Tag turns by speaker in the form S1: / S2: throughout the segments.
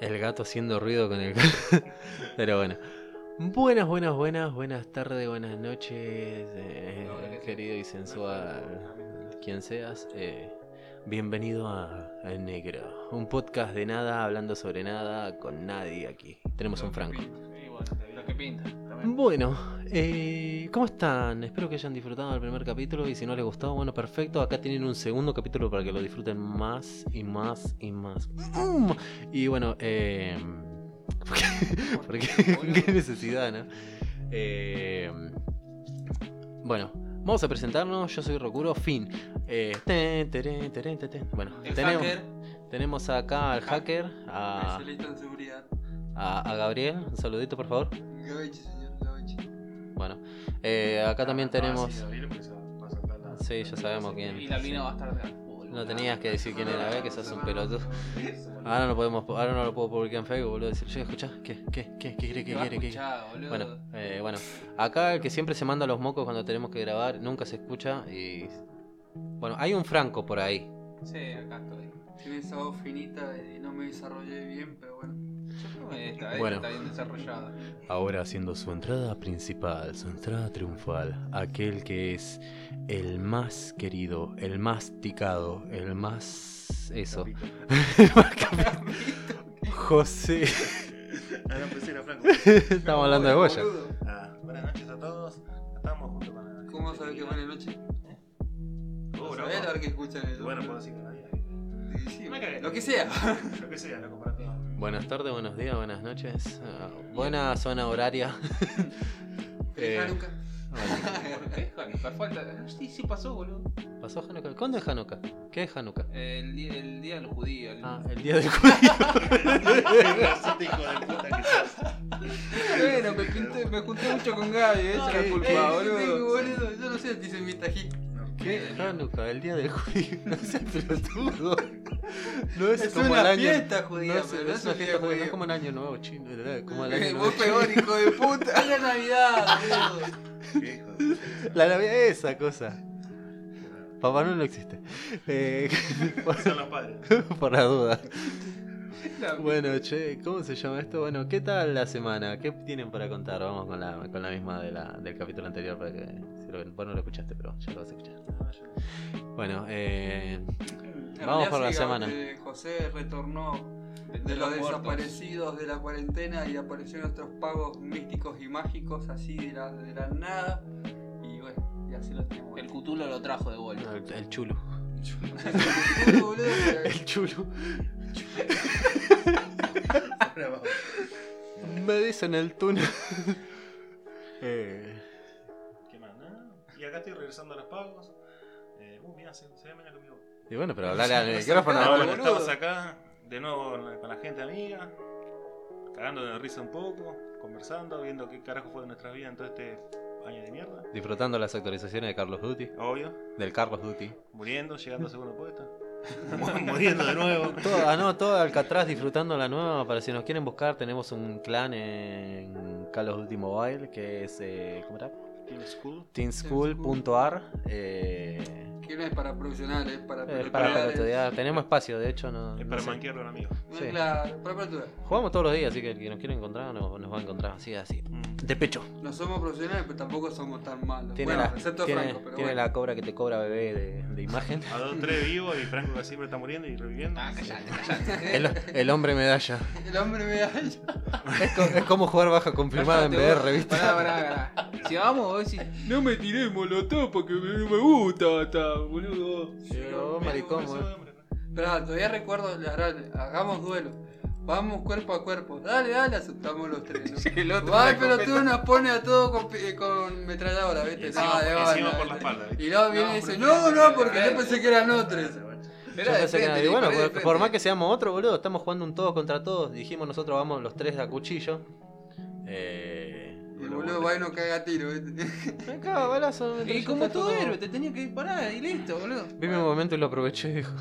S1: El gato haciendo ruido con el... Pero bueno. Buenas, buenas, buenas, buenas tardes, buenas noches, eh, querido y sensual, quien seas. eh, bienvenido a El Negro, un podcast de nada, hablando sobre nada, con nadie aquí. Tenemos un Franco.
S2: Sí, bueno, lo que pinta. también.
S1: Bueno, eh, ¿cómo están? Espero que hayan disfrutado del primer capítulo y si no les gustó, bueno, perfecto. Acá tienen un segundo capítulo para que lo disfruten más y más y más. Mm. Y bueno, eh, ¿por qué, por qué- qué necesidad, no? Eh, bueno, vamos a presentarnos. Yo soy Rokuro, fin. Eh, ten, teren, teren, teten. Bueno,
S2: El
S1: tenemos,
S2: hacker,
S1: tenemos acá al hacker, a,
S2: especialista en seguridad.
S1: a- a Gabriel. Un saludito, por favor.
S2: Gaviche, señor Gaviche.
S1: Bueno, eh,
S2: Ah,
S1: acá también tenemos. Sí,
S3: Sí,
S1: ya sabemos quién.
S2: Y la mina va a estar de
S1: No tenías que decir quién era, ¿ves? Que sos un pelotudo. Ahora no podemos, ahora no lo puedo publicar en Facebook, boludo. Decir, che, escuchá, ¿qué, qué, qué, qué quiere, qué quiere, qué quiere?
S2: escuchar, boludo.
S1: Bueno, eh, bueno, acá el que siempre se manda los mocos cuando tenemos que grabar, nunca se escucha y. Bueno, hay un Franco por ahí.
S2: Sí, acá estoy. Tiene esa voz finita y no me desarrollé bien, pero bueno. Yo creo que esta,
S1: Bueno.
S2: está bien desarrollada.
S1: Ahora haciendo su entrada principal, su entrada triunfal, aquel que es el más querido, el más ticado, el más. Eso. El más capi- José.
S3: Ah, no,
S4: pues
S3: pensé que era Franco.
S1: Estamos hablando de Goya.
S2: Boludo,
S3: Ah, buenas noches a todos. Estamos junto con. la-
S2: ¿Cómo sabés que buena noche?
S3: Oh,
S2: ¿Lo
S3: loco.
S2: sabés la hora que escuchan eso?
S3: Bueno, puedo decir que nadie.
S2: Sí, sí,
S3: Me cagué.
S2: Lo que sea.
S3: Lo que sea, loco, para todos.
S1: Buenas tardes, buenos días, buenas noches. Ah, buena zona horaria. Eh,
S2: Feliz Hanukkah.
S1: Bueno,
S2: ¿Qué? Hanukkah, falta. Ah, Sí, sí pasó, boludo.
S1: ¿Pasó Hanukkah? ¿Cuándo es Hanukkah? ¿Qué es Hanukkah?
S2: El día, el día del judío. el-
S1: Ah, el día del judío.
S3: Gracioso, hijo de puta que sos.
S2: Bueno, me, junté- me junté mucho con Gaby, esa es la culpa, Eh, boludo. Yo no sé antisemita aquí.
S3: No.
S1: ¿Qué es Hanukkah? Eh, El día del judío. No seas pelotudo. No es,
S2: Es
S1: como
S2: una
S1: el año.
S2: fiesta judía,
S1: no es,
S2: pero
S1: no
S2: no
S1: es
S2: es
S1: una
S2: un día
S1: fiesta judía, no es
S2: judío.
S1: como el año nuevo chino. ¿verdad? Como el
S2: Eh,
S1: año nuevo
S2: Vos peor,
S1: chino.
S2: hijo de puta. Es la Navidad, boludo.
S3: Qué hijo de puta.
S1: La Navidad es esa cosa. Papá Noel no existe. Eh,
S3: Son los padres.
S1: por la duda.
S2: La-
S1: Bueno, che, ¿cómo se llama esto? Bueno, ¿qué tal la semana? ¿Qué tienen para contar? Vamos con la, con la misma de la- del capítulo anterior para que... Si lo, vos no lo escuchaste, pero ya lo vas a escuchar. Bueno, eh,
S2: En
S1: vamos
S2: realidad
S1: por la
S2: sí,
S1: semana.
S2: eh, José retornó de los desaparecidos de la cuarentena y aparecieron estos pagos místicos y mágicos así de la, de la nada. Y bueno, y así los tenemos.
S5: El Cutulo lo trajo de vuelta.
S1: el, el chulo.
S2: culo, boludo. pero-
S1: El chulo.
S3: Ahora vamos.
S1: Me dicen el túnel. Eh,
S3: ¿Qué más? No? Y acá estoy regresando a los pagos. Eh, uh, mira, se, se ve menos conmigo.
S1: y bueno, pero hablarle al
S3: No,
S1: micrófono.
S2: Ah,
S3: bueno,
S1: bueno.
S2: boludo.
S3: estamos acá, de nuevo con la, con la gente amiga, cagando de risa un poco, conversando, viendo qué carajo fue de nuestra vida en todo este año de mierda.
S1: Disfrutando las actualizaciones de Carlos Duty.
S3: Obvio,
S1: Del Carlos Duty.
S3: muriendo, llegando a segundo puesto, mu- muriendo de nuevo.
S1: Todo, ah, no, todo Alcatraz disfrutando la nueva. Para si nos quieren buscar, tenemos un clan en Call of Duty Mobile que es. eh, ¿Cómo era?
S3: Team School.
S1: teenschool.ar eh,
S2: Que no es para profesionales, es para
S1: eh, para,
S3: para
S1: para
S2: pelotudear.
S1: estudiar. Tenemos espacio, de hecho, no.
S3: Es
S1: no
S3: para
S1: sé.
S3: manquearlo a un amigo.
S2: No,
S1: Sí.
S2: Claro, para pelotudear.
S1: Jugamos todos los días, así que el que nos quiera encontrar nos, nos va a encontrar así, así.
S3: Mm.
S1: De pecho.
S2: No somos profesionales, pero tampoco somos tan malos.
S1: Tiene,
S2: bueno,
S1: la,
S2: excepto
S1: tiene-
S2: Franco, pero
S1: tiene
S2: bueno.
S1: la cobra que te cobra bebé de, de imagen.
S3: A dos, tres vivos y Franco que siempre está muriendo y reviviendo.
S5: Ah, callate, callate.
S1: El, el hombre medalla.
S2: El hombre medalla.
S1: Es, co- es como jugar baja confirmada en
S5: Callate,
S1: VR,
S5: vos.
S1: ¿viste?
S5: Pará, pará, pará. Si vamos, vos decís.
S2: No me tiré molotov porque no me gusta, ta, boludo.
S1: Pero, maricón,
S3: Eso,
S1: boludo.
S3: hombre.
S2: Pero ah, todavía recuerdo, la- la- hagamos duelo. Vamos cuerpo a cuerpo. Dale, dale, aceptamos los tres. ¿no?
S5: El otro
S2: Va,
S5: la
S2: el pelotudo
S5: escopeta.
S2: nos pone a todos con, pi- eh, con metralladora,
S3: Y
S2: ¿viste?
S3: encima,
S2: Nada, de
S3: y
S2: banda,
S3: encima por la
S2: ¿viste?
S3: espalda. ¿viste?
S2: Y luego viene
S5: No,
S2: y dice,
S5: pero-
S2: no, no, porque yo
S5: Claro.
S2: pensé que eran otros.
S1: Yo
S5: Era de
S1: pensé que
S5: frente,
S1: nada, y bueno,
S5: era de
S1: por,
S5: frente.
S1: por más que seamos otro, boludo, estamos jugando un todos contra todos. Dijimos nosotros vamos los tres a cuchillo. Eh.
S2: Y el boludo va y no caga a tiro, ¿viste?
S1: Acá, balazo.
S5: Y como todo héroe,
S1: héroe.
S5: te tenía que disparar y listo, boludo.
S1: Vi mi momento y lo aproveché, dijo.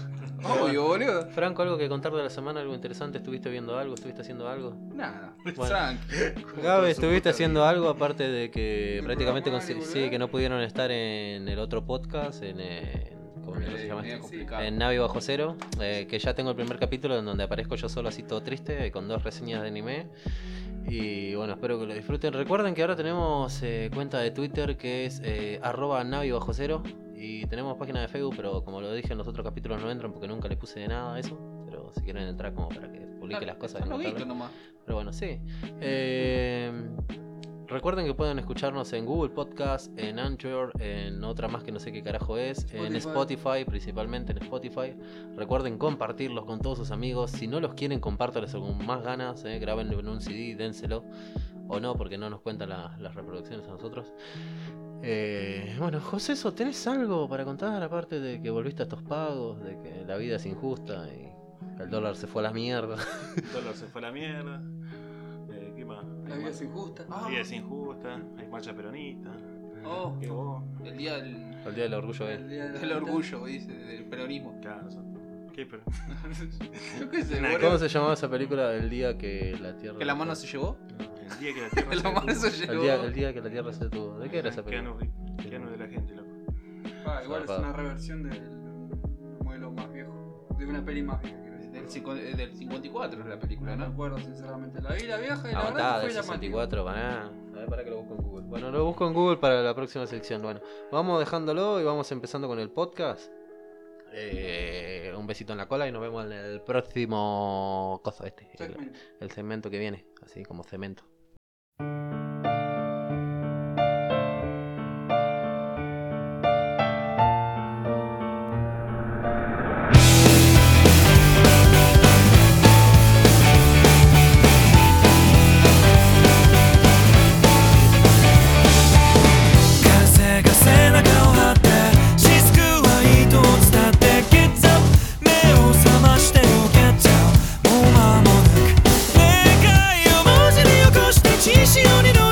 S5: Obvio, boludo.
S1: Franco, algo que contar de la semana, algo interesante, estuviste viendo algo, estuviste haciendo algo.
S5: Nada. pues,
S1: Bueno.
S5: Tranqui.
S1: Gabe,
S3: todo su
S1: estuviste
S3: puta
S1: haciendo algo aparte de que
S2: De
S1: prácticamente
S2: programar y
S1: consi-
S2: boludear.
S1: sí, que no pudieron estar en el otro podcast, en, eh, en- México. creo que se llama
S2: bien.
S1: este.
S2: sí.
S5: complicado.
S1: En Navi Bajo Cero, eh, que ya tengo el primer capítulo en donde aparezco yo solo así todo triste, eh, con dos reseñas de anime. Y bueno, espero que lo disfruten. Recuerden que ahora tenemos eh, cuenta de Twitter que es eh, arroba Navi Bajo Cero. Y tenemos página de Facebook, pero como lo dije en los otros capítulos no entran porque nunca le puse de nada a eso. Pero si quieren entrar como para que publique las cosas. que
S5: Son
S1: no
S5: loguitos
S1: tardan.
S5: nomás.
S1: Pero bueno, sí. Eh, recuerden que pueden escucharnos en Google Podcast, en Anchor, en otra más que no sé qué carajo es, en
S2: Spotify.
S1: Spotify, principalmente en Spotify. Recuerden compartirlos con todos sus amigos. Si no los quieren, compártanlos con más ganas. Eh, grábenlo en un CD, dénselo. O no, porque no nos cuentan la- las reproducciones a nosotros. Eh, bueno, José, eso, ¿tenés algo para contar? Aparte de que volviste a estos pagos, de que la vida es injusta y el dólar se fue a la mierda.
S4: El dólar se fue a la mierda. Eh, ¿Qué más?
S2: La vida es injusta.
S4: La vida es injusta, hay marcha peronista.
S5: Oh,
S4: ¿Qué vos?
S5: el día del,
S1: El día del orgullo eh. gay.
S2: El día de la
S5: del orgullo, dice, del peronismo.
S4: Claro, son- ¿Qué pero?
S5: Yo qué sé,
S4: Nah,
S5: boludo.
S1: ¿Cómo se llamaba esa película el día que la Tierra...
S5: ¿Que la mano se llevó?
S4: El día que la tierra
S5: Que la mano se
S1: El
S5: llevó.
S1: día, el día que la Tierra se detuvo. ¿De qué era esa película?
S4: Keanu, Keanu de la gente, loco.
S2: Ah, igual es
S1: Zarpado.
S2: una reversión del modelo más viejo. De una peli más vieja, quiero decir.
S5: Del, cincu- eh, del 54 es la película,
S2: No me
S5: ¿no?
S2: acuerdo, sinceramente. La vi la vieja y la
S1: Aguantá,
S2: verdad que
S1: del
S2: fue la
S1: 64, pará. A ver, para que lo busco en Google. Bueno, lo busco en Google para la próxima sección. Bueno, vamos dejándolo y vamos empezando con el podcast. Eh, un besito en la cola y nos vemos en el próximo... Cosa este. El,
S2: Segmento.
S1: el segmento que viene. Así como cemento.
S6: 風が背中を張って雫は糸を伝ってキッズ目を覚ましておけちゃうもう間もなく願いを文字に起こして血潮に乗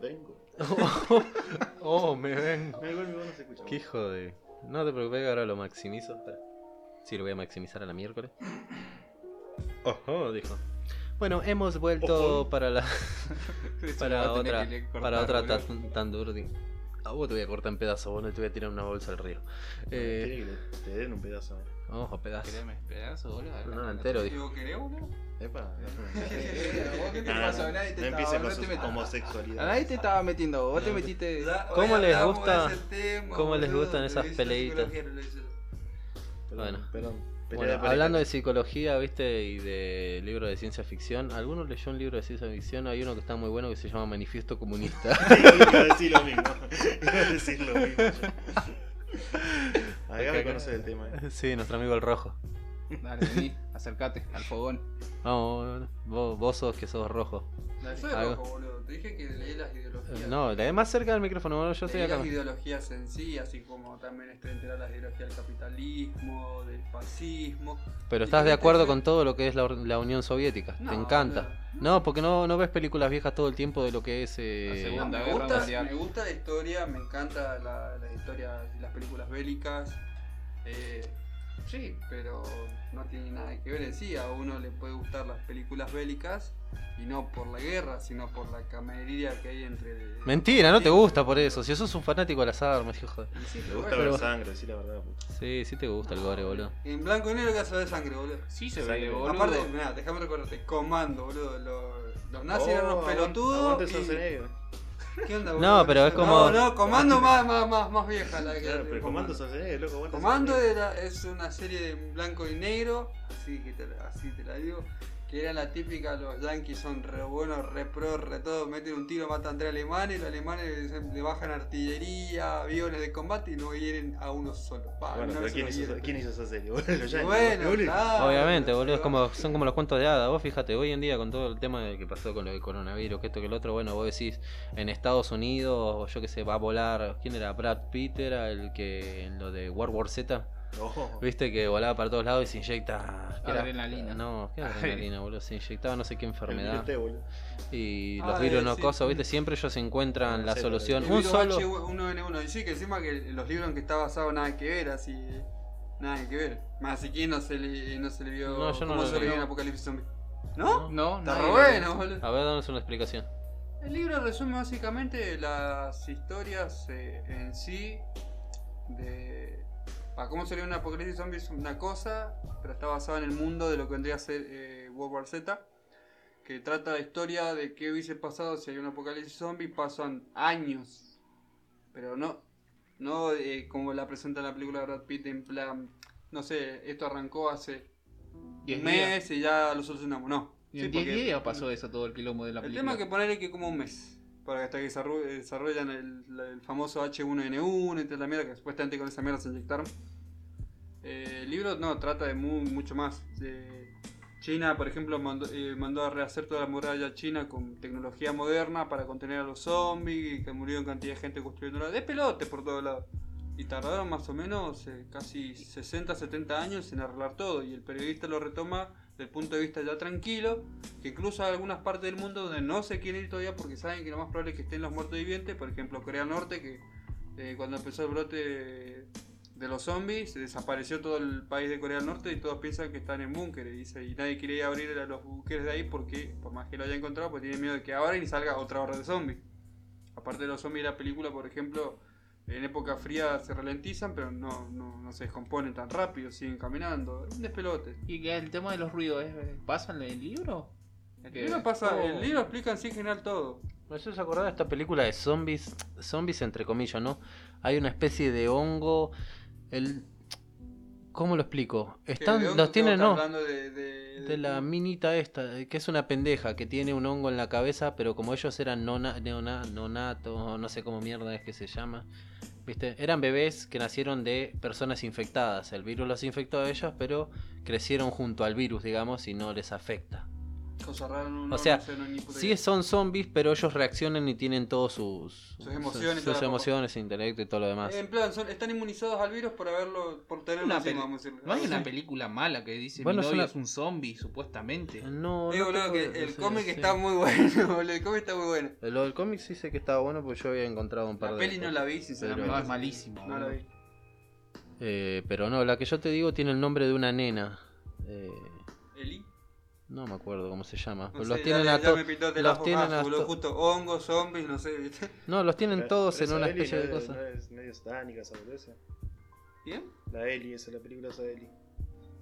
S3: vengo.
S1: Oh, oh, me vengo.
S3: No, igual mi voz no se escucha.
S1: Qué hijo de. No te preocupes, que ahora lo maximizo. Espera. Sí, lo voy a maximizar a la miércoles. Ojo, dijo. Bueno, hemos vuelto
S3: Ojo.
S1: para la
S5: Eso
S1: para
S5: lo va a tener
S1: otra
S5: que cortar,
S1: para otra
S5: boludo.
S1: tan, tan durdi. A vos te voy a cortar en pedazos, vos no te voy a tirar una bolsa al río. Eh,
S3: Quiere que le- te den un pedazo. eh.
S1: ojo, pedazos.
S5: Créeme, pedazo, boludo.
S1: No, entero, dijo.
S2: Digo, ¿querés uno?
S3: Epa.
S5: Eh, ¿Vos qué te
S3: Nah,
S5: pasó?
S3: no,
S5: Nadie te
S3: no
S5: estaba-
S3: empiece
S5: no
S3: con
S5: te
S3: su
S5: metas.
S3: homosexualidad.
S5: Nadie te estaba metiendo, vos te
S1: No,
S5: metiste.
S2: Ya, hoy
S1: ¿Cómo les
S2: hablamos
S1: gusta-
S2: de ese tema,
S1: cómo les
S2: boludo,
S1: gustan
S2: lo
S1: esas
S2: hizo
S1: peleitas?
S2: psicología, lo hizo.
S1: Bueno.
S3: Perdón, perdón. Pelea
S1: Bueno,
S3: de pareja.
S1: hablando de psicología, viste, y de libros de ciencia ficción, ¿alguno leyó un libro de ciencia ficción? Hay uno que está muy bueno que se llama Manifiesto Comunista.
S3: Iba a decir lo mismo. Iba a decir lo mismo. yo. Acá
S1: Acá-
S3: me conoce del tema. eh.
S1: sí, nuestro amigo el rojo.
S5: Dale, vení, acércate al fogón.
S1: Vamos, vos, vos sos que sos rojo.
S5: Dale.
S2: Soy
S1: Algo.
S2: loco, boludo. Te dije que leí las ideologías.
S1: No, la de más cerca del micrófono, bueno, yo estoy
S2: Leí
S1: acá.
S2: las ideologías en sí, así como también estoy enterado de las ideologías del capitalismo, del fascismo.
S1: Pero estás de acuerdo con todo lo que es la, or- la Unión Soviética.
S2: No,
S1: Te encanta. No, porque no, no ves películas viejas todo el tiempo de lo que es... eh,
S5: La
S2: No,
S5: Segunda
S2: me,
S5: Guerra
S2: gusta,
S5: Mundial.
S2: me gusta la historia, me encanta la, la historia y las películas bélicas. Eh, sí, pero no tiene nada que ver en sí. A uno le puede gustar las películas bélicas y no por la guerra, sino por la camaradería que hay entre.
S1: Mentira, no te gusta por eso. Si sos un fanático de las armas, hijo de...
S2: Y sí,
S3: Me
S2: pero
S3: gusta
S2: bueno.
S3: ver sangre, decir la verdad. puto.
S1: Sí, sí te gusta el gore, boludo.
S2: En blanco y negro caso de sangre, boludo.
S5: Sí se
S3: Sangre.
S5: ve, boludo.
S2: Aparte, mirá, déjame recordarte, comando, boludo. Los, los nazis
S3: Oh,
S2: eran unos
S3: aguante-
S2: pelotudos.
S3: aguante
S2: y-
S3: Schwarzenegger. Ah,
S2: ¿Qué onda,
S1: No,
S2: boludo?
S1: pero es como-
S2: No, no, comando más, más, más, más vieja la que.
S3: Claro, pero Comando Schwarzenegger, loco. aguante
S2: Comando
S3: Schwarzenegger.
S2: era- es una serie en blanco y negro, así que te, así te la digo, que era la típica, los yankees son re buenos, re pro, re todo, meten un tiro, matan tres alemanes, los alemanes se- le bajan artillería, aviones de combate y no hieren a uno solo. Pa,
S3: Bueno,
S2: una
S3: pero
S2: vez
S3: ¿quién
S2: solo
S3: hizo,
S2: hieren.
S3: ¿quién hizo esa serie? boludo? Los Yankees,
S2: Ah, Bueno,
S3: boludo.
S2: claro,
S1: Obviamente,
S2: pero
S1: boludo, es
S2: se
S1: como,
S2: va.
S1: son como los cuentos de hadas. Vos fíjate, hoy en día con todo el tema de que pasó con lo del coronavirus, que esto que el otro, bueno, vos decís, en Estados Unidos, o yo que sé, va a volar, ¿quién era? Brad Pitt era el que en lo de World War Z,
S3: No.
S1: viste que volaba para todos lados y se inyecta... ¿qué era?
S5: Adrenalina.
S1: No, ¿qué
S5: Ay.
S1: adrenalina, boludo? Se inyectaba no sé qué enfermedad.
S3: Mirate, boludo.
S1: Y los
S2: Ah,
S1: virus no
S2: sí.
S1: coso, viste, siempre ellos encuentran
S3: No
S1: la
S3: sé,
S1: solución.
S2: El
S1: Un
S2: virus
S1: solo...
S2: H1N1, y sí, que encima que los libros en que está basado nada que ver, así, nada que ver. Más si quién no se le, no se le vio,
S1: No, yo no
S2: cómo
S1: lo
S2: se le
S1: leí.
S2: vio en Apocalipsis Zombie. ¿No?
S5: No,
S2: Está
S5: nadie
S2: re
S5: lo
S2: bueno,
S5: ve.
S2: boludo.
S1: A ver, danos una explicación.
S2: El libro resume básicamente las historias eh, en sí de para cómo sería una apocalipsis zombie es una cosa, pero está basado en el mundo de lo que vendría a ser eh, World War Z, que trata la historia de qué hubiese pasado si hay un apocalipsis zombie, pasan años, pero no no eh, como la presenta la película de Brad Pitt en plan, no sé, esto arrancó hace
S5: Diez días.
S2: un mes y ya lo solucionamos, no.
S5: Y
S2: Sí,
S5: en 10
S2: porque-
S5: días pasó eso todo el quilombo de la
S2: el
S5: película.
S2: tema es que ponerle que como un mes. Para que hasta que desarru- desarrollan el, la- el famoso H1N1 y toda la mierda, que supuestamente con esa mierda se inyectaron. Eh, el libro no, trata de mu- mucho más. De China, por ejemplo, mandó, eh, mandó a rehacer toda la muralla china con tecnología moderna para contener a los zombies, y que murieron cantidad de gente construyendo de pelote por todos lados. Y tardaron más o menos eh, casi 60, 70 años en arreglar todo. Y el periodista lo retoma del punto de vista ya tranquilo, que incluso hay algunas partes del mundo donde no se quieren ir todavía porque saben que lo más probable es que estén los muertos vivientes, por ejemplo Corea del Norte, que eh, cuando empezó el brote de los zombies, se desapareció todo el país de Corea del Norte y todos piensan que están en búnkeres y, se- y nadie quiere ir a abrir a los búnkeres de ahí porque, por más que lo haya encontrado, pues tienen miedo de que abran y salga otra horda de zombies. Aparte de los zombies de la película, por ejemplo, en época fría se ralentizan, pero no, no, no se descomponen tan rápido, siguen caminando. Es un despelote.
S5: Y que el tema de los ruidos, ¿es- eh, ¿pasa en el libro?
S2: El libro, pasa, el libro explica en sí en general todo.
S1: Me haces acordar de esta película de zombies, zombies entre comillas, ¿no? Hay una especie de hongo, el... ¿Cómo lo explico? Están,
S2: ¿De dónde
S1: los tienen,
S2: estamos
S1: no,
S2: hablando de, de-
S1: de la minita esta, eh, que es una pendeja, que tiene un hongo en la cabeza, pero como ellos eran nona, neona, nonatos, o no sé cómo mierda es que se llama, ¿viste? Eran bebés que nacieron de personas infectadas, el virus los infectó a ellos, pero crecieron junto al virus, digamos, y no les afecta.
S2: Cosa rara, no,
S1: O sea,
S2: no sé, no, ni puta
S1: Sí
S2: idea.
S1: son zombies, pero ellos reaccionan y tienen todos sus,
S2: Sus emociones y
S1: sus,
S2: toda la
S1: emociones, intelecto y todo lo demás.
S2: En plan, son- están inmunizados al virus por haberlo, por tenerlo
S5: Una
S2: encima,
S5: peli-
S2: vamos a decirlo.
S5: No hay una
S2: Sí.
S5: película mala que dice
S1: Bueno,
S5: mi
S1: es
S5: novio
S1: una-
S5: es un zombie, supuestamente.
S1: No,
S2: Eh,
S1: no
S2: boludo,
S1: tengo-
S2: que
S1: no
S2: el
S1: sé,
S2: cómic
S1: sí. Eh,
S2: está muy bueno, boludo, el cómic está muy bueno.
S1: Lo del cómic sí sé que estaba bueno porque yo había encontrado un par
S2: La
S1: de.
S2: peli no la vi, sinceramente.
S5: No, es malísima,
S2: No la
S5: boludo.
S2: vi.
S1: Eh, pero no, la que yo te digo tiene el nombre de una nena. Eh,
S2: ¿Eli?
S1: no me acuerdo cómo se llama.
S2: No
S1: los
S2: sé,
S1: tienen
S2: ya,
S1: a
S2: ya
S1: todos.
S2: me pitó de
S1: los
S2: los
S1: tienen a
S2: boludo,
S1: to-
S2: justo hongos, zombies, no sé, ¿viste?
S1: No, los tienen
S4: Pero-
S1: todos
S4: pero
S1: en una
S4: esa Eli
S1: especie de
S4: no es-
S1: cosa.
S4: No es medio satánica esa
S3: eh.
S4: boludencia.
S2: ¿Bien?
S4: La Eli, esa es la película esa de Eli.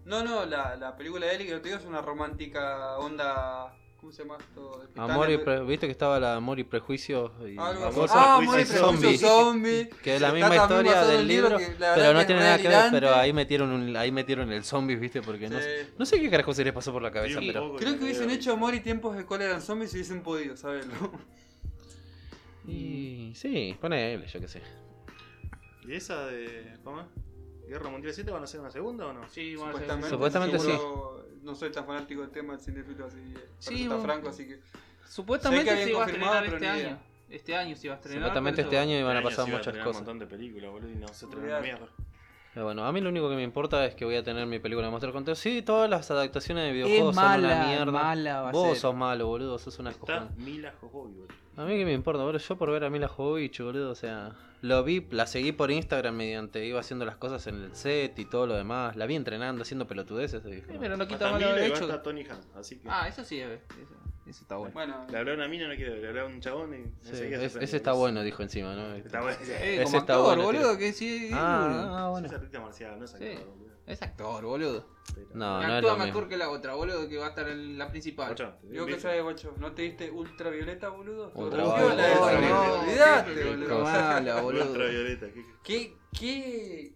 S2: No, no, la, la película de Eli que te digo es una romántica onda... ¿Cómo se llama esto?
S1: Amor y
S2: Italia-
S1: Pre- viste que estaba la Amor y Prejuicio y
S2: Algo así.
S1: Amor,
S2: Ah,
S4: Prejuicio
S2: Amor y
S4: y
S2: Prejuicio
S1: Zombie.
S2: Zombie.
S1: que es la
S2: Está
S1: misma
S2: también
S1: historia
S2: basado en
S1: del
S2: un
S1: libro,
S2: que la verdad
S1: pero no
S2: que
S1: tiene
S2: es
S1: nada
S2: re
S1: que ver, pero
S2: delirante.
S1: ahí metieron un, ahí metieron el zombie, viste, porque no, sé-
S2: Sí.
S1: no sé qué carajo se les pasó por la cabeza,
S3: Sí,
S1: pero
S3: un poco
S2: Creo
S3: y
S2: que hubiesen
S3: medio-
S2: hecho Amor y Tiempos de Cólera en Zombies si hubiesen podido, saberlo.
S5: Mm.
S1: y sí, ponele, yo qué sé.
S3: ¿Y esa de. ¿Cómo? es? ¿Guerra Mundial 7 van a hacer una segunda o no?
S5: Sí, bueno,
S2: Supuestamente,
S1: Supuestamente sí.
S2: seguro No soy tan fanático del tema del cinefilo, así que...
S5: Sí,
S2: Sí,
S5: bueno.
S2: franco, así que... Sé
S5: Supuestamente
S2: que
S5: se
S2: habían
S5: iba a
S2: confirmado,
S5: estrenar este
S2: pero ni
S5: año. Este año se iba a estrenar.
S1: Supuestamente
S5: pero
S1: este año iban a
S3: Este año
S1: pasar
S3: se iba
S1: muchas
S3: estrenar
S1: cosas.
S3: un montón de películas, boludo, y no se estrenó
S2: Olvidate.
S3: una mierda.
S1: Pero bueno, a mí lo único que me importa es que voy a tener mi película de Monster Hunter. Sí, todas las adaptaciones de videojuegos
S5: Es
S1: son una
S5: mala,
S1: mierda.
S5: mala va a
S1: Vos
S5: ser.
S1: sos malo, boludo, sos una
S3: Está
S1: cojona.
S3: Mila Jojovi, boludo.
S1: A mí que me importa, boludo. Yo por ver a Mila Jovovich, boludo, o sea, lo vi, la seguí por Instagram mediante iba haciendo las cosas en el set y todo lo demás. La vi entrenando, haciendo pelotudeces. y dije,
S5: Sí,
S1: no.
S5: pero
S3: Va
S5: no
S3: a
S5: quita
S3: estar
S5: malo
S3: Mila
S5: haber
S3: y va a estar
S5: hecho.
S3: Tony Han, así que.
S5: Ah, eso sí, eh, eso, eso está bueno.
S2: Bueno,
S3: Le hablaba a una mina, no quiero, le hablaba a un chabón y.
S1: Sí,
S3: enseguida se
S1: es-
S3: prendió,
S1: ese está
S3: boludo.
S1: bueno, dijo encima, ¿no?
S3: Está bueno.
S5: Eh,
S1: ese
S5: como
S1: está
S5: actor,
S1: bueno,
S5: boludo, que sí.
S1: Ah, ah,
S3: Bueno.
S1: bueno.
S3: Es artista marcial, no es actor,
S5: Sí.
S3: boludo.
S5: Es actor, boludo.
S3: Pero-
S1: No, no es
S5: Actúa
S1: lo
S5: mejor
S1: mismo.
S5: que la otra, boludo, que va a estar en la principal.
S3: Guacho, te
S2: Yo que
S3: invito.
S2: sabe, guacho, ¿no te diste ultravioleta, boludo?
S1: Ultravioleta,
S2: Te volvió la de-
S5: no,
S2: olvidate,
S5: qué
S2: boludo.
S5: mala, boludo.
S3: Ultravioleta, ¿qué-
S2: ¿Qué, qué,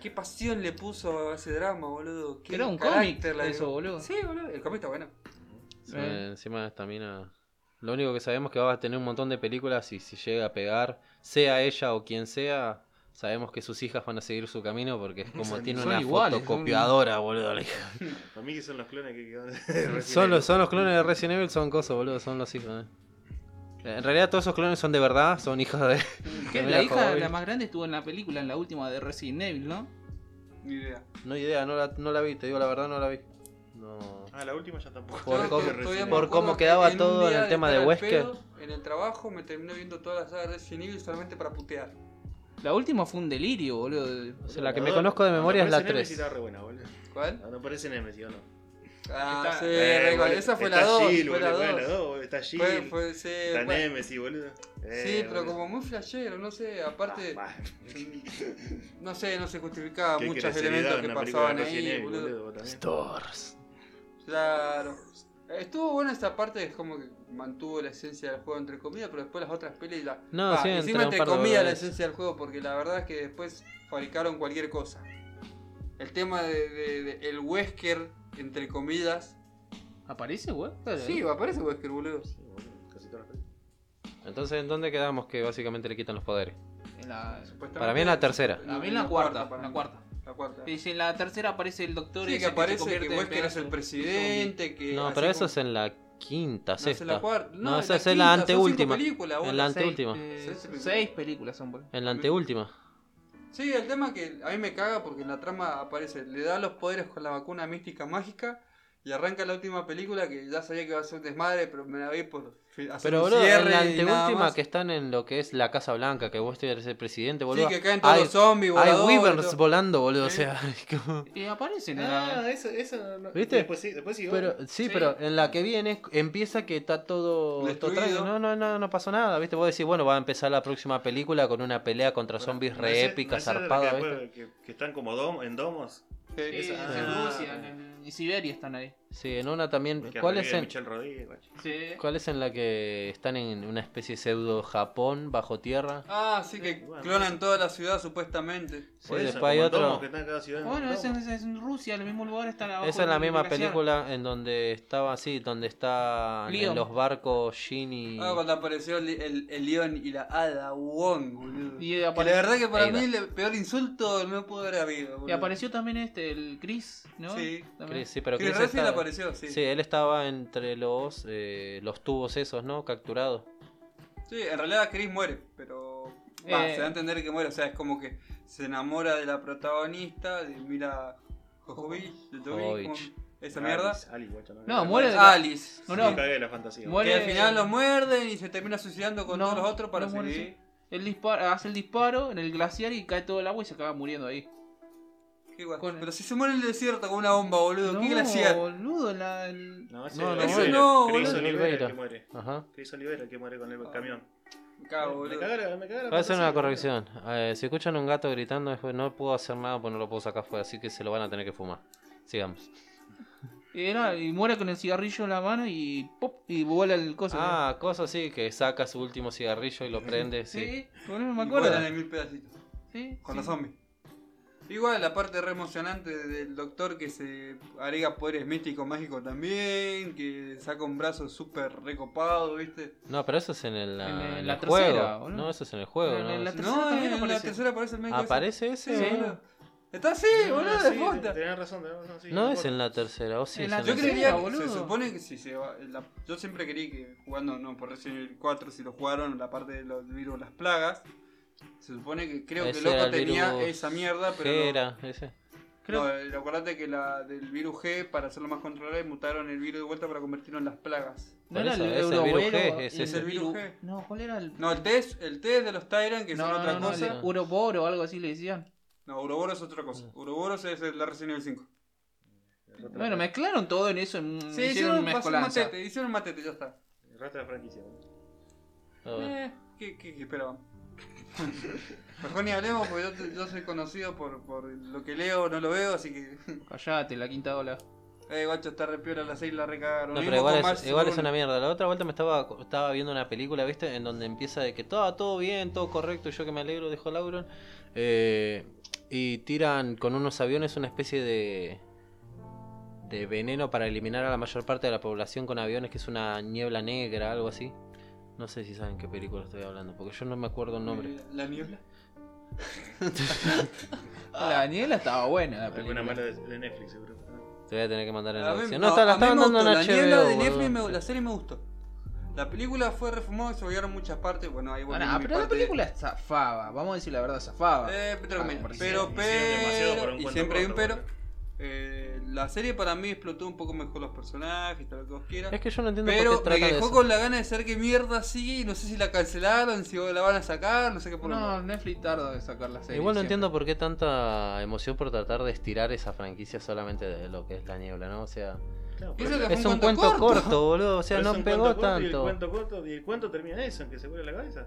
S2: qué pasión le puso a ese drama, boludo? ¿Qué
S5: Era un
S2: carácter
S5: cómic
S2: la-
S5: eso, boludo.
S2: Sí, boludo, el cómic está bueno.
S1: Sí, Eh, Encima esta mina. Lo único que sabemos es que va a tener un montón de películas y si llega a pegar, sea ella o quien sea, sabemos que sus hijas van a seguir su camino porque es como
S3: Son-
S1: tiene
S5: son
S1: una
S5: iguales, son-
S1: fotocopiadora, boludo. la hija.
S3: Para mí que son los clones que quedan.
S1: Son los, son los clones de Resident Evil, son cosas, boludo, son los hijos. eh. En realidad todos esos clones son de verdad, son hijas de...
S5: Que
S1: de
S5: La
S1: Mila
S5: hija,
S1: Jovovich.
S5: la más grande, estuvo en la película, en la última de Resident Evil, ¿no?
S2: Ni idea.
S1: No idea, no la, no la vi, te digo la verdad, no la vi. No.
S3: Ah, la última ya tampoco.
S1: Por
S2: Yo
S1: cómo-
S2: todavía me
S1: por
S2: acuerdo
S1: cómo
S2: que
S1: quedaba
S2: un
S1: todo en
S2: día
S1: el tema de
S2: estar al
S1: Wesker.
S2: pedo En el trabajo me terminé viendo toda la saga de Resident Evil solamente para putear.
S5: La última fue un delirio, boludo.
S1: O sea, la que me conozco de memoria es la
S3: Cuando aparece
S1: 3.
S3: Nemesis está re buena, boludo.
S2: ¿Cuál?
S3: Cuando aparece Nemesis, ¿o no?
S2: Ah,
S5: Está-
S2: sí,
S3: Eh,
S2: re-
S3: boludo,
S2: esa fue
S3: está
S2: la 2.
S3: Jill,
S2: Fue la
S3: boludo, fue
S2: 2.
S3: dos, Está Jill,
S2: Fue, fue, sí,
S3: está
S2: bueno,
S3: Nemesis, boludo.
S4: Eh,
S3: Eh,
S2: sí, pero como muy flashero, no sé, aparte... No sé, no se justificaba muchos elementos que pasaban ahí, boludo.
S1: Stores.
S2: Claro. Estuvo buena esta parte, es como que mantuvo la esencia del juego entre comillas, pero después las otras pelis la...
S1: No, sí, entre
S2: encima
S1: un
S2: entre
S1: par de
S2: comillas la
S1: verdades.
S2: esencia del juego, porque la verdad es que después fabricaron cualquier cosa. El tema de, de- de- el Wesker, entre comillas.
S5: ¿Aparece, güey?
S2: Sí, aparece Wesker, boludo.
S1: Entonces, ¿en dónde quedamos que básicamente le quitan los poderes?
S5: En la...
S2: Supuestamente-
S1: Para mí es la tercera.
S5: A mí en la cuarta, en la cuarta.
S2: La cuarta.
S5: Es en la tercera aparece el doctor
S2: Sí,
S5: ese
S2: que
S5: se
S2: aparece
S5: convierte
S2: que
S5: en
S2: Wesker es
S5: pedazo
S2: el
S5: de zombie.
S2: presidente, que...
S1: No,
S2: así
S1: pero eso
S2: como-
S1: es en la quinta,
S2: No, esa
S1: sexta.
S2: es la cuarta. No,
S1: No, esa es la
S2: quinta, son cinco
S1: anteúltima.
S2: películas,
S1: En
S2: boludo.
S1: la
S5: Seis,
S1: anteúltima.
S5: eh,
S2: Seis
S5: Seis,
S2: películas.
S5: películas son, boludo.
S1: En la anteúltima.
S2: Sí, el tema que a mí me caga porque en la trama aparece, le da los poderes con la vacuna mística mágica y arranca la última película que ya sabía que iba a ser un desmadre, pero me la vi por fi- hacer
S1: Pero,
S2: un
S1: boludo, en
S2: cierre
S1: la
S2: y nada
S1: anteúltima
S2: más.
S1: que están en lo que es la Casa Blanca, que vos eres el presidente,
S2: Sí,
S1: boludo.
S2: que caen todos
S1: hay,
S2: los zombies,
S1: hay
S2: voladores,
S1: Weavers
S2: todo. Eh.
S1: volando, boludo, o
S2: Sí.
S1: sea. es como-
S5: Y aparece en
S3: Ah,
S5: la...
S3: eso, eso no.
S1: ¿Viste?
S3: y Después sí, después sí.
S1: Pero,
S3: bueno.
S1: sí,
S5: Sí.
S1: pero en la que viene es- empieza que está todo, todo
S2: Destruido.
S1: tranqui. No, no, no, no pasó nada, ¿viste? Vos decís, bueno, va a empezar la próxima película con una pelea contra zombies
S3: No
S1: re
S3: es-
S1: épica,
S3: no es la
S1: zarpada,
S3: que
S1: ¿viste?
S3: después- Que, que están como dom- en domos.
S5: Sí,
S2: Sí,
S3: esa-
S5: en
S3: ah.
S5: Rusia, en, en- en Siberia están ahí.
S1: Sí, en una también.
S3: que
S1: ¿Cuál
S3: revive
S1: es en,
S3: Michelle Rodríguez, guacho.
S5: Sí.
S1: ¿Cuál es en la que están en una especie de pseudo Japón bajo tierra?
S2: Ah, sí, que
S3: Sí, bueno.
S2: clonan toda la ciudad supuestamente.
S1: Sí,
S3: Por eso,
S1: después hay
S3: como
S1: otro.
S3: domos que están en cada ciudad.
S5: Bueno,
S3: en
S5: es en, es en Rusia, en el mismo lugar están abajo.
S1: Esa es la
S5: del
S1: misma
S5: glaciar.
S1: película en donde estaba así, donde está en
S5: Leon.
S1: los barcos Shin y.
S2: Ah, cuando apareció el, el, el león y la hada Wong, boludo.
S5: Y
S2: Que
S5: apare-
S2: la verdad que para
S1: Ahí va.
S2: mí el peor insulto no pudo haber habido,
S5: Y
S2: boludo.
S5: apareció también este, este, el Chris, ¿no?
S2: Sí.
S5: También.
S1: Chris, sí, pero
S2: Chris
S1: Chris
S2: Redfield
S1: está-
S2: apareció, sí.
S1: Sí,
S2: sí.
S1: él estaba entre los, eh, los tubos esos, ¿no? Capturados.
S2: en realidad Chris muere, pero. va,
S5: Eh.
S2: se da a entender que muere. O sea, es como que se enamora de la protagonista, de mira. Jojovich,
S1: Jojovich.
S2: esa mierda.
S4: Alice, Alice, guacha, no,
S5: No,
S4: me-
S5: muere de-
S2: Alice.
S5: No,
S4: me
S5: no.
S4: cagué la fantasía.
S5: Muere-
S2: Que al final los muerden y se termina suicidando con
S5: No,
S2: todos los otros para
S5: no muere,
S2: seguir.
S5: Él dispara, hace el disparo en el glaciar y cae todo el agua y se acaba muriendo ahí.
S2: Qué guay.
S5: Con-
S2: Pero si se muere en el desierto con una bomba, boludo, qué glaciar.
S5: boludo, la- el-
S4: No, ese
S1: No, no, no,
S4: Chris Oliver,
S2: no,
S1: boludo.
S4: Chris Oliver es el que
S1: Oliveira.
S4: muere.
S1: Ajá.
S4: Chris Oliver es el que muere con el camión.
S2: Me cago,
S4: me
S2: boludo.
S4: cagaron, me cagaron.
S1: Voy a hacer una corrección. Eh, si escuchan un gato gritando, es- no puedo hacer nada porque no lo puedo sacar fuera, así que se lo van a tener que fumar. Sigamos.
S5: eh, no, y muere con el cigarrillo en la mano y pop, y vuela el coso.
S1: Ah, cosa así, que saca su último cigarrillo y lo prende.
S5: sí,
S1: Sí.
S5: boludo, me
S2: Y
S5: acuerdo.
S2: vuelan en mil pedacitos.
S5: Sí,
S2: Con
S5: sí.
S2: los zombies. Igual la parte re emocionante del doctor que se agrega poderes místicos mágicos también, que saca un brazo súper recopado, ¿viste?
S1: No, pero eso es en el,
S5: En
S1: ah,
S5: el-
S1: en
S5: la
S1: el
S5: tercera,
S1: juego.
S5: boludo.
S1: No, eso es en el juego.
S5: En
S1: ¿no?
S5: el- la
S1: Es-
S5: tercera
S2: no,
S5: también
S2: en la
S5: aparece.
S2: tercera aparece el médico. ese.
S1: ¿Aparece
S2: Sí,
S1: ese?
S2: boludo. Está así, boludo, de posta.
S4: Tenés razón, tenés razón. sí,
S1: No
S4: de
S1: es
S4: posta.
S1: en la tercera, o sí
S5: En
S1: es
S5: la
S1: en
S2: Yo
S1: la
S5: tercera.
S2: creería que
S5: boludo.
S2: se supone que si se va, la- yo siempre creí que jugando, no, por Resident Evil 4, si lo jugaron, la parte de los virus, las plagas, se supone que creo que
S1: Ese
S2: el loco
S1: era el
S2: tenía
S1: virus
S2: esa mierda, pero... lo-
S1: Jera, ese.
S5: Creo-
S2: No, el- acordate que la del virus G, para hacerlo más controlable, mutaron el virus de vuelta para convertirlo en las plagas.
S5: ¿No
S1: Por
S5: era
S1: eso,
S5: el
S1: es el
S5: Euroboero
S1: virus G,
S5: y
S1: es ese.
S2: ¿El virus G?
S5: No, ¿cuál era el...?
S2: No, el test, el test de los Tyrant, que son otra
S5: no,
S2: cosa.
S5: el Uroboro o algo así le decían.
S2: No, Uroboros es otra
S1: Ah.
S2: cosa. Uroboros es el- la Resident Evil 5.
S5: Bueno, mezclaron todo en eso, en,
S1: Mm,
S2: Sí,
S5: hicieron
S2: hicieron,
S5: un
S2: pasó un
S5: mezcolanza.
S2: matete, hicieron un matete, ya está.
S4: El resto de la franquicia. boludo.
S1: Ah, bueno.
S2: Eh, ¿qué, qué, qué esperaban? Mejor ni hablemos porque yo, te- yo soy conocido por, por lo que leo, no lo veo, así que.
S5: Callate, la quinta ola.
S2: Eh, guacho, está re piola la 6 la recagaron.
S1: No, pero igual es, igual es una mierda. La otra vuelta me estaba, estaba viendo una película, ¿viste? En donde empieza de que todo, todo bien, todo correcto, y yo que me alegro, dijo Lauron. Eh, y tiran con unos aviones una especie de. de veneno para eliminar a la mayor parte de la población con aviones, que es una niebla negra, algo así. No sé si saben qué película estoy hablando, porque yo no me acuerdo el nombre.
S2: Eh, La niebla. Ah.
S5: La niebla estaba buena la
S4: Alguna
S5: película.
S4: mala de, de Netflix, seguro.
S1: Te voy a tener que mandar en
S2: A
S1: la
S2: mí-
S1: opción.
S2: no,
S1: No, está, la
S2: a mí
S1: estaban
S2: me
S1: dando en
S2: gustó, la niebla
S1: HBO,
S2: de
S1: boludo.
S2: Netflix, me- la serie me gustó. La película fue refumada, se olvidaron muchas partes. Bueno, ahí
S5: Ah,
S2: volvió
S5: nah,
S2: mi
S5: pero la
S2: parte.
S5: película zafaba, vamos a decir la verdad, zafaba.
S2: Eh, pero,
S5: Ah,
S2: pero,
S5: porque
S2: pero,
S4: hicieron- hicieron demasiado para un
S2: y
S4: cuento
S2: siempre hay un
S4: corto,
S2: pero.
S4: boludo.
S2: Eh, la serie para mí explotó un poco mejor los personajes, todo lo que vos quieras.
S1: Es que yo no entiendo
S2: Pero
S1: por qué
S2: me
S1: tratan de
S2: dejó
S1: eso.
S2: con la gana de saber qué mierda sigue y no sé si la cancelaron, si la van a sacar, no sé qué por
S5: No, Netflix tarda en sacar la serie.
S1: Igual no
S5: siempre.
S1: entiendo por qué tanta emoción por tratar de estirar esa franquicia solamente de lo que es la niebla, ¿no? O sea,
S4: Claro,
S2: Eso
S4: pero-
S2: que-
S1: es un cuento corto, boludo. O sea,
S4: pero es
S1: no
S4: un
S1: pegó
S4: cuento corto y el
S1: tanto.
S4: cuento corto- y el cuento termina eso, en que se vuelve la cabeza.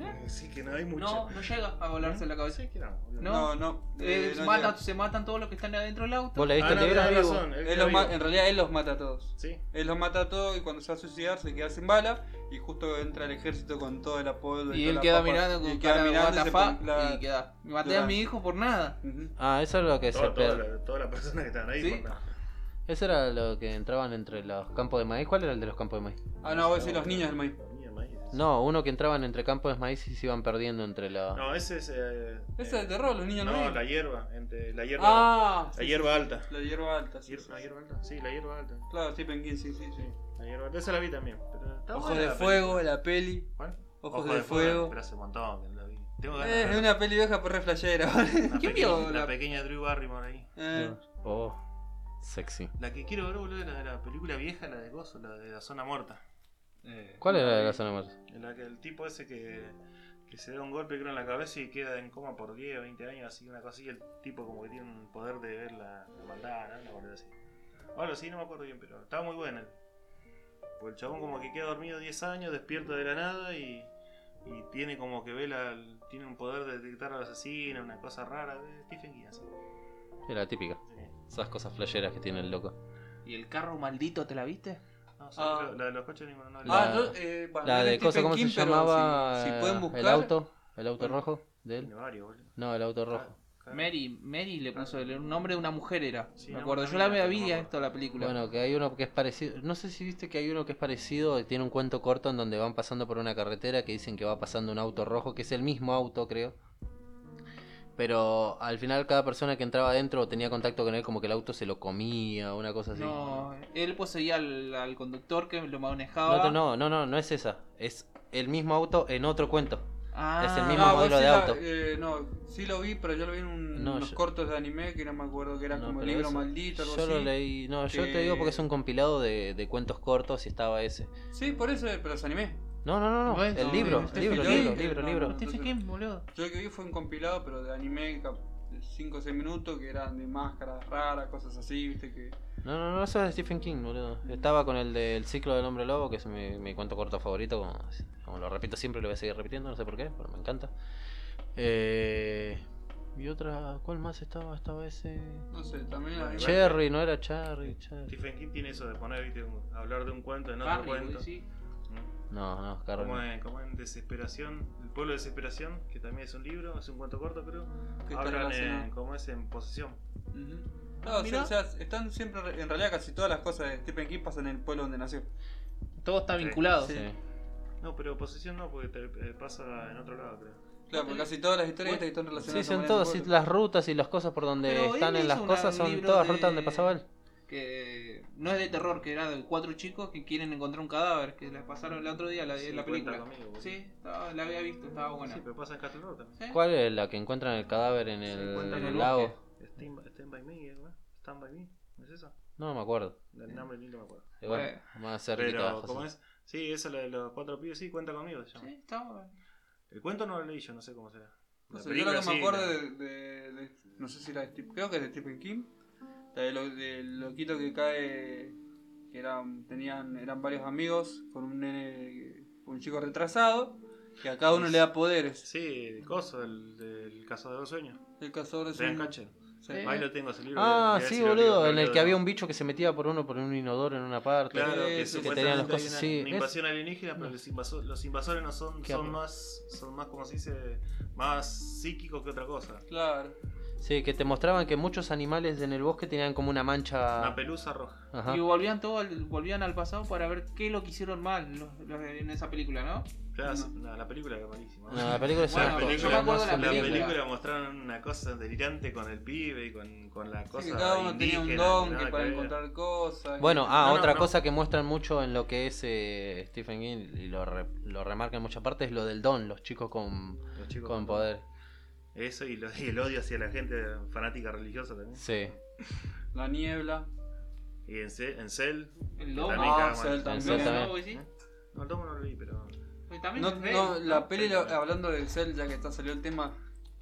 S2: ¿Eh?
S4: Sí, que no hay mucho.
S5: No, no llega a volarse la cabeza.
S4: Sí, que no, boludo.
S5: No,
S2: No, no.
S5: Eh,
S2: eh, no
S5: matan-
S2: llega.
S5: se matan todos los que están adentro del auto.
S1: ¿Vos leíste
S4: Ah,
S1: el
S4: no,
S1: libro?
S4: tenés
S1: amigo?
S4: razón, él
S2: Él
S4: queda
S2: los ma-
S4: vivo.
S2: en realidad él los mata a todos.
S4: Sí.
S2: Él los mata a todos y cuando se va a suicidar se queda sin bala y justo entra el ejército con todo el apoyo.
S5: Y
S2: toda
S5: él
S2: la
S5: queda
S2: papa,
S5: mirando con
S2: y queda
S5: cara de
S2: mirando
S5: what
S2: se
S5: the fuck,
S2: pone- la-
S5: y queda. Maté a
S2: llorando.
S5: mi hijo por nada.
S2: Ujú.
S1: Ah, eso era lo que
S4: Todo-
S1: se
S4: toda
S1: per-
S4: la- Todas las personas que estaban ahí.
S5: Sí.
S4: por nada.
S1: Eso era lo que entraban entre los campos de maíz. ¿Cuál era el de los campos de maíz?
S2: Ah, no, vos decís los niños del maíz.
S4: Los niños del maíz.
S1: No, uno que entraban entre campos de maíz y se iban perdiendo entre los.
S4: No, ese es. eh,
S2: Ese
S4: eh,
S2: es de terror, los niños del
S4: No,
S2: maíz.
S4: la hierba. Entre la hierba.
S2: Ah,
S4: la
S2: sí,
S4: hierba alta.
S2: sí, la hierba alta. sí,
S4: Hier-
S2: sí,
S4: ¿La
S2: sí.
S4: hierba alta? Sí, la hierba alta.
S2: Claro, Stephen King, sí, sí, sí.
S4: La hierba alta. Esa la vi también. pero está
S2: Ojos
S4: buena
S2: de
S4: la
S2: fuego,
S4: película.
S2: la peli.
S4: ¿Cuál?
S2: Ojos, de, fuego.
S3: Pero hace un montón que no la vi. Tengo ganas
S2: Eh,
S3: de
S2: es
S3: ver
S2: una peli vieja por re flashera.
S3: una
S5: ¿Quién
S3: pequeña-
S5: vio
S3: La
S5: la-
S3: pequeña Drew Barrymore ahí.
S2: Eh,
S1: Oh, sexy.
S3: La que quiero ver, boludo, es la de la película vieja, la de Gozo, la de la zona muerta. Eh,
S1: ¿Cuál era la de la zona muerta?
S3: En la que el tipo ese que, que se da un golpe creo en la cabeza y queda en coma por 10 o 20 años, así una cosa así, y el tipo como que tiene un poder de ver la, la maldad, ¿no? Una boluda así. O algo así, no me acuerdo bien, pero estaba muy buena. Pues el chabón como que queda dormido 10 años, despierta de la nada y, y tiene como que ve la, tiene un poder de detectar al asesino, una cosa rara, de Stephen King así.
S1: Era la típica. Esas cosas flasheras que tiene el loco.
S5: ¿Y el carro maldito te la viste?
S3: No, sé,
S2: Ah.
S3: la, la de los coches ninguno no
S1: La-
S2: ah, yo, eh, bueno,
S1: La
S2: no
S1: de
S2: Stephen
S1: cosa, ¿cómo
S2: King,
S1: se
S2: pero
S1: llamaba?
S2: Si, si pueden buscar.
S1: El auto. El auto
S2: Bueno.
S1: rojo de él.
S3: Tiene varios, boludo.
S1: No, el auto rojo.
S3: Claro.
S5: Mary, Mary le puso el nombre de una mujer era.
S3: Sí,
S5: me
S3: no,
S5: acuerdo,
S3: una
S5: yo la
S3: mina, no
S5: vi
S3: me
S5: a
S3: acuerdo.
S5: esto la película.
S1: Bueno, que hay uno que es parecido. No sé si viste que hay uno que es parecido. Tiene un cuento corto en donde van pasando por una carretera que dicen que va pasando un auto rojo, que es el mismo auto, creo. Pero al final cada persona que entraba adentro o tenía contacto con él como que el auto se lo comía o una cosa así.
S5: No, él poseía al, al conductor que lo manejaba.
S1: No, no, no, no, no es esa. Es el mismo auto en otro cuento.
S5: Ah,
S1: es el
S2: Ah,
S1: mismo
S2: vos
S1: modelo
S2: sí
S1: de
S2: la-
S1: auto.
S2: eh, no, sí lo vi, pero yo lo vi en un-
S1: No,
S2: unos
S1: yo-
S2: cortos de anime que no me acuerdo que era
S1: No,
S2: como
S1: pero
S2: libro
S1: eso-
S2: maldito, algo
S1: Yo
S2: así.
S1: lo leí. No, yo te
S2: que-
S1: digo porque es un compilado de, de cuentos cortos y estaba ese.
S2: Sí, por eso, pero los animé.
S1: No, no, no, no.
S5: No es-
S1: el
S5: no,
S1: libro,
S5: no,
S1: libro,
S5: este
S1: libro,
S5: es el
S1: libro,
S2: libro,
S1: libro,
S2: no, no.
S5: Stephen King, boludo.
S2: Yo lo que vi fue un compilado, pero de anime, 5 o 6 minutos, que eran de máscaras raras, cosas así, viste que...
S1: No, no, no, eso es de Stephen King, boludo. Estaba con el del ciclo del hombre lobo, que es mi, mi cuento corto favorito. Como, como lo repito siempre, lo voy a seguir repitiendo, no sé por qué, pero me encanta. Eh, y otra, ¿cuál más estaba? Estaba ese.
S2: No sé, también... había-
S1: Cherry, no era Cherry, Cherry.
S4: Stephen King tiene eso de poner, viste, un- hablar de un cuento en otro
S5: Harry,
S4: cuento.
S5: boludo, sí.
S4: ¿Mm?
S1: No, no, Carrie.
S4: Como en, como en Desesperación, El pueblo de Desesperación, que también es un libro, es un cuento corto, creo.
S2: que está
S4: Hablan
S2: relacionado.
S4: en, como es en posesión.
S2: Ujú. No, o sea,
S5: Mirá.
S2: o sea, están siempre, re- en realidad casi todas las cosas de Stephen King pasan en el pueblo donde nació.
S5: Todo está
S4: Sí,
S5: vinculado.
S1: Sí.
S4: No, pero posesión no, porque te, eh, pasa en otro lado, creo.
S2: Claro, porque casi todas las historias están
S1: Sí,
S2: relacionadas
S1: son
S2: con
S1: todas
S2: el
S1: sí,
S2: pueblo.
S1: las rutas y las cosas por donde
S5: Pero él
S1: Este, están en
S5: hizo
S1: las
S5: una-
S1: cosas
S5: un
S1: son
S5: libro
S1: todas
S5: de-
S1: rutas donde pasaba él.
S5: Que no es de terror, que era de cuatro chicos que quieren encontrar un cadáver, que la pasaron el otro día la,
S4: Sí,
S5: la
S4: cuenta
S5: película.
S4: conmigo, boludo.
S5: Sí, estaba- la había visto, estaba buena.
S4: Sí, pero pasa en Castle Rock también.
S5: ¿Sí?
S1: ¿Cuál es la que encuentran el cadáver en
S4: Se encuentran
S1: el,
S4: en el
S1: Eh, lago?
S5: bosque.
S4: Stand by, Stand by Me, ¿eh, güey? Stand by Me, ¿no es eso?
S1: No me acuerdo.
S2: Eh.
S4: El nombre lindo me acuerdo.
S1: Igual,
S5: Bueno.
S1: más cerquita
S4: Pero,
S1: abajo.
S4: ¿cómo
S1: sí.
S4: es? Sí, eso lo de los cuatro pibes, sí, cuenta conmigo. se llama.
S5: Sí, estaba buena.
S4: El cuento no lo leí yo, no sé cómo será.
S2: No
S4: La
S2: sé, Pues yo lo
S4: película
S2: que me
S4: sí,
S2: acuerdo
S4: la-
S2: de, de- de- No sé si era de Stephen... Creo que es de Stephen King. La de lo- del loquito que cae... Que eran, tenían, eran varios amigos con un nene... Un chico retrasado. Que a cada uno le da poderes.
S4: Sí, el coso, el del cazador de los sueños.
S2: El cazador de
S4: Brian
S2: sueños.
S4: Catcher.
S2: Sí.
S5: Eh.
S4: Ahí lo tengo, ese libro.
S1: Ah,
S4: voy a
S1: sí,
S4: decir lo digo,
S1: boludo,
S4: pero
S1: en el
S4: lo-
S1: que había un bicho que se metía por uno, por un inodoro en una parte.
S4: Claro,
S2: Sí,
S4: que
S2: sí,
S1: que tenían las
S4: supuestamente hay
S1: cosas,
S4: una,
S1: sí.
S4: una invasión alienígena, pero
S1: No.
S4: los, invaso- los invasores no son,
S1: Qué
S4: son
S1: amor.
S4: más, son más, como se dice, más psíquicos que otra cosa.
S2: Claro.
S1: Sí, que te mostraban que muchos animales en el bosque tenían como una mancha.
S4: Una pelusa roja.
S1: Ajá.
S5: Y volvían todo al, volvían al pasado para ver qué lo que hicieron mal los- los de- en esa película, ¿no?
S4: Claro,
S2: No.
S4: sí, no, la película era malísima.
S1: No, la película es
S5: Bueno,
S1: una
S4: la
S1: cosa.
S5: yo me acuerdo de la
S4: la
S5: película.
S4: película mostraron una cosa delirante con el pibe y con, con la cosa.
S2: Sí, que cada uno tenía un
S4: indígena,
S2: don
S4: nada
S2: que para
S4: ver.
S2: encontrar cosas.
S1: Bueno, ah,
S4: No, no,
S1: otra
S4: no.
S1: cosa que muestran mucho en lo que es eh, Stephen King y lo, re- lo remarca en muchas partes es lo del don, los chicos con,
S4: Los chicos
S1: con poder.
S4: Eso y, lo- y el odio hacia la gente fanática religiosa también.
S1: Sí.
S2: La niebla.
S4: Y en, Ce- en Cell.
S5: El
S4: que
S5: lobo.
S4: también
S2: Ah,
S4: caga
S2: Cell
S4: mal.
S1: también.
S5: ¿no?
S1: Cell
S5: El lobo, sí.
S4: ¿Eh? No, el tomo no lo leí, pero.
S5: Pues también
S2: No,
S5: es de
S2: no,
S5: él,
S2: la peli, lo- hablando de Cell, ya que está salió el tema.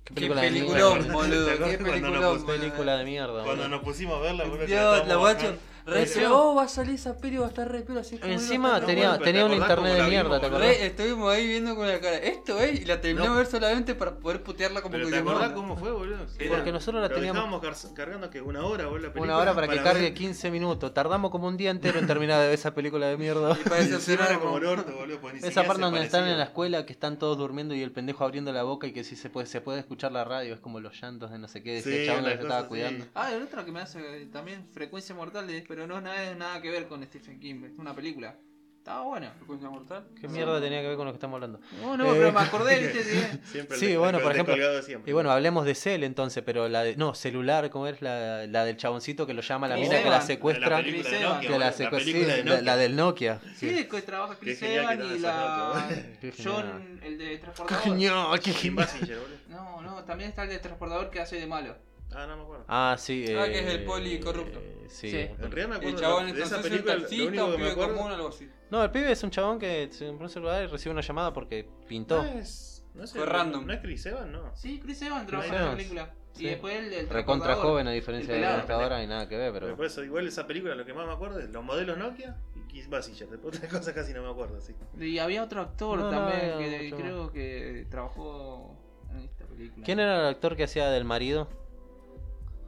S1: ¿Qué
S2: qué
S1: de mierda?
S2: peliculón,
S4: ¿Te
S2: boludo.
S4: acordás
S2: Qué
S4: cuando
S2: peliculón.
S4: nos
S2: boludo.
S1: Película de mierda. boludo.
S4: Cuando nos pusimos a verla, boludo, que
S2: Dios,
S4: estábamos
S2: la guacho.
S4: bajando.
S2: Re
S4: Decía,
S2: oh, va a salir esa peli, va a estar re pelo así. como
S1: Encima
S2: iba a estar
S1: tenía,
S2: re
S4: pero
S1: tenía
S4: ¿te
S1: un
S4: acordás
S1: internet
S4: cómo
S1: de
S4: la
S1: mierda,
S4: vimos,
S1: ¿te
S2: bueno.
S1: acordás?
S2: Re, estuvimos ahí viendo con la cara, esto es, y la terminamos
S4: No.
S2: de ver solamente para poder putearla como
S4: ¿Pero
S2: que
S4: te
S2: no.
S4: acordás cómo fue, boludo? Era-
S1: Porque nosotros la
S4: lo
S1: teníamos-
S4: Estábamos car- cargando que una hora, boludo. la película,
S1: Una hora para que
S4: ver-
S1: cargue 15 minutos. Tardamos como un día entero en terminar de ver esa película de mierda.
S2: Y para
S4: Y encima
S2: decepcionar
S4: era como
S2: como-
S4: el orto, boludo. pues ni
S1: Esa
S4: siquiera
S1: parte
S4: se
S1: donde están
S4: parecía.
S1: en la escuela, que están todos durmiendo y el pendejo abriendo la boca y que si se puede, se puede escuchar la radio, es como los llantos de no sé qué, de ese
S4: Sí,
S1: chabón
S4: una
S1: que se estaba
S4: cosa
S1: cuidando.
S4: así.
S5: Ah, el otro que me hace eh, también Frecuencia Mortal, de- pero no es nada, nada que ver con Stephen King, es una película. Estaba bueno.
S2: ¿Frecuencia mortal?
S1: ¿Qué mierda tenía que ver con lo que estamos hablando?
S5: No, no,
S1: Eh.
S5: pero me acordé, viste, de-
S4: Siempre
S1: Sí,
S4: el-
S1: bueno,
S4: el
S1: por ejemplo-
S4: descolgado siempre.
S1: Y bueno, hablemos de Cell entonces, pero la de. No, celular, ¿cómo es? La, la del chaboncito que lo llama a la
S5: Sí,
S1: mina que
S5: Esteban.
S1: la secuestra.
S4: La película de Nokia,
S1: que
S4: boludo,
S1: la
S4: la
S1: secuestra.
S4: película de
S1: la,
S4: Nokia.
S1: la del Nokia.
S5: Sí, de que trabaja
S4: Qué
S5: Chris
S4: genial que
S5: Evans y
S4: estaba
S5: la.
S4: esa nota,
S1: Qué genial.
S5: John, el de
S1: Qué
S5: transportador.
S1: genial, qué
S4: Kim
S1: genial.
S4: Basinger, boludo.
S5: No, no, también está el de transportador que hace de malo.
S4: Ah, no me acuerdo.
S1: Ah, sí.
S2: Ah, que es el
S1: eh,
S2: poli corrupto.
S1: Sí.
S5: Sí.
S4: En realidad me
S2: El
S4: acuerdo
S2: chabón
S4: de-
S2: es
S4: de esa
S2: francés, un
S4: película, lo
S2: taxista,
S4: único
S2: un
S4: que me
S2: pibe
S4: acuerdo...
S2: común, algo así.
S1: No, el pibe es un chabón que se compró un celular y recibe una llamada porque pintó.
S4: No es, no es
S2: Fue
S4: el-
S2: random.
S4: ¿No es Chris Evans? No.
S5: Sí, Chris Evans trabaja
S1: Chris
S5: en la
S1: Evans.
S5: película.
S1: Sí.
S5: Y después el del
S1: Recontra
S5: transportador.
S1: joven, a diferencia
S5: El
S1: de
S5: pelado.
S1: hasta ahora, y nada que ver,
S4: Pero
S1: pero.
S4: por eso, igual esa película lo que más me acuerdo es los modelos Nokia y Kim Basinger. Después otra cosa casi no me acuerdo, sí.
S5: Y había otro actor
S1: No, no,
S5: también
S1: había
S5: que
S1: otro.
S5: creo que trabajó en esta película.
S1: ¿Quién era el actor que hacía del marido?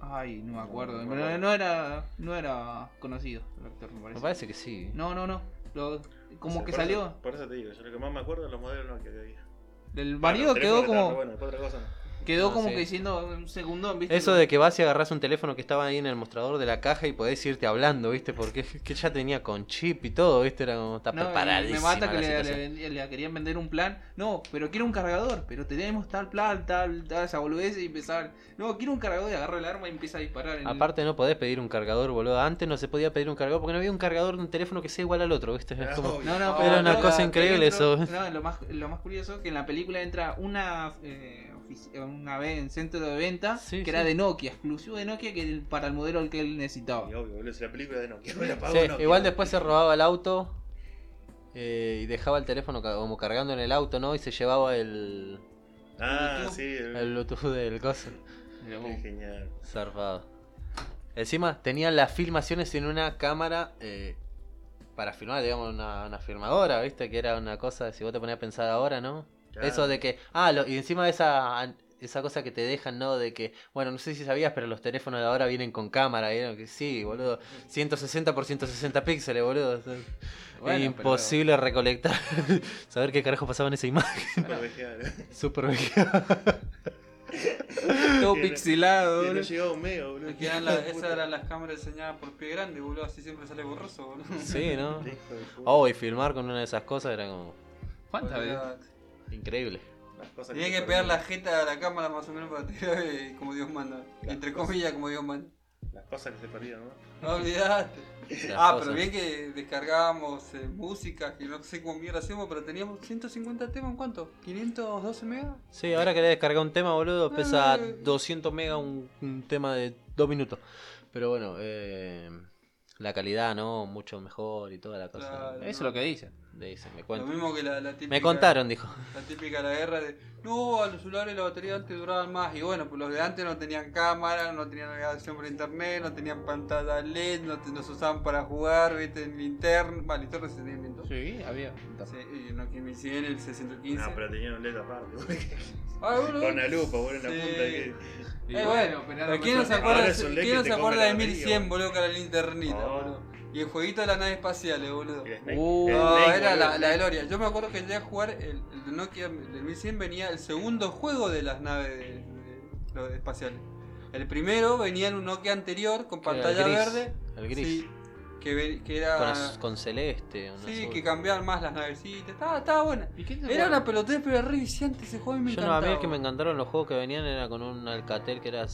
S5: Ay, no me acuerdo.
S4: No,
S5: No,
S4: no me acuerdo.
S5: no era, no era conocido el actor, me
S1: Me
S5: parece.
S1: parece que sí.
S5: No, no, no. Lo- como
S4: O sea,
S5: que
S4: por eso-
S5: salió.
S4: por eso te digo, yo lo que más me acuerdo es los modelos Nokia que había.
S5: El marido quedó como.
S4: Bueno, después otra cosa no.
S5: Quedó
S1: No,
S5: como
S1: sí.
S5: que diciendo un segundo, ¿viste?
S1: Eso de que vas y agarras un teléfono que estaba ahí en el mostrador de la caja y podés irte hablando, ¿viste? Porque es que ya tenía con chip y todo, ¿viste? Era como, está
S5: No, y
S1: preparadísima
S5: Me mata que
S1: la
S5: le,
S1: situación.
S5: le- le querían vender un plan. No, pero quiero un cargador. Pero tenemos tal plan, tal, tal, esa boludez y empezar. No, quiero un cargador y agarra el arma y empieza a disparar. en el-
S1: Aparte no podés pedir un cargador, boludo. Antes no se podía pedir un cargador porque no había un cargador de un teléfono que sea igual al otro, ¿viste? Es como...
S5: No, no,
S4: Ah,
S5: pero
S1: Era una
S5: no,
S1: cosa
S5: no,
S1: increíble
S5: dentro-
S1: eso.
S5: No, lo más, lo más curioso es que en la película entra una eh, ofici- una vez en centro de venta
S1: Sí,
S5: que
S1: sí.
S5: era de Nokia, exclusivo de Nokia que el- para el modelo al que él necesitaba.
S4: Y obvio, boludo, si la película de Nokia. la pago
S1: Sí,
S4: Nokia.
S1: igual después se robaba el auto eh, y dejaba el teléfono ca- como cargando en el auto, ¿no? Y se llevaba el,
S4: Ah, sí. el-
S1: el Bluetooth del coso.
S5: Pero,
S4: Es genial.
S1: Zarpado. Encima tenían las filmaciones en una cámara eh, para filmar, digamos, una, una filmadora, ¿viste? Que era una cosa, si vos te ponías a pensar ahora, ¿no?
S4: Claro.
S1: Eso de que. Ah, lo- y encima de esa. Esa cosa que te dejan, ¿no? De que, bueno, no sé si sabías, pero los teléfonos de ahora vienen con cámara. ¿vieron? Que sí, boludo. 160 por 160 píxeles, boludo.
S5: Bueno,
S1: Imposible recolectar. Saber qué carajo pasaba en esa imagen.
S4: Super bestial.
S1: Súper vieja.
S5: pero todo
S4: Que no-
S5: pixelado.
S4: Que no
S5: boludo.
S4: llegaba un mega, boludo.
S2: Que eran la- esas eran las cámaras diseñadas por pie grande, boludo. Así siempre sale borroso, boludo.
S1: Sí, ¿no?
S4: Hijo de puta.
S1: Oh, y filmar con una de esas cosas era como.
S5: ¿Cuántas veces?
S2: Boludo,
S1: Increíble.
S4: Las cosas
S2: Tenía
S4: se
S2: que
S4: perdieron.
S2: pegar la jeta a la cámara más o menos para tirar eh, como Dios manda.
S4: Las
S2: Entre
S4: cosas.
S2: comillas, como Dios manda.
S4: Las cosas que se perdieron, ¿no?
S2: No olvidaste.
S1: Las
S2: Ah,
S1: cosas.
S2: pero bien que descargábamos eh, música, que no sé cómo mierda hacemos, pero teníamos 150 temas, ¿en cuánto? ¿512 megas?
S1: Sí, ahora querés descargar un tema, boludo. Pesa
S2: Eh.
S1: 200 mega un, un tema de dos minutos. Pero bueno, eh, la calidad, ¿no? Mucho mejor y toda la cosa.
S2: Claro.
S1: Eso
S5: Eso es lo que dicen.
S1: le dicen, me
S2: Lo
S1: cuentan.
S2: mismo que la, la típica.
S1: Me contaron, dijo.
S2: La típica de la guerra de. No, a los celulares la batería antes duraban más. Y bueno, pues los de antes no tenían cámara, no tenían navegación por internet, no tenían pantalla LED, no, te- no se usaban para jugar, viste, en linterna. Vale, linterna se tenía entonces.
S5: Sí, había.
S2: Sí, y no que me hicieron el 615.
S4: No, pero tenían un LED aparte, boludo.
S2: Ah, boludo.
S4: Con la lupa, boludo, en la
S2: Sí.
S4: punta. Que...
S5: Y
S2: Eh,
S5: bueno,
S2: bueno,
S5: pero
S2: pero ¿quién no se
S4: Ahora
S2: acuerda,
S4: es un LED
S2: ¿quién
S4: que
S2: no
S4: te
S2: se
S4: come
S2: acuerda
S4: la
S2: de
S4: batería,
S2: 1100,
S4: boludo?
S2: boludo, que era la linternita,
S4: No.
S2: boludo? Y el jueguito de las naves espaciales, eh, boludo.
S4: el Snake-
S5: Uh,
S4: el
S2: No, era
S4: Snake, boludo,
S2: la,
S4: el
S2: la
S4: Snake.
S2: gloria. Yo me acuerdo que llegué a jugar el, el de Nokia del 1100 venía el segundo juego de las naves de- de- los espaciales. El primero venía en un Nokia anterior con pantalla
S1: el gris,
S2: verde.
S1: El gris.
S2: sí, que, ve- que era.
S1: Con, az- con celeste. un
S2: Ah. sí,
S1: azul.
S2: que cambiaban más las navecitas. Estaba, estaba buena.
S5: ¿Y quién se
S2: Era
S5: acuerda?
S2: una pelotez, pero era re viciante ese juego y me
S1: Yo no, a
S2: encantaba.
S1: mí el que me encantaron los juegos que venían era con un Alcatel que era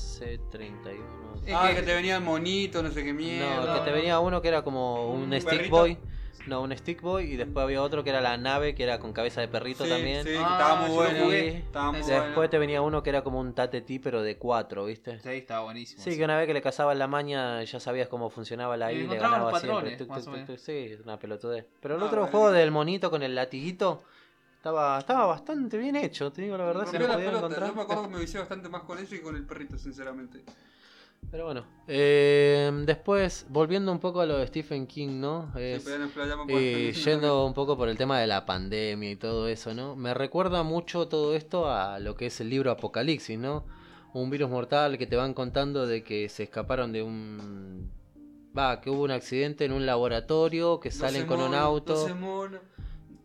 S1: C31.
S5: Eh,
S2: Ah,
S5: que-
S2: que te venía el monito, no sé qué mierda.
S1: No, el que te
S5: no.
S1: venía uno que era como un,
S2: Un
S1: Stick
S2: perrito.
S1: Boy. No, un Stick Boy. Y después había otro que era la nave, que era con cabeza de perrito
S2: Sí,
S1: también.
S2: sí, que
S5: Ah,
S2: estaba muy
S5: yo lo
S2: bueno.
S1: jugué.
S2: Estaba muy
S1: Después
S2: bueno.
S1: te venía uno que era como un tateti, pero de cuatro, ¿viste?
S5: Sí, estaba buenísimo.
S1: Sí, que una vez que le cazabas la maña ya sabías cómo funcionaba la
S5: Y
S1: isla.
S5: encontrabas los patrones,
S1: Tuk, tuk,
S5: más o
S1: tuk,
S5: menos.
S1: tuk. Sí, una pelotudez. Pero el
S2: Ah,
S1: otro
S2: bueno.
S1: juego del monito con el latiguito estaba, estaba bastante bien hecho, te digo la verdad, si
S2: Rompió
S1: lo
S2: la
S1: podía
S2: pelota,
S1: encontrar.
S2: Yo me acuerdo que me vicié bastante más con eso y con el perrito, sinceramente.
S1: Pero bueno, eh, después, volviendo un poco a lo de Stephen King, ¿no?
S2: Sí,
S1: Es-
S2: pero ya nos playamos por-
S1: Y yendo un poco por el tema de la pandemia y todo eso, ¿no? Me recuerda mucho todo esto a lo que es el libro Apocalipsis, ¿no? Un virus mortal que te van contando de que se escaparon de un... Va, que hubo un accidente en un laboratorio, que salen
S2: Doce
S1: con un
S2: monos,
S1: auto
S2: doce monos.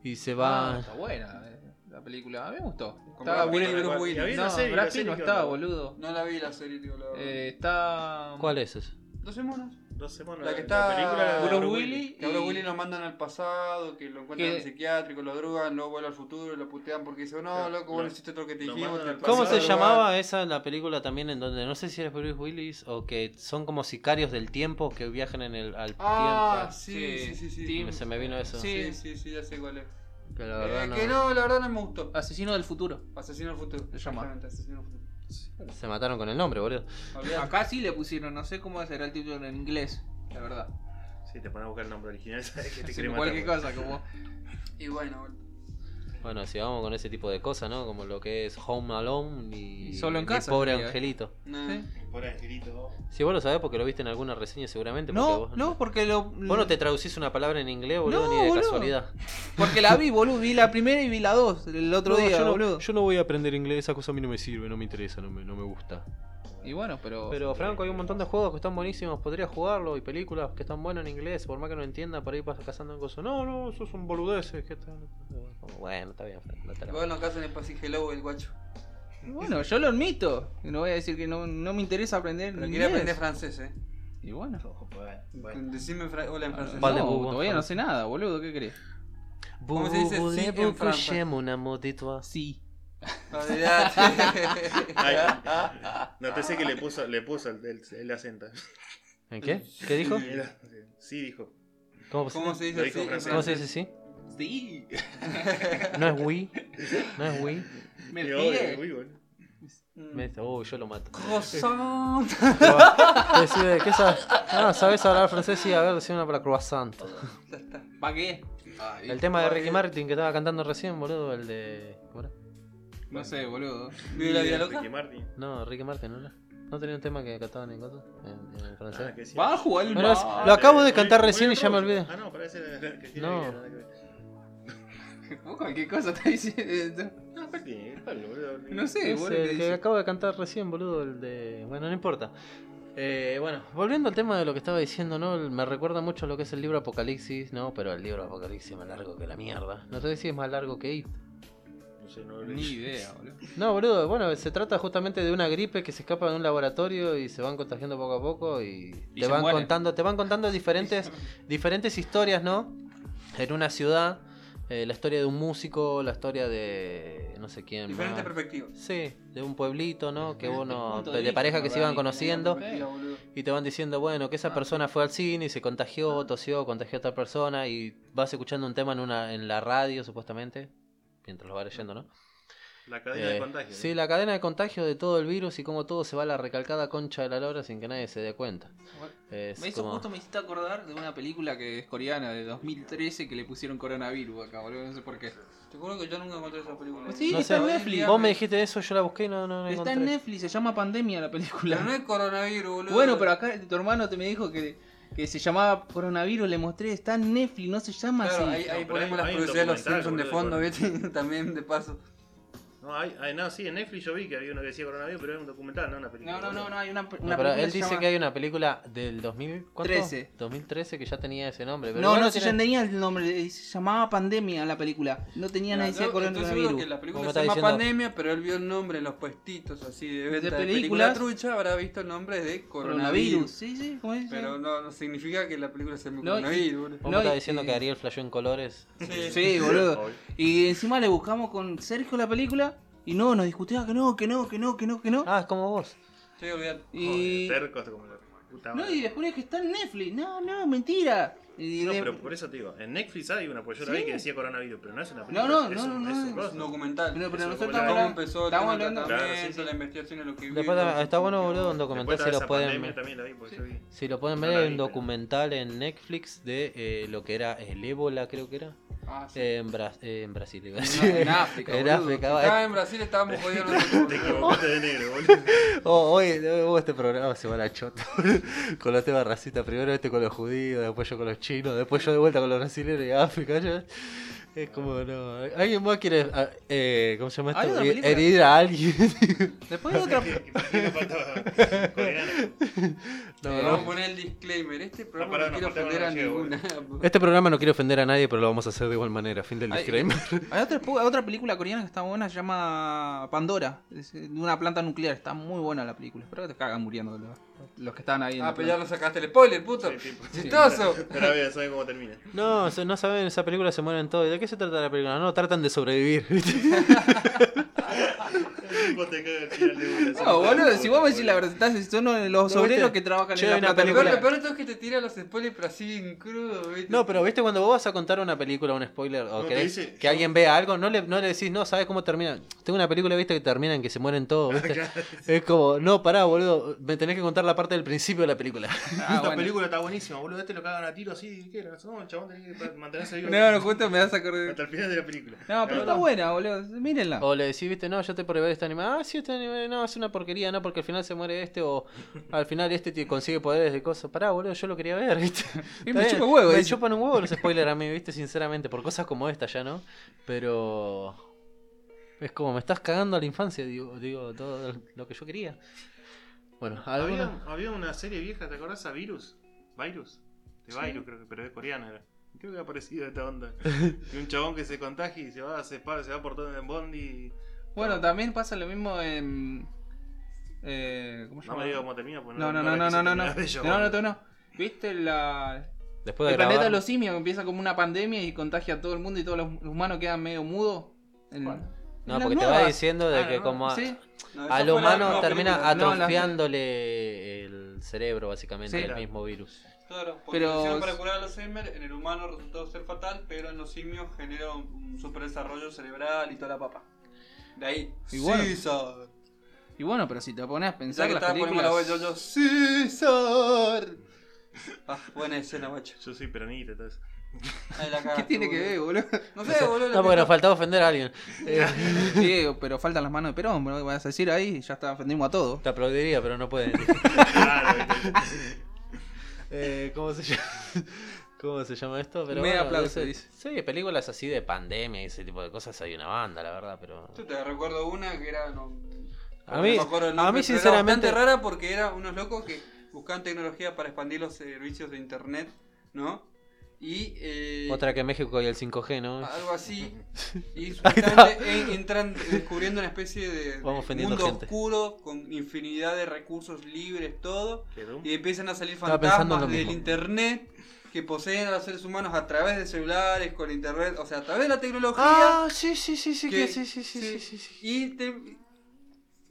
S1: y se
S5: Ah,
S1: van...
S5: está buena eh, la película. A mí me gustó.
S2: Brad
S5: Estaba
S2: Pitt,
S5: Will-
S2: Bruce
S5: Bruce
S2: Willis.
S5: Willis.
S2: Y había
S4: una
S5: No, Brad
S4: serie, una
S5: Pitt no
S4: serie que
S5: estaba,
S4: hablaba.
S5: boludo.
S2: No la vi la serie, tío. La...
S5: Eh, está.
S1: ¿Cuál es ese?
S2: 12 monos.
S4: Dos semanas.
S2: La que está-
S4: película era de
S2: Bruce
S4: Bruce
S5: Willis.
S4: Willis.
S2: Que ahora
S5: Y-
S2: Willy nos mandan al pasado, que lo encuentran
S5: Que-
S2: en el psiquiátrico, lo drogan, no vuelve al futuro, lo putean porque dicen, no,
S4: Claro,
S2: loco, vos no
S4: lo-
S2: hiciste todo lo que te
S4: lo
S2: dijimos.
S4: mandan
S2: te
S4: al
S2: pasado
S1: ¿Cómo se
S2: al lugar".
S1: llamaba esa la película también en donde no sé si era Bruce Willis o que son como sicarios del tiempo que viajan en el al
S2: Ah,
S1: tiempo?
S2: sí, sí, sí. sí.
S5: Tim-
S1: Se me vino eso.
S2: Sí, sí, sí, ya sé cuál es.
S1: Que la
S2: Eh,
S1: verdad
S2: Que
S1: no-
S2: no, la verdad no me gustó.
S5: Asesino del futuro.
S2: Asesino al futuro.
S5: Se llama.
S2: Exactamente, Asesino al futuro.
S1: Se mataron con el nombre, boludo.
S2: Olvidate.
S5: Acá sí le pusieron, no sé cómo será el título en inglés, la verdad.
S4: Si te pones a buscar el nombre original, sabes que te
S5: Sino
S4: quiere matar. pues.
S5: cualquier cosa, como.
S2: Y bueno,
S1: Bueno, si vamos con ese tipo de cosas, ¿no? Como lo que es Home Alone y,
S5: Y solo en
S1: Mi
S5: casa,
S1: pobre
S5: sería.
S1: angelito.
S2: no.
S5: Sí.
S4: Por angelito.
S1: Si vos lo sabés porque lo viste en alguna reseña seguramente. porque
S5: No,
S1: vos...
S5: no, porque lo.
S1: Vos no te traducís una palabra en inglés, boludo,
S5: No,
S1: ni de
S5: boludo.
S1: casualidad.
S5: Porque la vi, boludo. Vi la primera y vi la dos el otro día,
S1: yo,
S5: boludo.
S1: no, yo no voy a aprender inglés, esa cosa a mí no me sirve, no me interesa, no me, no me gusta.
S5: Y bueno, pero.
S1: Pero Franco, hay un montón de juegos que están buenísimos, podría jugarlo, y películas que están buenas en inglés, por más que no entienda, por ahí pasa cazando en cosas. No, no, sos un boludez, es que está... Bueno, está bien, Franco, no te la-
S2: Igual no casan en Pasi Hello el guacho.
S5: Bueno, yo lo admito. No voy a decir que no, no me interesa aprender
S2: Pero
S5: inglés.
S2: quería aprender francés, eh.
S5: Y bueno.
S1: pues,
S3: Bueno.
S2: Decime fra- hola en francés.
S1: Vale,
S5: no,
S1: bobo,
S5: todavía no
S1: Fran.
S5: sé nada, boludo. ¿Qué crees?
S2: ¿Cómo se dice
S1: Vous
S2: sí
S1: voulez
S2: en
S1: beaucoup
S2: francés?
S1: chez mon amour de toi?
S5: Sí.
S2: Olvidate.
S4: No, te sé que le puso, le puso el, el- el acento.
S1: ¿En qué? ¿Qué dijo?
S4: Era- Sí, dijo.
S1: ¿Cómo,
S2: ¿Cómo se
S4: Lo
S2: dice
S4: dijo
S2: así?
S4: francés.
S1: cómo se dice sí?
S5: Sí.
S1: No es oui. No es oui.
S5: Me
S4: Y,
S5: pide.
S4: obvio, uy, boludo.
S1: Me dice, oh, yo lo mato.
S2: Mm. Croissant.
S1: Decime, ¿qué sabes? Ah, ¿sabes hablar francés? Sí, a ver, decime una para croissant.
S5: ¿Para qué?
S1: El tema de Ricky Martin que estaba cantando recién, boludo, el de... ¿cómo era?
S5: No sé, boludo.
S2: ¿Vive la vida loca?
S4: Ricky Martin.
S1: No, Ricky Martin, ¿no? era? ¿No tenía un tema que cantaban en, cosa? en, en
S4: Ah,
S1: francés?
S4: que sí.
S5: Va a jugar el
S1: Pero es-
S5: mar.
S1: lo acabo de
S4: Muy-
S1: cantar
S4: muy
S1: recién y ya me
S4: hermoso.
S1: olvidé.
S4: Ah, no, parece que- que- que-
S1: No.
S4: que-
S5: Vos cualquier cosa estás diciendo.
S4: No, aparte, es Pablo, boludo.
S5: No sé,
S1: Es
S5: boludo.
S1: el que
S5: dices.
S1: acabo de cantar recién, boludo, el de... Bueno, no importa. Eh, bueno, volviendo al tema de lo que estaba diciendo, ¿no? El- Me recuerda mucho a lo que es el libro Apocalipsis, ¿no? Pero el libro Apocalipsis es más largo que la mierda. No sé si es más largo que It.
S4: No sé, no lo
S5: Ni
S4: leí.
S5: idea, boludo.
S1: No, boludo, bueno, se trata justamente de una gripe que se escapa de un laboratorio y se van contagiando poco a poco y,
S5: Y
S1: te
S5: se
S1: van
S5: mueren.
S1: contando, te van contando diferentes, diferentes historias, ¿no? En una ciudad, eh, la historia de un músico, la historia de no sé quién.
S2: Diferentes
S1: más.
S2: perspectivas.
S1: Sí, de un pueblito, ¿no? Que
S5: Diferentes
S1: uno,
S5: puntos
S1: de,
S5: de
S1: de parejas
S5: vista,
S1: que se iban
S5: ¿verdad?
S1: conociendo
S2: Perspectiva, boludo.
S1: y te van diciendo, bueno, que
S5: Ah.
S1: esa persona fue al cine y se contagió, tosió, contagió a otra persona y vas escuchando un tema en una en la radio supuestamente, mientras lo vas leyendo, ¿no?
S4: La cadena de
S1: Eh,
S4: contagio.
S1: Sí, la cadena de contagio de todo el virus y cómo todo se va a la recalcada concha de la lora sin que nadie se dé cuenta. Es
S5: Me hizo
S1: como-
S5: justo, me hiciste acordar de una película que es coreana de 2013 que le pusieron coronavirus acá, boludo. No sé por qué.
S2: Te juro que yo nunca encontré esa película.
S5: Pues sí,
S1: No
S5: está
S1: sé,
S5: en Netflix.
S1: Vos me dijiste eso, yo la busqué y no, no, la
S5: Está en
S1: encontré.
S5: Netflix, se llama Pandemia la película.
S2: Pero no es coronavirus, boludo.
S5: Bueno, pero acá tu hermano te me dijo que, que se llamaba coronavirus, le mostré, está en Netflix, no se llama
S2: Claro,
S5: así.
S2: ahí, ahí
S4: No, pero
S2: ponemos
S4: hay-
S2: las
S4: hay un
S2: publicidades de los
S4: documental,
S2: Simpsons de fondo,
S4: boludo, de
S2: ¿viste? También, de paso.
S4: No, hay, hay- no, sí, en Netflix yo vi que había uno que decía coronavirus, pero era un documental, no una película.
S5: No, no, no, no, hay una, una
S1: No, pero
S5: película
S1: él
S5: se
S1: dice
S5: llama-
S1: que hay una película del 2000, ¿cuánto?
S5: 13.
S1: 2013 que ya tenía ese nombre. Pero
S5: No,
S1: igual
S5: no, se
S1: tiene-
S5: tenía el nombre, eh, se llamaba Pandemia la película. No tenía
S2: Mira,
S5: nadie
S2: yo
S5: decía
S2: estoy seguro que
S5: coronavirus.
S2: la película
S1: Como
S2: se
S1: está
S2: llama
S1: diciendo-
S2: Pandemia, pero él vio el nombre en los puestitos así de venta de, película
S5: películas.
S2: trucha, habrá visto el nombre de
S5: Coronavirus,
S2: coronavirus.
S5: sí, sí, ¿cómo dice?
S2: Pero no, no significa que la película se llame
S5: No,
S2: coronavirus. boludo.
S1: Vos
S5: No,
S1: me estás
S5: y-
S1: diciendo
S5: y-
S1: que Ariel flasheó en colores.
S2: Sí.
S5: Sí, boludo. Y encima le buscamos con Sergio la película y no, nos discutía que no, que no, que no, que no, que no.
S1: Ah, es como vos.
S2: Sí, olvidate.
S5: y...
S4: Terco, como la puta
S5: No,
S4: madre.
S5: y después es que está en Netflix. No, no, mentira. Y
S4: No,
S5: de-
S4: pero por eso te digo, en Netflix hay una, pues yo la vi
S5: Sí.
S4: que decía coronavirus, pero no es una
S5: no,
S4: película. es
S5: no,
S4: un,
S5: no,
S4: es un
S5: no,
S4: coso.
S2: Es un
S5: No,
S2: documental.
S5: pero
S2: Es
S5: nosotros
S2: un
S5: estamos
S2: documental. cómo
S5: hablando-
S2: empezó el
S5: estamos
S2: tema
S5: hablando-
S2: del tratamiento,
S4: Claro, sí, sí.
S2: la investigación en lo que vivió.
S1: Después también- está bueno, boludo, un
S4: Después
S1: documental
S4: de
S1: si lo
S4: esa
S1: pueden
S4: pandemia
S1: ver.
S4: también la vi, pues yo vi.
S1: Si lo pueden
S4: No
S1: ver,
S4: la
S1: hay
S4: vi,
S1: un
S4: pero-
S1: documental en Netflix de eh, lo que era el ébola, creo que era.
S2: Ah, sí.
S1: Eh, en, Bra- eh, en Brasil, iba a
S5: No,
S1: decir.
S5: en África,
S1: En
S5: boludo.
S1: África, eh.
S2: Acá en Brasil estábamos jodidos nosotros.
S4: Te equivocaste de negro, boludo.
S1: Oh, hoy, hoy este programa se va a la chota. con los temas racistas. Primero este con los judíos, después yo con los chinos, después yo de vuelta con los brasileños y África. ya. Es como, no. ¿Alguien más quiere ah, eh, ¿cómo se llama
S5: ¿Hay
S1: esto?
S5: otra película?
S1: Herir a alguien.
S5: Después de otra.
S4: Que- que- que no faltaba coreano.
S1: no,
S2: Eh, Vamos a
S1: no.
S2: poner el disclaimer. Este
S4: Ah, pará,
S2: programa no,
S4: nos
S2: quiere
S4: faltaba
S2: ofender a
S4: Rocío,
S2: ninguna.
S1: Este programa no quiere ofender a nadie, pero lo vamos a hacer de igual manera. Fin del
S5: Ay,
S1: disclaimer.
S5: Hay otra, otra película coreana que está buena, se llama Pandora. Es eh, de una planta nuclear. Está muy buena la película. Espero que te cagan muriendo los, los que estaban ahí. en
S2: Ah,
S5: la
S2: pero ya
S5: planta.
S2: lo sacaste el spoiler, puto.
S4: Sí, tipo,
S2: Chistoso.
S4: Pero a ver, ¿saben cómo termina?
S1: No, se- no saben, esa película se mueren todos. ¿Y de qué se trata la película? No, tratan de sobrevivir.
S4: El tipo te caga al final de una.
S5: No, boludo, si vos me decís la verdad, estás- son los
S1: ¿No
S5: obreros
S1: viste?
S5: que trabajan
S1: Che,
S5: en
S1: una
S5: la planta
S2: Lo peor,
S1: película-
S5: nuclear.
S2: lo peor de todo es que te tira los spoilers, pero así en crudo, ¿viste?
S1: No, pero viste cuando vos vas a contar una película, un spoiler, o
S4: No, te
S1: querés
S4: dice-
S1: que alguien vea algo, no le, no le decís, no, ¿sabes cómo termina? Tengo una película, viste, que termina en que se mueren todos, ¿viste? es como, no, pará, boludo, me tenés que contar la parte del principio de la película.
S5: Ah,
S4: Esta
S5: bueno.
S4: película está buenísima, boludo. Este lo cagan a tiro así. ¿Qué era? No, el chabón tenía que mantenerse vivo.
S5: No, no, justo me vas a acordar.
S4: Hasta el final de la película.
S5: No, pero está buena, boludo. Mírenla.
S1: o le decís, viste, no, yo te por ver este anime, ah, sí, este anime, no, es una porquería, no, porque al final se muere este, o al final este te consigue poderes de cosas, pará, boludo, yo lo quería ver, viste.
S5: Y
S1: Está
S5: me
S1: bien,
S5: chupa huevo.
S1: Me
S5: dice.
S1: chupan un huevo los spoilers a mí, viste, sinceramente, por cosas como esta ya, ¿no? Pero. Es como, me estás cagando a la infancia, digo, digo todo lo que yo quería. Bueno, alguna.
S4: Había, había una serie vieja, ¿te acordás? A Virus. Virus. De Virus, creo que, pero es coreana era. Creo que ha parecido esta onda. Y un chabón que se contagia y se va, se para, se va por todo en bondi. y-
S5: Bueno, también pasa lo mismo en. Eh, ¿Cómo se
S4: No
S5: llama?
S4: me digas cómo termina, porque
S5: No, no, no, no, no, no. No,
S4: la quise
S5: no, no,
S4: terminar de
S5: tú no. ¿Viste la.
S1: Después de
S5: El
S1: grabar,
S5: planeta de los simios que empieza como una pandemia y contagia a todo el mundo y todos los los humanos quedan medio mudos? En-
S4: ¿Cuál?
S5: en
S1: no,
S5: las
S1: porque te va
S5: nuevas.
S1: diciendo de
S4: Ah,
S1: que
S4: no,
S1: como a,
S5: Sí,
S2: No, esa
S1: al
S2: fue la
S1: humano
S2: última
S1: termina
S2: película.
S5: No, las-
S1: atrofiándole el cerebro básicamente
S5: Sí.
S1: el mismo virus.
S2: Claro, porque
S5: Pero-
S2: lo hicieron para curar el Alzheimer en el humano resultó ser fatal, pero en los simios genera un, un super desarrollo cerebral y toda la papa. De ahí.
S5: Y bueno.
S2: César.
S5: y bueno, pero si te pones a
S2: Ya
S5: pensar
S2: que
S5: las
S2: estaba poniendo la voz yo, yo.
S5: películas...
S2: César. Ah, buena escena, guacho.
S4: Yo soy peronista, entonces.
S2: Ahí la
S5: ¿Qué
S2: cagaste,
S5: tiene que
S2: boludo.
S5: ver, boludo?
S2: No sé, boludo.
S1: No, porque nos faltaba ofender a alguien. Eh,
S5: Sí, pero faltan las manos de Perón, boludo, ¿qué vas a decir ahí? Ya está, ofendimos a todos.
S1: te aplaudiría, pero no puede.
S4: Claro, viste.
S1: Eh, ¿cómo, se llama? ¿Cómo se llama esto? Pero
S5: Mega
S1: bueno,
S5: aplauso,
S1: de ese-
S5: dice.
S1: Sí, películas así de pandemia y ese tipo de cosas hay una banda, la verdad, pero...
S2: Yo te recuerdo una que era. no-
S1: A
S2: no
S1: mí,
S2: me acuerdo el
S1: a
S2: nombre,
S1: mí
S2: pero era
S1: sinceramente...
S2: bastante rara porque era unos locos que buscaban tecnología para expandir los servicios de internet, ¿no? Y. Eh,
S1: Otra que México y el 5G, ¿no?
S2: Algo así. Y
S1: está.
S2: supuestamente en- entran descubriendo una especie de, de
S1: Vamos ofendiendo
S2: mundo
S1: gente.
S2: oscuro con infinidad de recursos libres, todo.
S4: ¿Qué Doom?
S2: Y empiezan a salir
S1: Estaba pensando en lo
S2: fantasmas del
S1: mismo.
S2: internet que poseen a los seres humanos a través de celulares, con internet, o sea, a través de la tecnología.
S1: Ah, sí, sí, sí, sí, que
S2: que-
S1: sí, sí, sí, sí, sí, sí.
S2: Y te...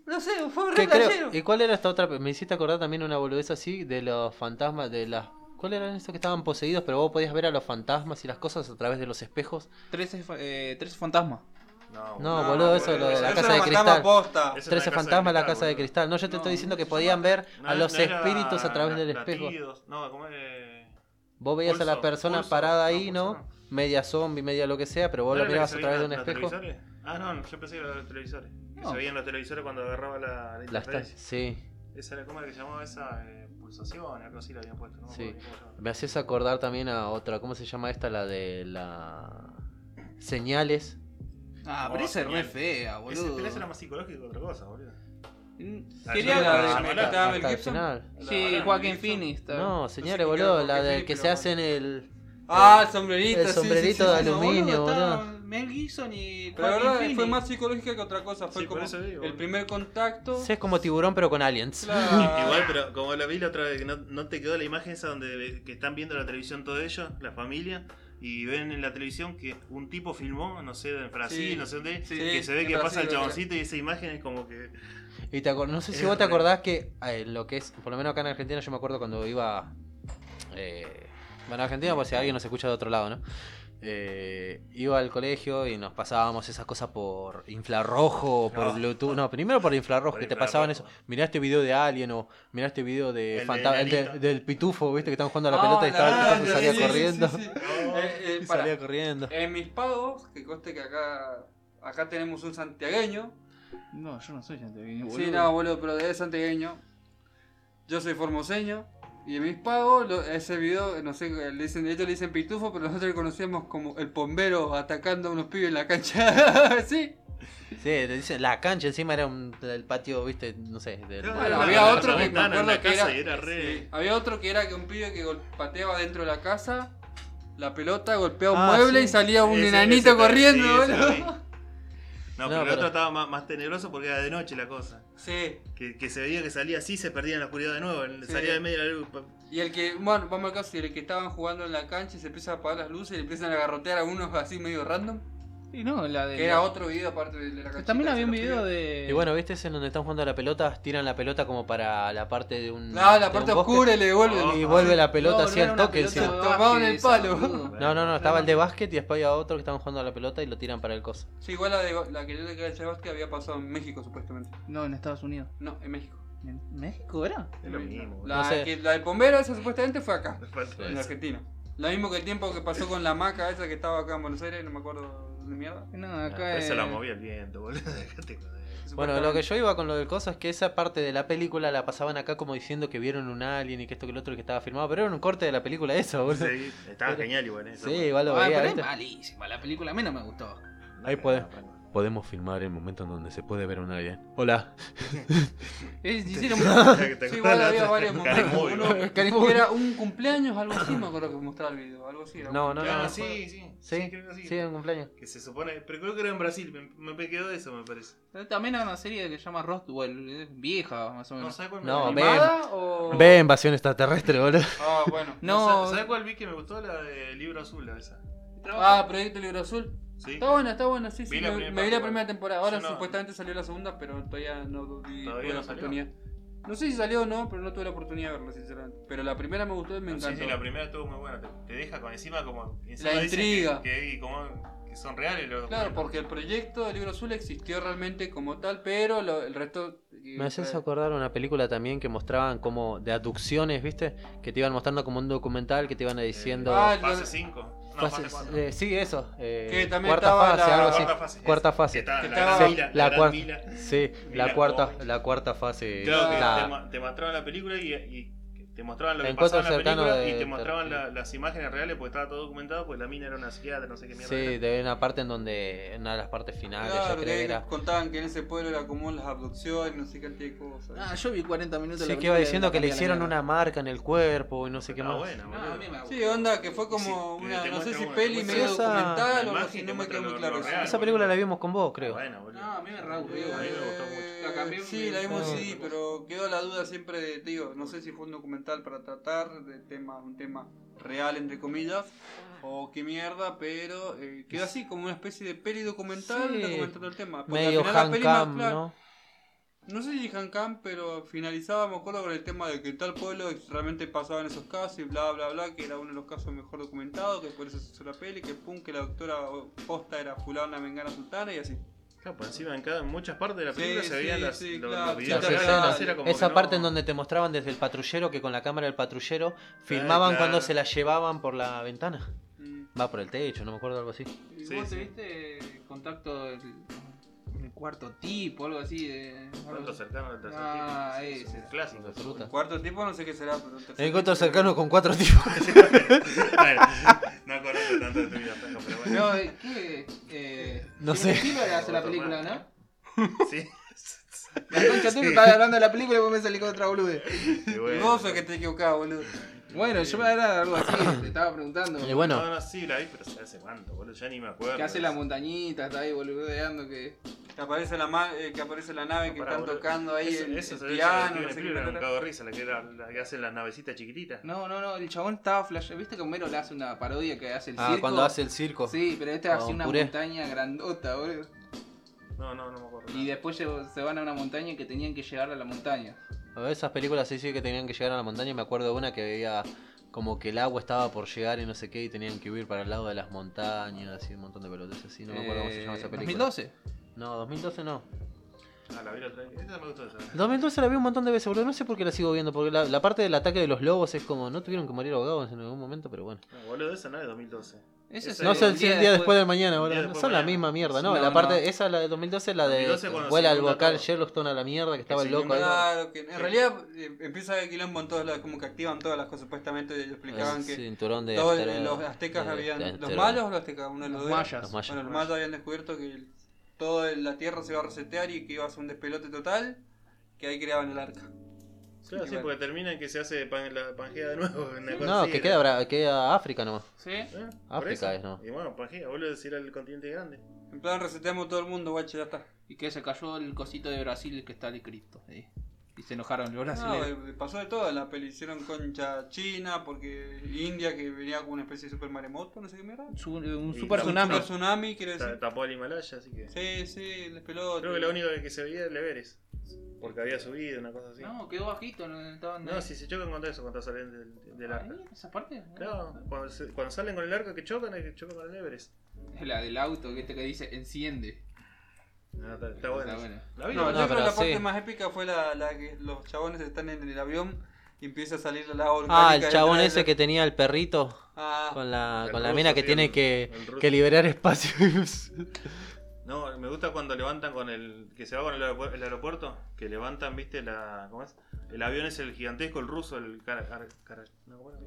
S2: No sé, fue re
S1: Que creo-
S2: flashero.
S1: ¿Y cuál era esta otra? Me hiciste acordar también una boludez así de los fantasmas, de las... ¿Cuál eran estos que estaban poseídos? Pero vos podías ver a los fantasmas y las cosas a través de los espejos.
S5: Tres, eh, tres fantasmas.
S4: No,
S1: No,
S4: boludo.
S1: boludo, eso es lo de la
S2: eso
S1: casa
S2: era
S1: de
S2: fantasma
S1: cristal.
S2: posta.
S4: Eso es
S1: Trece
S4: la casa de
S1: fantasmas, la
S4: cristal,
S1: casa de
S4: boludo.
S1: cristal. No, yo te estoy
S2: No,
S1: diciendo que
S2: se
S1: podían ver
S4: No,
S1: a los
S4: no era
S1: espíritus a través
S4: la-
S1: del espejo.
S4: latidos. No, ¿cómo es?
S1: Vos veías a la
S4: Pulso,
S1: persona
S4: pulso,
S1: parada
S4: no,
S1: ahí,
S4: pulso
S1: ¿no?
S4: no.
S1: Media zombie, media lo que sea, pero vos la
S4: ¿No era
S1: mirabas
S4: que
S1: a
S4: se
S1: través de
S4: veía
S1: un
S4: en los
S1: espejo.
S4: televisores? Ah, no, yo pensé que era los televisores. Que
S5: No.
S4: se veían los televisores cuando agarraba la, la
S1: La está-
S4: interferencia.
S1: Sí.
S4: Esa era como que se llamaba esa eh, pulsación, algo así la habían puesto. No
S1: Sí.
S4: me acuerdo cómo se llamaba.
S1: Me haces acordar también a otra, ¿cómo se llama esta? La de la... Señales.
S5: Ah,
S4: No,
S5: pero esa es re
S4: genial.
S5: fea,
S4: Ese,
S5: boludo.
S4: pero ese era más psicológico que otra cosa, boludo.
S5: Mm,
S4: La
S5: Quería...
S4: chica
S5: la-
S2: Era-
S4: de la-
S2: estaba Mel
S1: Hasta el
S2: Gibson.
S1: final.
S5: Sí,
S4: la-
S5: Joaquín
S2: la-
S5: Phoenix. está-
S1: No,
S2: qué
S1: señales, boludo.
S2: era,
S1: La
S2: porque
S1: del que
S2: sí, pero
S1: se
S2: bueno.
S1: hacen el...
S2: Ah, el sombrerito.
S1: El
S2: sí, sí,
S1: sombrerito
S2: sí,
S1: de
S2: sí,
S1: aluminio.
S5: boludo,
S1: boludo.
S5: está Mel Gibson y
S2: Pero la
S5: Joaquin
S2: verdad
S5: Phoenix.
S2: fue más psicológica que otra cosa. Fue
S4: Sí, por
S2: como
S4: eso digo,
S2: el
S4: boludo.
S2: primer contacto.
S1: Sí, es como tiburón, pero con aliens.
S2: la-
S4: Igual, pero como la vi la otra vez, que ¿no, no te quedó la imagen esa donde ve- que están viendo la televisión todos ellos, la familia, y ven en la televisión que un tipo filmó, no sé, en Brasil,
S2: Sí.
S4: no sé dónde,
S2: Sí,
S4: que se ve
S2: en
S4: que
S2: Brasil,
S4: pasa el
S2: creo que era.
S4: chaboncito y esa imagen es como que...
S1: Y te acor- no sé si
S4: Es
S1: vos te
S4: re-
S1: acordás que eh, lo que es, por lo menos acá en Argentina, yo me acuerdo cuando iba. eh, bueno, Argentina, por si alguien nos escucha de otro lado, ¿no? Eh, iba al colegio y nos pasábamos esas cosas por infrarrojo o por
S4: No.
S1: Bluetooth. No, primero por infrarrojo,
S4: Ah. Por
S1: que te
S4: infrarrojo.
S1: pasaban eso. Mirá este video de Alien o mirá este video de,
S4: El
S1: fanta-
S4: de
S1: el de-
S4: Nanita.
S1: del pitufo, ¿viste? Que estaban jugando a la
S2: Ah,
S1: pelota y estaba el
S2: la-
S1: pitufo y
S2: sí,
S1: salía
S2: sí, sí,
S1: corriendo.
S2: sí, sí. Eh, eh,
S1: Y
S2: pará.
S1: salía corriendo.
S2: En mis pagos, que coste que acá acá tenemos un santiagueño.
S5: No, yo no soy gente.
S2: Sí, no, boludo, pero él es santiagueño. Yo soy formoseño. Y en mis pagos, lo- ese video, no sé, le dicen, ellos le dicen pitufo, pero nosotros lo conocíamos como el bombero atacando a unos pibes en la cancha. sí.
S1: Sí, le dicen, la cancha encima era un, del patio, ¿viste? No sé. del-
S4: Claro,
S1: del-
S2: Bueno,
S4: Era
S2: había
S4: la
S2: otro que me
S4: ventana en
S2: acuerdo
S4: la
S2: que
S4: casa
S2: era,
S4: y era re-
S2: sí, había otro que era que un pibe que gol- pateaba dentro de la casa, la pelota golpeaba un
S1: Ah,
S2: mueble
S1: sí.
S2: y salía un
S4: Ese-
S2: enanito
S4: ese-
S2: corriendo,
S4: sí, ese
S2: boludo.
S4: lo vi. No,
S1: No,
S4: pero el
S1: pero-
S4: otro estaba más, más tenebroso porque era de noche la cosa.
S2: Sí.
S4: Que, que se veía que salía así, se perdía en la oscuridad de nuevo, en-
S2: Sí.
S4: salía de medio de la luz. pa-
S2: Y el que, bueno, vamos al caso, y el que estaban jugando en la cancha y se empiezan a apagar las luces y empiezan a garrotear a unos así medio random.
S5: Y no, la de.
S2: Que era otro video aparte de la cancha.
S5: También había un video de.
S1: Y bueno, ¿viste? Es en donde están jugando a la pelota, tiran la pelota como para la parte de un.
S2: Ah, la
S1: de
S2: parte
S1: un bosque,
S2: oscura y le devuelven.
S1: Y vuelve la pelota
S5: No,
S1: así
S5: no
S1: al
S5: era una
S1: toque
S5: pelota
S1: encima.
S5: de
S2: Tomaban el
S5: básquet esa,
S2: palo.
S5: boludo.
S1: No, no, no, estaba el de básquet y después había otro que estaban jugando a la pelota y lo tiran para el coso.
S2: Sí, igual la, de, la que yo te quería decir que había pasado en México supuestamente.
S5: No, en Estados Unidos.
S2: No, en México.
S5: ¿En México era?
S4: Es lo mismo.
S2: La,
S1: No sé.
S2: que, la del bombero esa supuestamente fue acá.
S4: boludo.
S2: En Argentina. Lo mismo que el tiempo que pasó con la maca esa que estaba acá en Buenos Aires, no me acuerdo de mierda.
S5: No,
S1: No,
S5: acá.
S4: Ah, Pero
S5: es...
S4: eso la movía el viento, boludo. Dejate joder.
S1: Bueno, lo que yo iba con lo del coso es que esa parte de la película la pasaban acá como diciendo que vieron un alien y que esto que el otro que estaba filmado, pero era un corte de la película eso, boludo. Sí,
S4: Sí, estaba genial igual ¿eh? eso.
S1: igual lo
S5: Ah,
S1: veía,
S5: pero es
S1: ¿viste?
S5: malísima. La película a mí no me gustó.
S1: Ahí puede.
S4: No,
S1: podemos filmar el momento en donde se puede ver a un alien. Hola.
S5: Es, hicieron
S4: ¿Te acordás
S2: Sí, igual
S4: la
S2: había
S4: otra?
S2: varios momentos.
S4: Carimóvil.
S2: Uno que era un cumpleaños, algo así, me acuerdo que mostraba el video, algo así. era
S1: No,
S2: un
S1: no,
S4: Ah,
S2: cumpleaños,
S4: sí,
S2: fue-
S4: sí, sí.
S1: Sí,
S4: creo que sí.
S1: sí, en cumpleaños.
S4: Que se supone. Pero creo que era en Brasil. Me, me quedó eso, me parece.
S5: También hay una serie que se llama Roswell, es vieja más o
S4: No,
S5: menos.
S4: ¿sabes cuál me
S1: No,
S4: gustó?
S1: ve-
S2: ¿Animada o...?
S1: Ve invasión extraterrestre, boludo.
S2: Ah, bueno.
S5: No,
S4: ¿Sabes cuál vi que me gustó? La de Libro Azul, la esa.
S2: Ah, Proyecto Libro Azul.
S4: Sí.
S2: Está buena, está buena, sí, sí.
S4: Vi la
S2: me,
S4: primera
S2: me vi la
S4: parte.
S2: primera temporada. Ahora
S4: Yo no-
S2: supuestamente salió la segunda, pero todavía no vi tuve
S4: Todavía no
S2: la
S4: salió.
S2: oportunidad. No sé si salió o no, pero no tuve la oportunidad de verla, sinceramente. Pero la primera me gustó y me
S4: No, sí,
S2: encantó.
S4: sí, la primera estuvo muy buena. Te, te deja con encima como. encima
S2: La
S4: dicen que-
S2: intriga.
S4: Que, hay como, que son reales los
S2: Claro,
S4: documentos.
S2: porque el proyecto del Libro Azul existió realmente como tal, pero lo- el resto... eh, ah,
S1: Me haces acordar una película también que mostraban como de aducciones, ¿viste? Que te iban mostrando como un documental que te iban diciendo.
S2: ah,
S4: Fase
S2: lo-
S4: 5. No,
S1: fases,
S4: fase 4.
S1: eh, sí, eso. eh,
S2: Que también
S1: cuarta
S2: estaba
S1: fase,
S2: la-
S1: algo así.
S4: Cuarta fase,
S1: Cuarta
S4: esa.
S1: fase.
S4: Que estaba
S2: Que
S4: la
S2: estaba-
S4: gran
S1: Sí,
S4: mila,
S1: la
S4: gran
S1: cuarta-
S4: mila.
S1: Sí,
S4: Mira
S1: la cuarta,
S4: vos.
S1: la cuarta fase.
S4: Claro que
S1: Eh, la-
S4: te ma- te, mostraban la película y, y te mostraban lo
S1: El
S4: que pasaba en la
S1: encuentro cercano
S4: película
S1: de-
S4: y te mostraban la- las imágenes reales porque estaba todo documentado porque la mina era una psiquiatra, no sé qué mierda.
S1: Sí,
S4: era.
S1: de una parte en donde. Una de las partes finales,
S2: Claro,
S1: yo
S2: que
S1: creo que
S2: ahí
S1: era.
S2: contaban que en ese pueblo era común las abducciones, no sé qué cantidad de cosas.
S5: Ah, yo vi 40 minutos de
S1: Sí,
S5: la
S1: que iba
S5: película y
S1: diciendo
S5: me
S1: que le
S5: cambié la
S1: hicieron
S5: mierda.
S1: una marca en el cuerpo y no sé qué
S4: Estaba
S1: más.
S4: buena,
S5: No,
S4: Ah, boludo.
S5: a mí me aburrió.
S2: sí, onda, que fue como
S4: Sí,
S2: una,
S4: te
S2: no sé
S4: muestra
S2: si
S4: una-
S2: peli,
S4: te
S2: medio
S1: muestra
S2: documental o
S4: una
S2: algo así,
S4: imagen,
S2: no me
S4: te
S2: quedó muy
S4: muestra
S2: claro.
S4: lo- lo
S2: eso.
S4: real.
S1: Esa película la vimos con vos, creo.
S4: Está buena, boludo.
S5: No, a mí me re aburrió.
S2: Eh,
S4: A mí me gustó mucho.
S5: La cambié
S2: sí, la vimos
S1: No.
S2: en CD, pero quedó la duda siempre de, te digo, no sé si fue un documental para tratar de tema, un tema real entre comillas,
S5: Ah.
S2: o qué mierda, pero eh, quedó así como una especie de peli documental
S1: Sí.
S2: documentando el tema. Porque
S1: Medio
S2: al final la
S1: hand
S2: peli más
S1: cam,
S2: clara-
S1: ¿no?
S2: No sé si Han Cam, pero finalizaba, me acuerdo, con el tema de que en tal pueblo realmente pasaban esos casos y bla, bla, bla, que era uno de los casos mejor documentados, que por eso se hizo la peli, que pum, que la doctora posta era fulana, mengana, sultana y así.
S4: Claro, por encima en, cada, en muchas partes de la
S2: Sí,
S4: película se veían
S2: sí,
S4: las,
S2: sí,
S4: los,
S2: claro.
S4: los videos
S1: Las
S4: de
S1: escenas.
S4: atrás, era como
S1: Esa
S4: que
S1: parte
S4: no- Eh,
S1: en donde te mostraban desde el patrullero que con la cámara del patrullero filmaban
S4: claro.
S1: cuando se la llevaban por la ventana.
S2: Mm.
S1: Va por el techo, no me acuerdo algo así.
S5: ¿Y
S4: Sí,
S5: vos te
S4: sí.
S5: viste eh, contacto el, el cuarto tipo, algo así? De,
S4: Cuánto cercano al tercer
S5: Ah,
S4: tipo. Sí,
S5: ese.
S4: sí, Clásico.
S1: De fruta.
S2: Cuarto tipo no sé qué será, Ah, pero un tercer
S1: Encuentro
S2: tipo.
S1: cercano con cuatro tipos.
S4: Bueno, no conozco tanto de tu vida, Franco, pero bueno.
S5: No, eh, ¿qué? Eh,
S1: No
S5: Steven
S1: sé.
S5: Spielberg hace la
S4: Otro
S5: película,
S4: más.
S5: ¿no?
S4: Sí.
S5: La concha tú me estás hablando de la película y vos me salís con otra bolude. eh,
S4: Y
S2: Y
S4: bueno.
S2: vos sos que te equivocás, boludo.
S5: Bueno, yo me era algo así, te estaba preguntando.
S1: Y Eh, bueno,
S4: No, no, sí, la vi, pero se hace cuánto, boludo. Ya ni me acuerdo.
S5: ¿Qué hace la montañita? Está ahí boludeando que...
S2: Que aparece la, ma- eh, que aparece la nave que
S4: Pará,
S2: están
S4: boludo.
S2: tocando ahí
S4: Eso,
S2: el,
S4: eso
S2: el
S4: se ve
S2: piano, no
S4: en
S2: sé
S4: el
S2: qué
S4: libro, era un
S2: era.
S4: cago de risa, la que, era- la que hace las navecitas chiquititas.
S5: No, no, no, el chabón estaba flash. ¿Viste que Homero le hace una parodia que hace el
S1: ah,
S5: circo?
S1: cuando hace el circo.
S5: Sí, pero este
S1: Con
S5: hace una
S1: puré.
S5: montaña grandota, boludo.
S4: No, no, no me acuerdo.
S5: Y después lle- se van a una montaña que tenían que llegar a la montaña.
S1: A ver, Esas películas sí, sí que tenían que llegar a la montaña. y Me acuerdo de una que veía como que el agua estaba por llegar y no sé qué y tenían que huir para el lado de las montañas y un montón de pelotas así. No me acuerdo cómo se llama esa
S5: Eh,
S1: película.
S5: 2012.
S1: No, 2012 no.
S4: Ah, la vi la otra vez. Esa me gustó esa.
S1: 2012 la vi un montón de veces, boludo. No sé por qué la sigo viendo. Porque la, la parte del ataque de los lobos es como, no tuvieron que morir ahogados en algún momento, pero bueno.
S4: No, boludo, esa no es de 2012.
S5: Ese
S4: Ese
S5: es
S4: Sí,
S1: no sé,
S4: el
S1: el día, después del mañana,
S4: día
S1: boludo.
S4: después
S1: Son la
S4: del mañana.
S1: misma mierda, ¿no?
S5: No,
S1: la parte,
S5: no.
S1: esa, la de 2012, la de
S4: 2012 cuando
S1: vuela
S4: se
S1: al
S4: inunda
S1: vocal
S4: todo.
S1: Yellowstone a la mierda, que estaba
S4: se
S1: el loco.
S4: inunda-
S1: ahí.
S2: Claro, que en realidad eh, empieza el quilombo en todos lados, como que activan todas las cosas, supuestamente ellos explicaban
S1: El
S2: que
S1: cinturón de
S2: Todo el-
S1: Astera-
S2: los aztecas
S1: de-
S2: habían.
S1: de
S2: ¿Los
S1: Astera-
S2: malos o los aztecas? Uno de los
S5: Los
S2: dos.
S5: mayas.
S1: Los mayas.
S2: Bueno, los mayas habían descubierto que el- toda la tierra se iba a resetear y que iba a ser un despelote total. Que ahí creaban el arca.
S4: Claro, sí,
S2: Igual.
S4: porque termina en que se hace pan- la Pangea de nuevo. una cosa
S1: No,
S4: así,
S1: que
S4: era.
S1: queda, Bra- queda África nomás.
S5: Sí.
S4: ¿Eh? Por
S1: África
S4: eso.
S1: es, ¿no?
S4: Y bueno, Pangea, boludo, si era el continente grande.
S2: En plan, reseteamos todo el mundo, guacho, ya está.
S5: Y que se cayó el cosito de Brasil que está escrito. ahí. Y se enojaron los
S2: No,
S5: brasileños.
S2: eh, pasó de todo. en La peli hicieron concha China, porque India, que venía con una especie de super maremoto, no sé qué mierda.
S5: Su- un
S4: Y
S5: super
S4: la-
S5: tsunami.
S2: Un tsunami, quiero
S4: Ta-
S2: decir.
S4: Tapó el Himalaya, así que.
S2: Sí, sí, el despelote.
S4: Creo que lo único que se veía era el Everest. Porque había subido, una cosa así. No,
S5: No, quedó bajito. No, estaban
S4: si se chocan contra eso, cuando salen del, del arca.
S5: Ahí, ¿Esa parte?
S4: Claro, cuando, se- cuando salen con el arco que chocan, es que chocan con el Everest.
S5: La del auto que, este que dice enciende.
S4: No, Ah, está, está
S5: Está
S4: bueno.
S5: buena.
S4: La vi,
S2: No,
S4: no,
S2: yo creo
S1: pero
S2: que la parte
S1: sí.
S2: más épica fue la, la que los chabones están en el avión y empieza a salir la agua
S1: Ah,
S2: volcánica
S1: el chabón
S2: detrás de
S1: ese
S2: la-
S1: que tenía el perrito
S2: Ah,
S1: con la,
S4: El
S1: con la
S4: ruso,
S1: mina que
S4: sí,
S1: tiene
S4: el-
S1: que,
S4: el ruso.
S1: que liberar espacio.
S4: No, me gusta cuando levantan con el. que se va con el, aeropu- el aeropuerto, que levantan, viste, la. ¿Cómo es? El avión es el gigantesco, el ruso, el. Cara, cara- cara- no, ¿cómo era?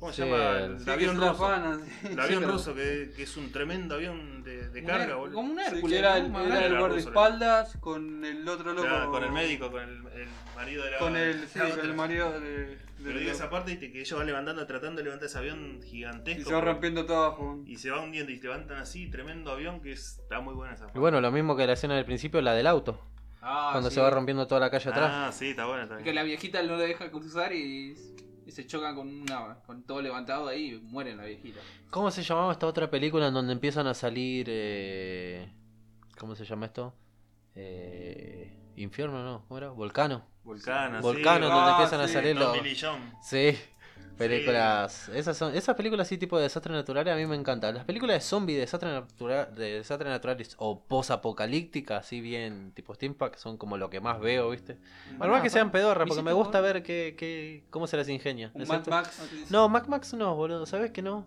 S4: ¿Cómo
S1: Sí,
S4: se llama? El,
S1: el- Sí,
S2: que
S4: avión
S2: se la
S4: ruso.
S2: afanan, sí.
S4: El avión
S5: Sí, pero-
S4: ruso, que, que es un tremendo avión de, de
S5: Como
S4: carga,
S5: un-
S4: boludo.
S5: Como un
S2: Sí, que
S5: Hércules.
S2: era,
S5: ¿no?
S2: el-
S5: Más
S2: era el
S5: grande.
S4: Era
S2: guardaespaldas con el otro loco.
S4: Claro, con el médico, con el, el marido de la.
S2: Con el, sí,
S4: la
S2: con
S4: otra.
S2: el marido de.
S4: Pero
S2: de-
S4: digo esa parte viste, que ellos van levantando, tratando de levantar ese avión gigantesco.
S2: y se va rompiendo todo abajo.
S4: Y se va hundiendo y te levantan así, tremendo avión que es- está muy buena esa parte.
S1: Y bueno, lo mismo que la escena del principio, la del auto.
S5: Ah,
S1: cuando
S5: sí.
S1: se va rompiendo toda la calle atrás.
S4: Ah, sí, está buena, está
S5: Que
S4: bien.
S5: la viejita no la deja cruzar y, y se chocan con una con todo levantado ahí y mueren la viejita.
S1: ¿Cómo se llamaba esta otra película en donde empiezan a salir. eh, ¿Cómo se llama esto? Eh, Infierno, ¿no? ¿Cómo era? Volcano.
S4: Volcano, sí.
S1: Volcano,
S4: Don-
S1: donde
S2: Ah,
S1: empiezan a
S2: sí,
S1: salir
S4: Don
S1: los.
S4: Billy John.
S1: Sí, películas. Esas son esas películas sí tipo de desastres naturales a mí me encantan. Las películas de zombies, de desastres natura- de desastres naturales o posapocalípticas, así bien tipo steampunk, son como lo que más veo, ¿viste? Por más que sean pedorras, porque me
S5: Visito
S1: gusta
S5: Juan.
S1: ver qué, qué, cómo se las ingenia.
S2: Un
S1: ¿Es
S2: Mad
S1: cierto?
S2: Max.
S1: No, Mac Max no, boludo, ¿sabes que no?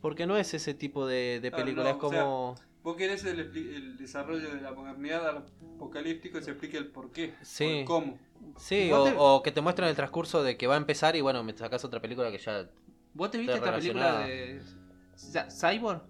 S1: Porque no es ese tipo de, de
S2: Claro,
S1: película,
S2: Ah, no,
S1: es como...
S2: Vos querés el, expli- el desarrollo de la modernidad al apocalíptico y se explique el por qué.
S1: Sí.
S2: o el cómo.
S1: Sí,
S5: vos
S1: o,
S5: te-
S1: o que te muestran el transcurso de que va a empezar y bueno, me sacas otra película que ya...
S5: ¿Vos te viste
S1: Está
S5: esta película
S1: relacionada.
S5: de Cy- Cyborg?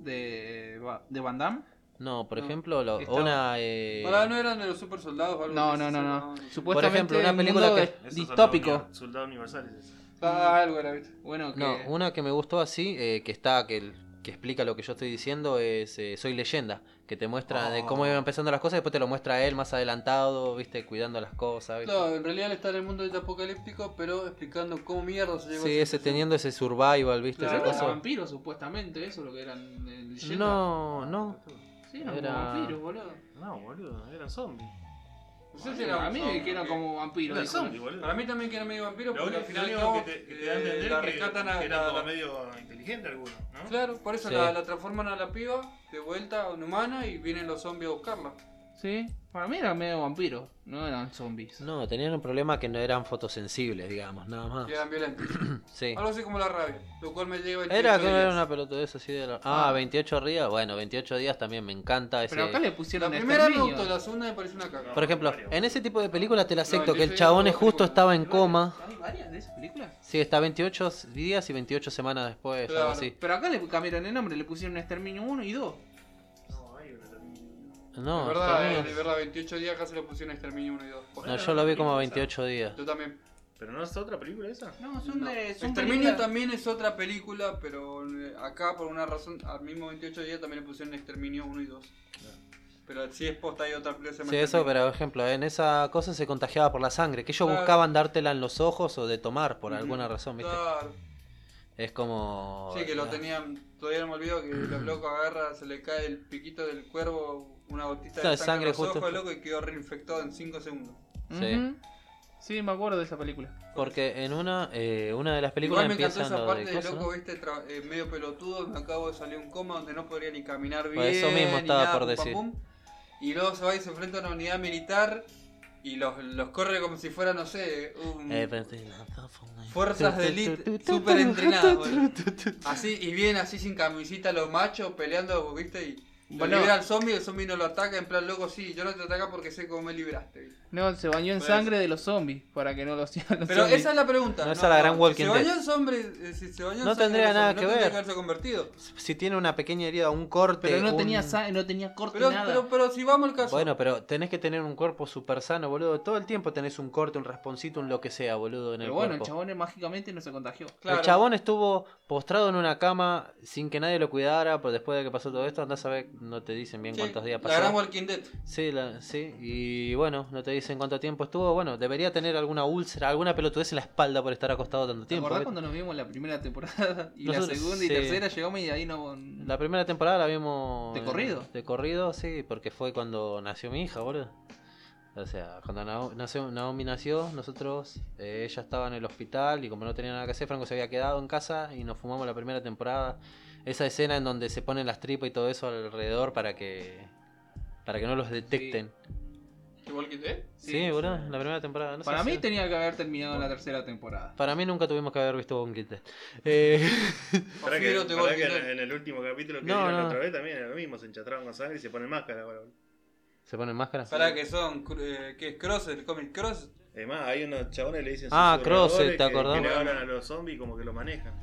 S5: De, Va- de Van Damme.
S1: No, por
S2: No,
S1: ejemplo, lo-
S5: estaba- Ah,
S1: una... eh,
S2: Pará, ¿No eran de los super soldados? o algo
S5: No,
S2: así?
S5: no, no, no. Supuestamente
S1: ejemplo, una
S5: el
S1: película
S5: mundo
S1: que-
S5: es
S4: Esos son
S5: distópico.
S4: los Soldados universales.
S2: Ah, algo era, ¿viste?
S5: Bueno, que
S1: No, una que me gustó así, eh, que está, que, que explica lo que yo estoy diciendo, es eh, Soy leyenda, que te muestra de cómo iban empezando las cosas, después te lo muestra él más adelantado, viste, cuidando las cosas. ¿viste?
S2: Claro, en realidad está en el mundo del apocalíptico, pero explicando cómo mierda se llegó a
S1: sí,
S2: esa
S1: ese
S2: situación.
S1: teniendo ese survival, viste,
S2: Claro.
S1: ese
S5: eran
S1: coso.
S5: vampiros supuestamente, eso es lo que eran eh, leyenda.
S1: No, no,
S5: sí, eran
S1: era-
S5: como vampiros, boludo.
S4: No, boludo, eran zombies.
S2: No sé si era
S5: a mí
S2: zombi,
S5: que eran
S2: porque-
S5: como vampiros.
S4: Eran
S5: dijo.
S4: zombies, boludo.
S2: Para mí también que eran medio vampiros,
S4: Lo
S2: porque
S4: único,
S2: al final
S4: lo
S2: y al
S4: único
S2: cabo,
S4: que te, que te da a
S2: eh,
S4: entender
S2: la
S4: que,
S2: rescatan a
S4: que eran
S2: la-
S4: como
S2: la-
S4: medio inteligente algunos, ¿no?
S2: Claro, por eso
S1: Sí.
S2: la, la transforman a la piba de vuelta a una humana y vienen los zombies a buscarla.
S5: Sí, para mí eran medio vampiros, no eran zombies.
S1: no, tenían un problema que no eran fotosensibles, digamos, nada más.
S2: Que eran violentos.
S1: Ah. Sí.
S2: Algo así como la rabia, lo cual me lleva a
S1: Era
S2: 28
S1: que era
S2: días.
S1: una pelotudez así de la... Ah, 28 días, bueno, 28 días también me encanta ese...
S5: Pero acá le
S2: La
S5: pusieron
S2: primera me
S5: exterminio.
S2: gustó, la segunda me pareció una caca.
S1: Por ejemplo, en ese tipo de películas te la acepto, que el
S2: 28
S1: chabón es
S2: películas.
S1: justo estaba en coma.
S5: ¿Hay varias de esas películas?
S1: Sí, está 28 días y 28 semanas después,
S2: Claro.
S1: algo así.
S5: Pero acá le cambiaron el nombre, le pusieron Exterminio 1 y 2.
S4: No, hay una también.
S1: No,
S2: de verdad,
S1: está
S2: eh,
S1: bien.
S2: de verdad, 28 días acá se lo pusieron a exterminio 1 y 2.
S1: No, yo lo vi como 28 días.
S2: Yo también.
S4: ¿Pero no es otra película esa?
S5: No, son
S2: No.
S5: de. Son
S2: Exterminio
S5: películas-
S2: también es otra película, pero eh, acá por una razón, al mismo 28 días también le pusieron Exterminio 1 y 2. Pero si es posta hay otra película que se llama
S1: Sí, eso,
S2: Exterminio.
S1: pero por ejemplo, en esa cosa se contagiaba por la sangre, que ellos
S2: Claro.
S1: buscaban dártela en los ojos o de tomar por alguna
S2: Ujú.
S1: razón, ¿viste?
S2: Claro.
S1: Es como...
S2: Sí, que lo tenían, todavía no me olvido que los locos agarra, se le cae el piquito del cuervo, una gotita
S1: Claro,
S2: de sangre,
S1: sangre
S2: en los
S1: justo.
S2: ojos, loco, y quedó reinfectado en 5 segundos.
S1: Sí.
S5: Ujú. Sí, me acuerdo de esa película.
S1: Porque en una eh, una de las películas
S2: Igual me encantó
S1: empiezan
S2: esa
S1: lo
S2: parte
S1: de
S2: de
S1: cosas,
S2: loco,
S1: ¿no?
S2: viste, tra- eh, medio pelotudo, me acabo de salir un coma donde no podría ni caminar bien.
S1: Pues eso mismo
S2: ni
S1: estaba
S2: nada,
S1: por
S2: pum, pam,
S1: decir.
S2: pum. y luego se va y se enfrenta a una unidad militar y los, los corre como si fuera, no sé, un-
S1: Eh, pero te- la- la- la-
S2: fuerzas de elite súper entrenadas. boludo. Así, y bien así sin camisita los machos peleando, viste, y... Lo
S5: Bueno.
S2: libera al zombie, el zombie no lo ataca, en plan loco, sí, yo no te ataca porque sé cómo me libraste. ¿viste?
S5: No, se bañó en
S2: Pues-
S5: sangre de los zombies para que no los sigan los
S2: Pero
S5: zombies.
S2: esa es la pregunta.
S1: No, esa es la gran Walking
S2: si se bañó
S1: Dead.
S2: en zombie, eh, si se bañó en
S1: No
S2: sangre,
S1: tendría
S2: los
S1: nada
S2: zombies
S1: que
S2: no tendría
S1: ver.
S2: que haberse convertido.
S1: Si tiene una pequeña herida, un corte...
S5: Pero no
S1: un-
S5: tenía sa- no tenía corte
S2: Pero,
S5: nada.
S2: pero, pero si vamos al caso.
S1: Bueno, pero tenés que tener un cuerpo súper sano, boludo. Todo el tiempo tenés un corte, un rasponcito, un lo que sea, boludo, en el
S5: Pero bueno, el
S1: cuerpo.
S5: chabón mágicamente no se contagió.
S2: Claro.
S1: El chabón estuvo postrado en una cama sin que nadie lo cuidara, pero después de que pasó todo esto, andás a ver, no te dicen bien
S2: Sí,
S1: cuántos días
S2: La gran
S1: pasaron.
S2: Walking Dead.
S1: Sí, la- sí, y bueno, no te dicen cuánto tiempo estuvo. Bueno, debería tener alguna úlcera, alguna pelotudez en la espalda por estar acostado tanto
S5: ¿Te
S1: tiempo.
S5: acordás
S1: ¿viste?
S5: cuando nos vimos la primera temporada? Y la
S1: Nosotros-
S5: segunda y
S1: sí.
S5: tercera llegamos y ahí no.
S1: La primera temporada la vimos...
S5: ¿De
S1: en-
S5: corrido?
S1: De corrido, sí, porque fue cuando nació mi hija, boludo. O sea, cuando Nao- nació- Naomi nació, nosotros, eh, ella estaba en el hospital y como no tenía nada que hacer, Franco se había quedado en casa y nos fumamos la primera temporada. Esa escena en donde se ponen las tripas y todo eso alrededor para que para que no los detecten.
S2: ¿The Walking Dead?
S1: Sí,
S5: Sí,
S1: boludo,
S4: sí.
S1: la primera temporada. no sé
S5: Para mí
S1: si-
S5: tenía que haber terminado la tercera temporada.
S1: para mí nunca tuvimos que haber visto un Dead. Eh,
S4: Pará que,
S2: Fiero, The
S4: pará
S2: Walking
S4: que en,
S2: Dead.
S4: en el último capítulo que
S1: No,
S4: vieron
S1: no.
S4: otra vez también era lo mismo, se enchatraban con sangre y se ponen máscara, boludo.
S1: ¿Se ponen máscaras?
S2: Pará, que son. cru- eh, ¿Qué es Cross? ¿El cómic Cross?
S4: Además, hay unos chabones que le dicen.
S1: Ah,
S4: susurradores
S1: Crosset, ¿te
S4: que-
S1: acordás?
S4: Que le hablan a los zombies como que lo manejan.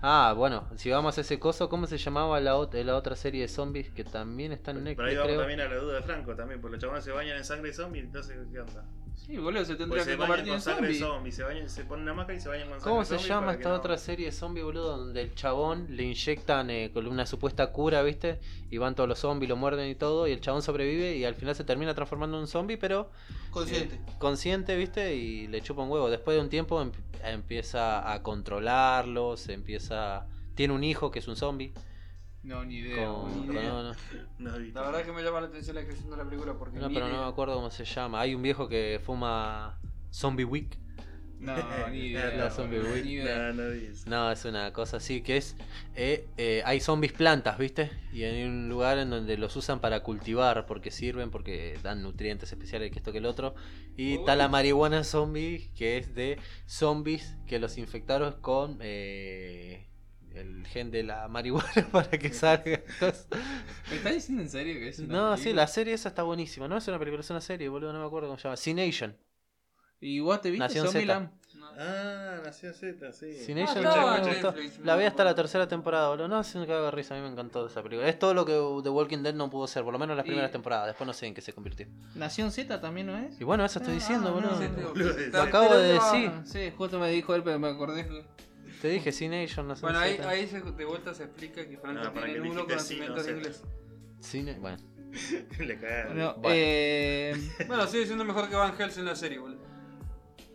S1: Ah, bueno, si vamos a ese coso, ¿cómo se llamaba la, ot- la otra serie de zombies que también está en
S4: Pero ahí
S1: Netflix,
S4: vamos
S1: creo?
S4: también a la duda de Franco también, porque los chabones se bañan en sangre de zombie, entonces, ¿qué onda?
S5: Sí, boludo, se
S4: Porque
S5: tendría
S4: se
S5: que
S4: bañan
S5: convertir
S4: con
S5: en
S4: sangre de
S5: zombie.
S4: zombie, se, bañan, se ponen una máscara y se bañan con sangre
S1: ¿Cómo
S4: de
S1: se
S4: zombie
S1: llama
S4: para que
S1: esta
S4: no-
S1: otra serie de zombie, boludo? Donde el chabón le inyectan eh, con una supuesta cura, ¿viste? Y van todos los zombies, lo muerden y todo, y el chabón sobrevive y al final se termina transformando en un zombie, pero
S5: Consciente.
S1: eh, consciente, ¿viste? Y le chupa un huevo. Después de un tiempo em- empieza a controlarlos, empieza... Tiene un hijo que es un zombie.
S5: No, ni idea.
S1: Con,
S5: ni idea.
S1: no, no.
S4: No, vi.
S2: La verdad que me llama la atención la descripción de la película porque.
S1: No,
S2: ni
S1: pero no
S2: idea.
S1: me acuerdo cómo se llama. Hay un viejo que fuma Zombie Week.
S5: No, ni idea.
S1: La zombie
S5: boludo,
S1: weed.
S5: ni idea.
S4: No, no vi eso.
S1: No, es una cosa así que es. eh, eh, hay zombies plantas, ¿viste? Y hay un lugar en donde los usan para cultivar, porque sirven, porque dan nutrientes especiales, que esto que el otro. Y
S5: Muy
S1: está la
S5: bueno.
S1: marihuana zombie, que es de zombies que los infectaron con. eh, el gen de la marihuana para que salga. Entonces,
S5: ¿Me estás diciendo en serio que es una
S1: no, sí,
S5: película?
S1: la serie esa está buenísima. No es una película, es una serie, boludo, no me acuerdo cómo se llama. C-Nation.
S5: ¿Y vos te viste
S1: Nación Z.
S5: Zombieland?
S4: Ah, Nación Z, sí.
S1: Sin
S2: Ah,
S1: ella
S2: estaba
S1: no me
S2: en
S1: gustó.
S2: Netflix,
S1: La vi
S2: no,
S1: hasta la
S2: boludo.
S1: tercera temporada, boludo. No, se me caga de risa. A mí me encantó esa película. Es todo lo que The Walking Dead no pudo ser, por lo menos las
S5: Y-
S1: primeras temporadas. Después no sé en qué se convirtió.
S5: Nación Z también no es.
S1: Y bueno, eso estoy
S5: Ah,
S1: diciendo,
S5: no,
S1: boludo.
S5: sí,
S2: Boludo,
S4: Lo
S2: está-
S1: acabo de
S2: pero no-
S1: decir.
S5: Ah, sí, justo me dijo él, pero me acordé. que-
S1: Te dije, Sin Nation, no sé.
S2: Bueno, ahí, ahí se- de vuelta se explica que Franco
S4: Ah, para
S2: tiene
S4: que
S2: nulo
S4: dijiste sí,
S2: conocimiento de
S4: no
S2: inglés.
S1: Cine... Bueno,
S4: Le cagaron.
S5: No,
S1: Bueno.
S5: eh...
S2: Bueno, sigue siendo mejor que Van Helsing la serie, boludo.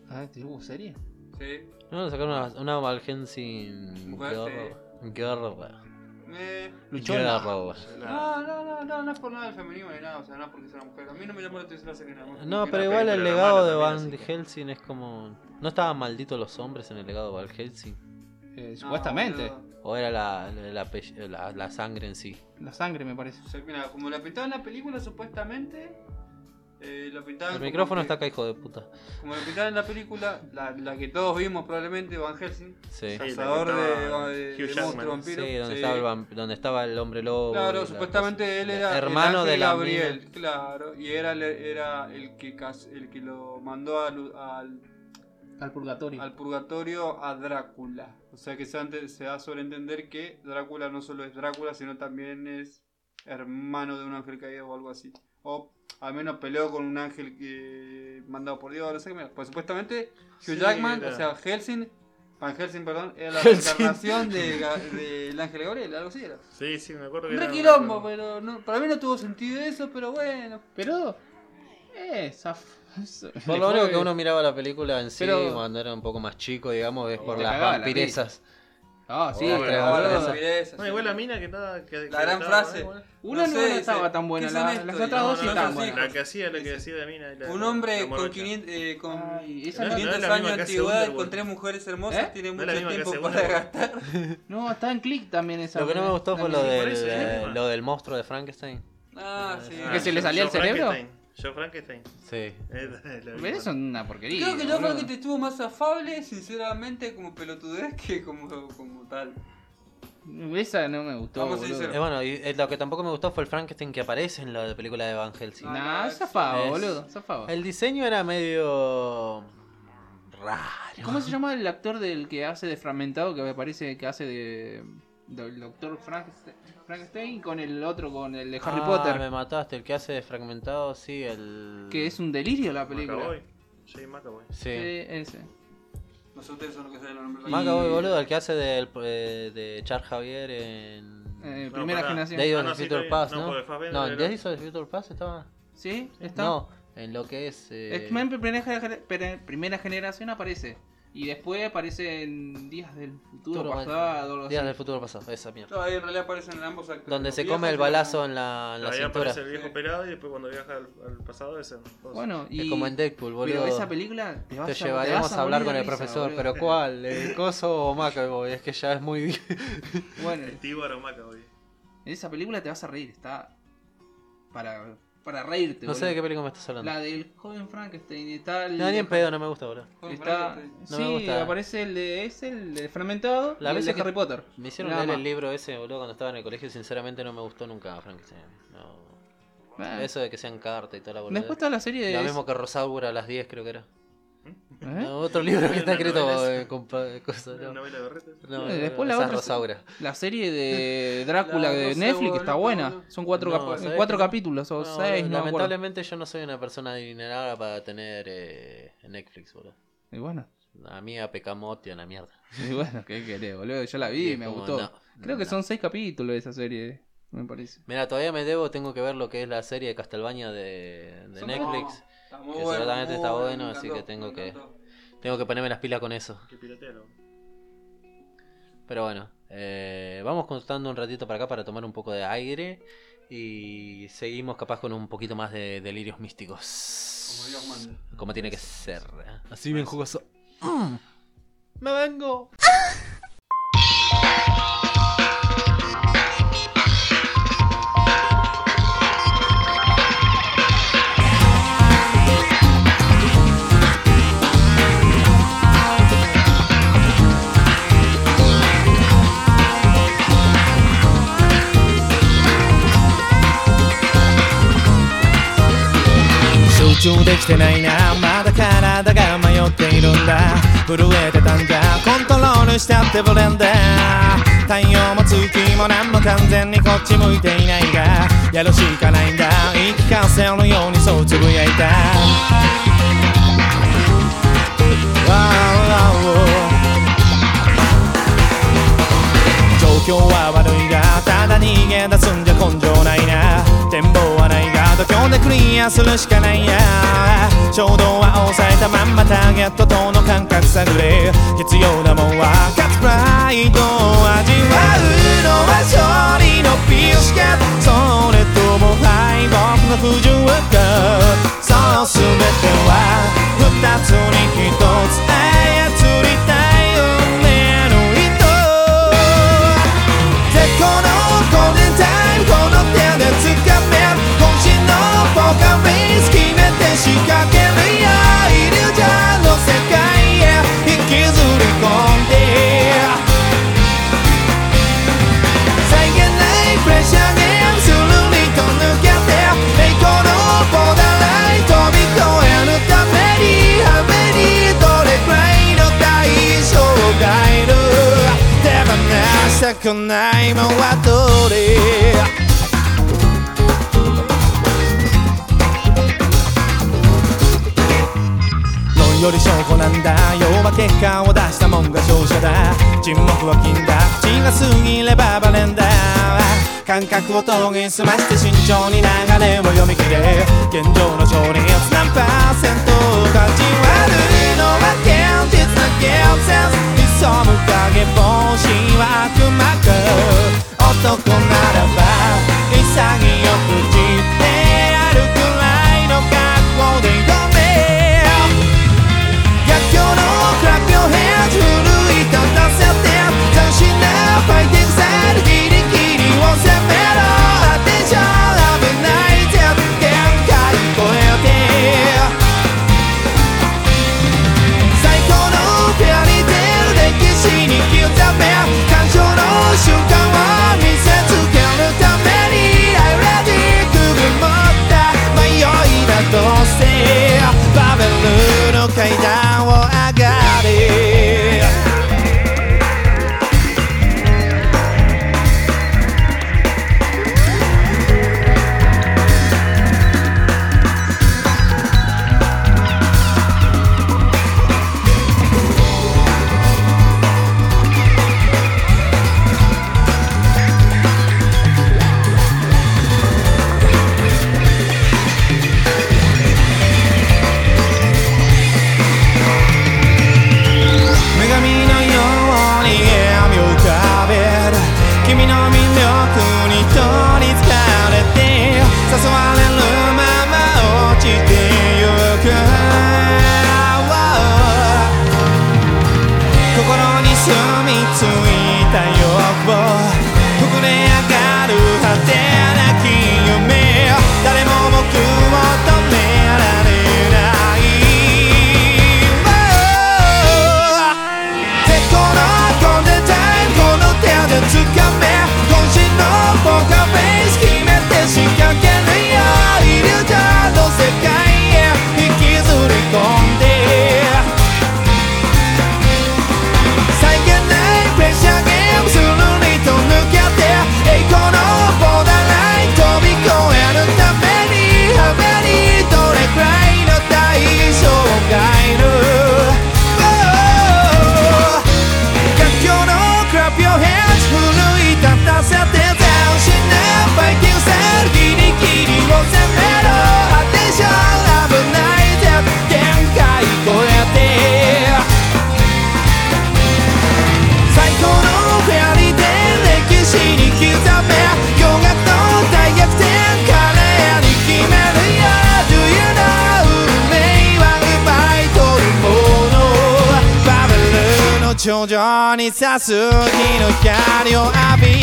S5: Ah, ¿tuvo serie?
S2: Sí.
S1: no, sacaron una, una Van Helsing.
S2: Mujer,
S1: Guerra.
S2: Eh,
S1: Guerra.
S4: Ah.
S2: No, Ah, no, no, no, no es por nada del feminismo ni nada, o sea, no es porque sea una mujer. A mí no me llamó la atención la serie nada más.
S1: No,
S2: Porque
S1: pero
S4: una
S1: igual el
S4: película
S1: legado
S4: mala
S1: de
S4: también,
S1: Van
S4: así que-
S1: Helsing es como. ¿No estaban malditos los hombres en el legado de Van Helsing?
S5: Eh,
S2: No,
S5: supuestamente.
S2: boludo.
S1: ¿O era la, la, pe- la- la sangre en sí?
S5: La sangre, me parece.
S2: O sea, mira, como la pintaban en la película, supuestamente. Eh, la pintaban
S1: El
S2: como
S1: micrófono
S2: que-
S1: está acá, hijo de puta.
S2: Como la pintaban en la película, la, la que todos vimos probablemente, Van Helsing.
S1: Sí.
S4: Sí, la
S2: Cazador
S4: que estaba
S2: de, de,
S4: Hugh
S2: de
S4: Jackman.
S2: monstruo
S1: Sí,
S2: vampiro.
S1: donde, Estaba el vamp- donde estaba el hombre lobo. y
S2: Claro,
S1: la cosa.
S2: supuestamente él era el
S1: hermano
S2: ángel
S1: de la
S2: Gabriel,
S1: mina.
S2: claro, y era, el- era el que cas- el que lo mandó al, al,
S5: Al purgatorio.
S2: al purgatorio a Drácula. O sea que se, antes, se da a sobreentender que Drácula no solo es Drácula, sino también es hermano de un ángel caído o algo así. O al menos peleó con un ángel que mandado por Dios, no sé qué mierda. Pues supuestamente Hugh
S4: Sí,
S2: Jackman,
S4: era.
S2: o sea, Helsing, Van Helsing, perdón, era la
S1: Helsing.
S2: encarnación del ángel Gabriel, algo así era.
S4: Sí, sí, me acuerdo que.
S2: Un
S4: era-
S2: requilombo, pero no, para mí no tuvo sentido eso, pero bueno.
S5: Pero. Eh, zaf...
S1: Por lo único que uno miraba la película en sí,
S5: Pero-
S1: cuando era un poco más chico, digamos, es por
S5: Te
S1: las
S5: cagaba Oh, la
S1: vampirezas.
S5: Ah, sí,
S1: Oh,
S5: pero
S1: pero
S2: Ah,
S1: ahora
S5: boludo.
S1: esa-
S2: esa,
S4: No,
S2: sí.
S4: igual la mina que estaba. que- que
S2: gran
S4: estaba-
S2: frase.
S4: eh, bueno.
S5: Una
S2: No
S5: no,
S2: sé,
S5: no estaba
S2: dice,
S5: tan buena,
S2: ¿qué
S5: la-
S2: son
S5: las
S2: estos?
S5: otras
S2: No,
S5: dos sí
S2: no,
S5: están
S2: no, sí,
S5: buenas.
S4: La que hacía, la que decía de mina. la-
S2: Un
S4: la- la
S2: hombre con
S4: morocha.
S2: 500, eh, con
S5: Ay, esa
S4: No, no es la
S2: 500 años
S4: misma que
S2: de
S4: hace
S2: antigüedad y
S4: Wonderworld.
S2: con tres mujeres hermosas
S5: ¿Eh?
S2: tiene
S4: No es
S2: mucho
S4: la misma que
S2: tiempo
S4: hace
S2: para
S4: Wonderworld.
S2: gastar.
S5: No, está en click también esa.
S1: Lo que no me
S5: boludo.
S1: gustó fue
S5: También.
S1: lo
S4: sí, por
S1: del,
S4: eso,
S1: eh,
S4: sí,
S1: lo del monstruo de Frankenstein.
S2: Ah, sí.
S4: Ah,
S5: ¿Que se le
S4: yo-
S5: salía
S4: yo
S5: el cerebro?
S4: Frankenstein. Yo Frankenstein.
S1: Sí.
S4: Eh, la
S5: Pero
S4: misma.
S5: eso es una porquería.
S2: Creo que yo creo
S5: boludo.
S2: que te estuvo más afable, sinceramente, como pelotudez que como, como tal.
S5: Esa no me gustó.
S2: Vamos a
S5: boludo.
S2: sinceros.
S1: Eh, bueno, y eh, lo que tampoco me gustó fue el Frankenstein que aparece en la película de Van Helsing.
S2: Ah,
S5: Nah, zafaba,
S1: Es-
S5: boludo. Zafaba.
S1: El diseño era medio. raro.
S5: ¿Cómo se llama el actor del que hace de fragmentado que me parece que hace de. del doctor Frankenstein Frankenstein con el otro, con el de Harry
S1: Ah,
S5: Potter?
S1: Me mataste, el que hace de fragmentado, sí, el.
S5: Que es un delirio la película.
S4: Macaboy. Jay Macaboy.
S1: Sí.
S5: Sí, ese.
S2: No sé ustedes son los que saben los nombres.
S5: Ma-
S1: Macaboy,
S5: y-
S1: boludo, el que hace del, eh, de Char Javier en.
S5: Eh,
S4: No,
S5: primera
S4: pará.
S5: generación.
S1: Days
S4: Ah,
S1: of
S4: no,
S1: the
S4: sí,
S1: Future
S4: está bien.
S1: Past,
S4: No,
S1: ¿no?
S4: porque Fassbender
S1: No, en
S4: era-
S1: Days of the Future Past estaba.
S5: ¿Sí? ¿Está?
S1: No, en lo que es. eh,
S5: X-Men primera, gener- pere- primera generación aparece. Y después aparece en Días del Futuro
S1: Futuro,
S5: Pasado. algo
S1: Días
S5: así.
S1: del futuro pasado, esa mierda.
S2: No, ahí en realidad aparecen ambos actores.
S1: Donde
S2: Los
S1: se come
S2: viejos
S1: el
S2: y los
S1: balazo
S2: nuevos.
S1: en la, en la
S4: Ahí
S1: cintura.
S4: aparece el viejo pelado y después cuando viaja al, al pasado es en.
S5: Bueno, y.
S1: Es como en Deadpool, boludo.
S5: Pero esa película te vas
S1: Te
S5: a-
S1: llevaremos
S5: vas
S1: a hablar
S5: morir
S1: con
S5: de
S1: el
S5: risa,
S1: profesor,
S5: boludo.
S1: pero ¿cuál? ¿El coso o Macaboy? Es que ya es muy.
S5: Bueno,
S4: El tíbaro Macaboy.
S5: esa película te vas a reír, está. Para, para reírte,
S1: No sé de qué
S5: boludo.
S1: película me estás hablando.
S5: La del joven Frankenstein está el.
S1: No, ni en pedo, no me gusta, boludo.
S2: Joven
S5: Está...
S2: Frankenstein.
S1: No
S5: sí,
S1: me gusta.
S5: aparece el de. Es el de fragmentado.
S1: La
S5: y el
S1: vez
S5: de
S1: que-
S5: Harry Potter.
S1: Me hicieron
S5: Nada
S1: leer el
S5: más.
S1: libro ese, boludo, cuando estaba en el colegio. y Sinceramente no me gustó nunca, Frankenstein. No.
S5: Ah.
S1: Eso de que sean cartas y toda la boludez.
S5: Después está la serie de.
S1: Lo mismo que Rosaura a las 10, creo que era.
S5: ¿Eh?
S1: No, otro libro que está
S4: Una
S1: escrito
S4: novela
S1: eh, con pa- cosas.
S4: ¿Una
S1: No,
S4: novela de Berreta?
S1: no, no,
S5: Eh, después la
S1: esa
S5: otra-
S1: Rosaura.
S5: La serie de Drácula
S2: La-
S5: de
S2: no sé,
S5: Netflix
S2: boludo,
S5: está
S2: no,
S5: buena.
S2: no.
S5: Son cuatro,
S1: No,
S5: cap-
S1: ¿sabés
S5: cuatro
S1: que no?
S5: capítulos o
S1: No,
S5: seis,
S1: boludo,
S5: no me acuerdo.
S1: lamentablemente yo no soy una persona adinerada para tener eh, Netflix, boludo.
S5: Y bueno,
S1: A mí a Pecamote a la mierda.
S5: y bueno, ¿qué querés, boludo? Yo la vi,
S1: es
S5: me
S1: como,
S5: gustó.
S1: no,
S5: Creo que
S1: no.
S5: son seis capítulos de esa serie, me parece.
S1: Mira, todavía me debo, tengo que ver lo que es la serie de Castlevania de, de
S5: Son
S1: Netflix.
S2: Está muy
S1: Que
S2: bueno,
S1: seguramente
S2: muy
S1: está
S2: me
S1: bueno, así
S2: encantó,
S1: que tengo
S2: me
S1: que-
S2: encantó.
S1: Tengo que ponerme las pilas con eso.
S4: Que piratea, ¿no?
S1: Pero bueno, eh, vamos contando un ratito para acá para tomar un poco de aire. Y seguimos capaz con un poquito más de delirios místicos.
S2: Como Dios manda.
S1: Como tiene que ser. ¿eh? Así bien jugoso. ¡Me vengo!
S7: 集中できてないなまだ体が迷っているんだ震えてたんだコントロールしたってブレンダー太陽も月も何も完全にこっち向いていないがやるしかないんだ言い聞かせるようにそうつぶやいた Wow, wow, wow. 状況は悪いがただ逃げ出すんじゃ根性ないな展望はないが度胸でクリアするしかないや衝動は抑えたまんまターゲットとの感覚探れ必要なもんは勝つプライドを味わうのは勝利のピルしかそれとも敗北の不純かそう全ては二つに一つ操りたい運命の糸絶好のゴールデンタイムこの手で掴め渾身のポーカーフェイス決めて仕掛けるよイリュージョンの世界へ引きずり込んで際限ないプレッシャーゲームするりと抜けて栄光のボーダーライン飛び越えるために羽目にどれくらいの対象がいる手放したくないもんはどれ論より証拠なんだ要は結果を出したもんが勝者だ沈黙は金だ血が過ぎればバレンだ感覚を研ぎ澄まして慎重に流れを読み切れ現状の勝率何パーセント勝ち割るのは現実のゲームセンス潜む影帽子は悪魔か男ならば潔く散って歩くくらいの覚悟で挑め逆境のクラップヨヘッジ奮い立たせて斬新なファイティングサイドギリギリを攻めろアテンション危ないぜ限界超えて最高のフェアリーテール歴史に刻め感傷の瞬間を見せつけるために I ready くぐもった迷いなどうせバベルの階段を上がれ頂上に差す日の光を浴びる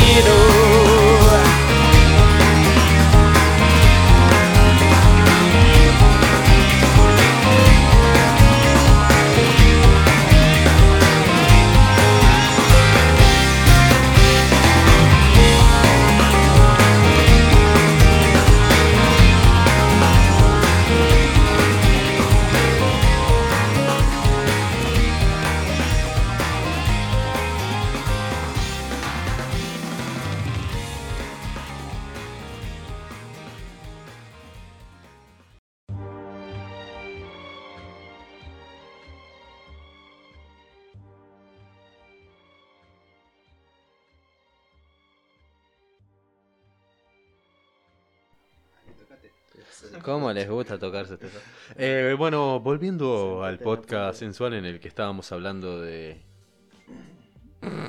S1: ¿Cómo les gusta tocarse este tema? Eh, bueno, volviendo al podcast sensual en el que estábamos hablando de.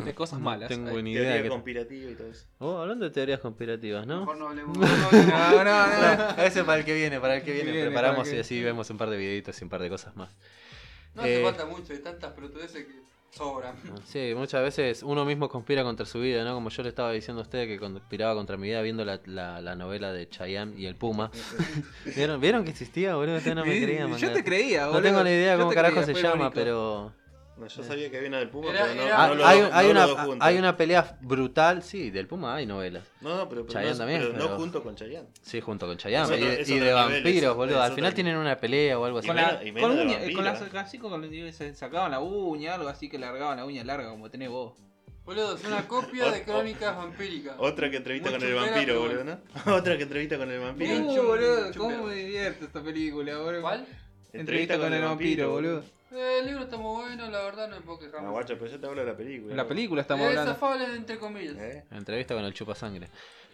S5: De cosas malas.
S1: Tengo
S5: Ay.
S1: ni idea.
S4: Teoría
S1: de qué-
S4: conspirativa y todo eso.
S1: Oh, hablando de teorías conspirativas, ¿no?
S2: Mejor no hablemos. mejor no hablemos.
S5: No, no, no. no.
S1: Eso es para el que viene, para el que viene.
S5: Viene,
S1: Preparamos
S5: para el que-
S1: y así vemos un par de videitos y un par de cosas más.
S2: No hace
S1: Eh.
S2: falta mucho, de tantas pelotudeces que sobran.
S1: Sí, muchas veces uno mismo conspira contra su vida, ¿no? Como yo le estaba diciendo a usted que conspiraba contra mi vida viendo la, la- la novela de Chayanne y el Puma. ¿Vieron, ¿Vieron que existía, boludo? Ustedes no me
S5: Sí,
S1: creían,
S5: Yo
S1: manga.
S5: te creía,
S1: No
S5: boludo.
S1: tengo ni idea
S5: Yo
S1: cómo
S5: te
S1: carajo
S5: creía,
S1: se
S5: fue
S1: llama,
S5: irónico.
S1: pero...
S4: No, yo sabía que había una del Puma,
S2: Era-
S4: pero no,
S2: era-
S4: no lo-
S1: hay,
S4: no
S1: hay
S4: lo
S1: una,
S4: dos juntos.
S1: hay una pelea brutal, sí, del Puma hay novelas.
S4: No, no, pero, pero
S1: Chayanne
S4: no,
S1: también,
S4: pero no
S1: pero-
S4: junto con Chayanne.
S1: Sí, junto con Chayanne.
S4: Es
S1: y
S4: otro-
S1: de,
S4: es
S1: y
S4: otro
S1: de
S4: nivel,
S1: vampiros,
S4: es-
S1: boludo.
S4: es
S1: Al
S4: otro
S1: final
S4: nivel.
S1: tienen una pelea o algo así.
S4: Y
S5: Con, la,
S4: Pues menos- y menos
S5: con,
S4: de
S5: uña,
S4: vampiro.
S5: con las casi con las- se sacaban la uña, algo así que largaban la uña larga como tenés vos.
S2: Boludo, es una copia de crónicas vampíricas.
S4: Otra que entrevista
S2: Mucho
S4: con el
S2: pera,
S4: vampiro,
S2: pero
S4: boludo, ¿no? Otra que entrevista con el vampiro.
S2: Bien.
S5: Uh,
S2: chum-
S5: boludo,
S2: chum-
S5: cómo me divierto esta película, boludo.
S2: ¿Cuál?
S5: Entrevista con el vampiro, boludo.
S2: Eh, el libro está muy bueno, la verdad no me puedo quejar.
S4: No, Ah, guacho, pero yo te hablo de la película.
S5: La
S4: boludo.
S5: película estamos
S2: Es
S5: hablando.
S2: afable entre comillas.
S4: ¿Eh?
S1: Entrevista con el chupasangre.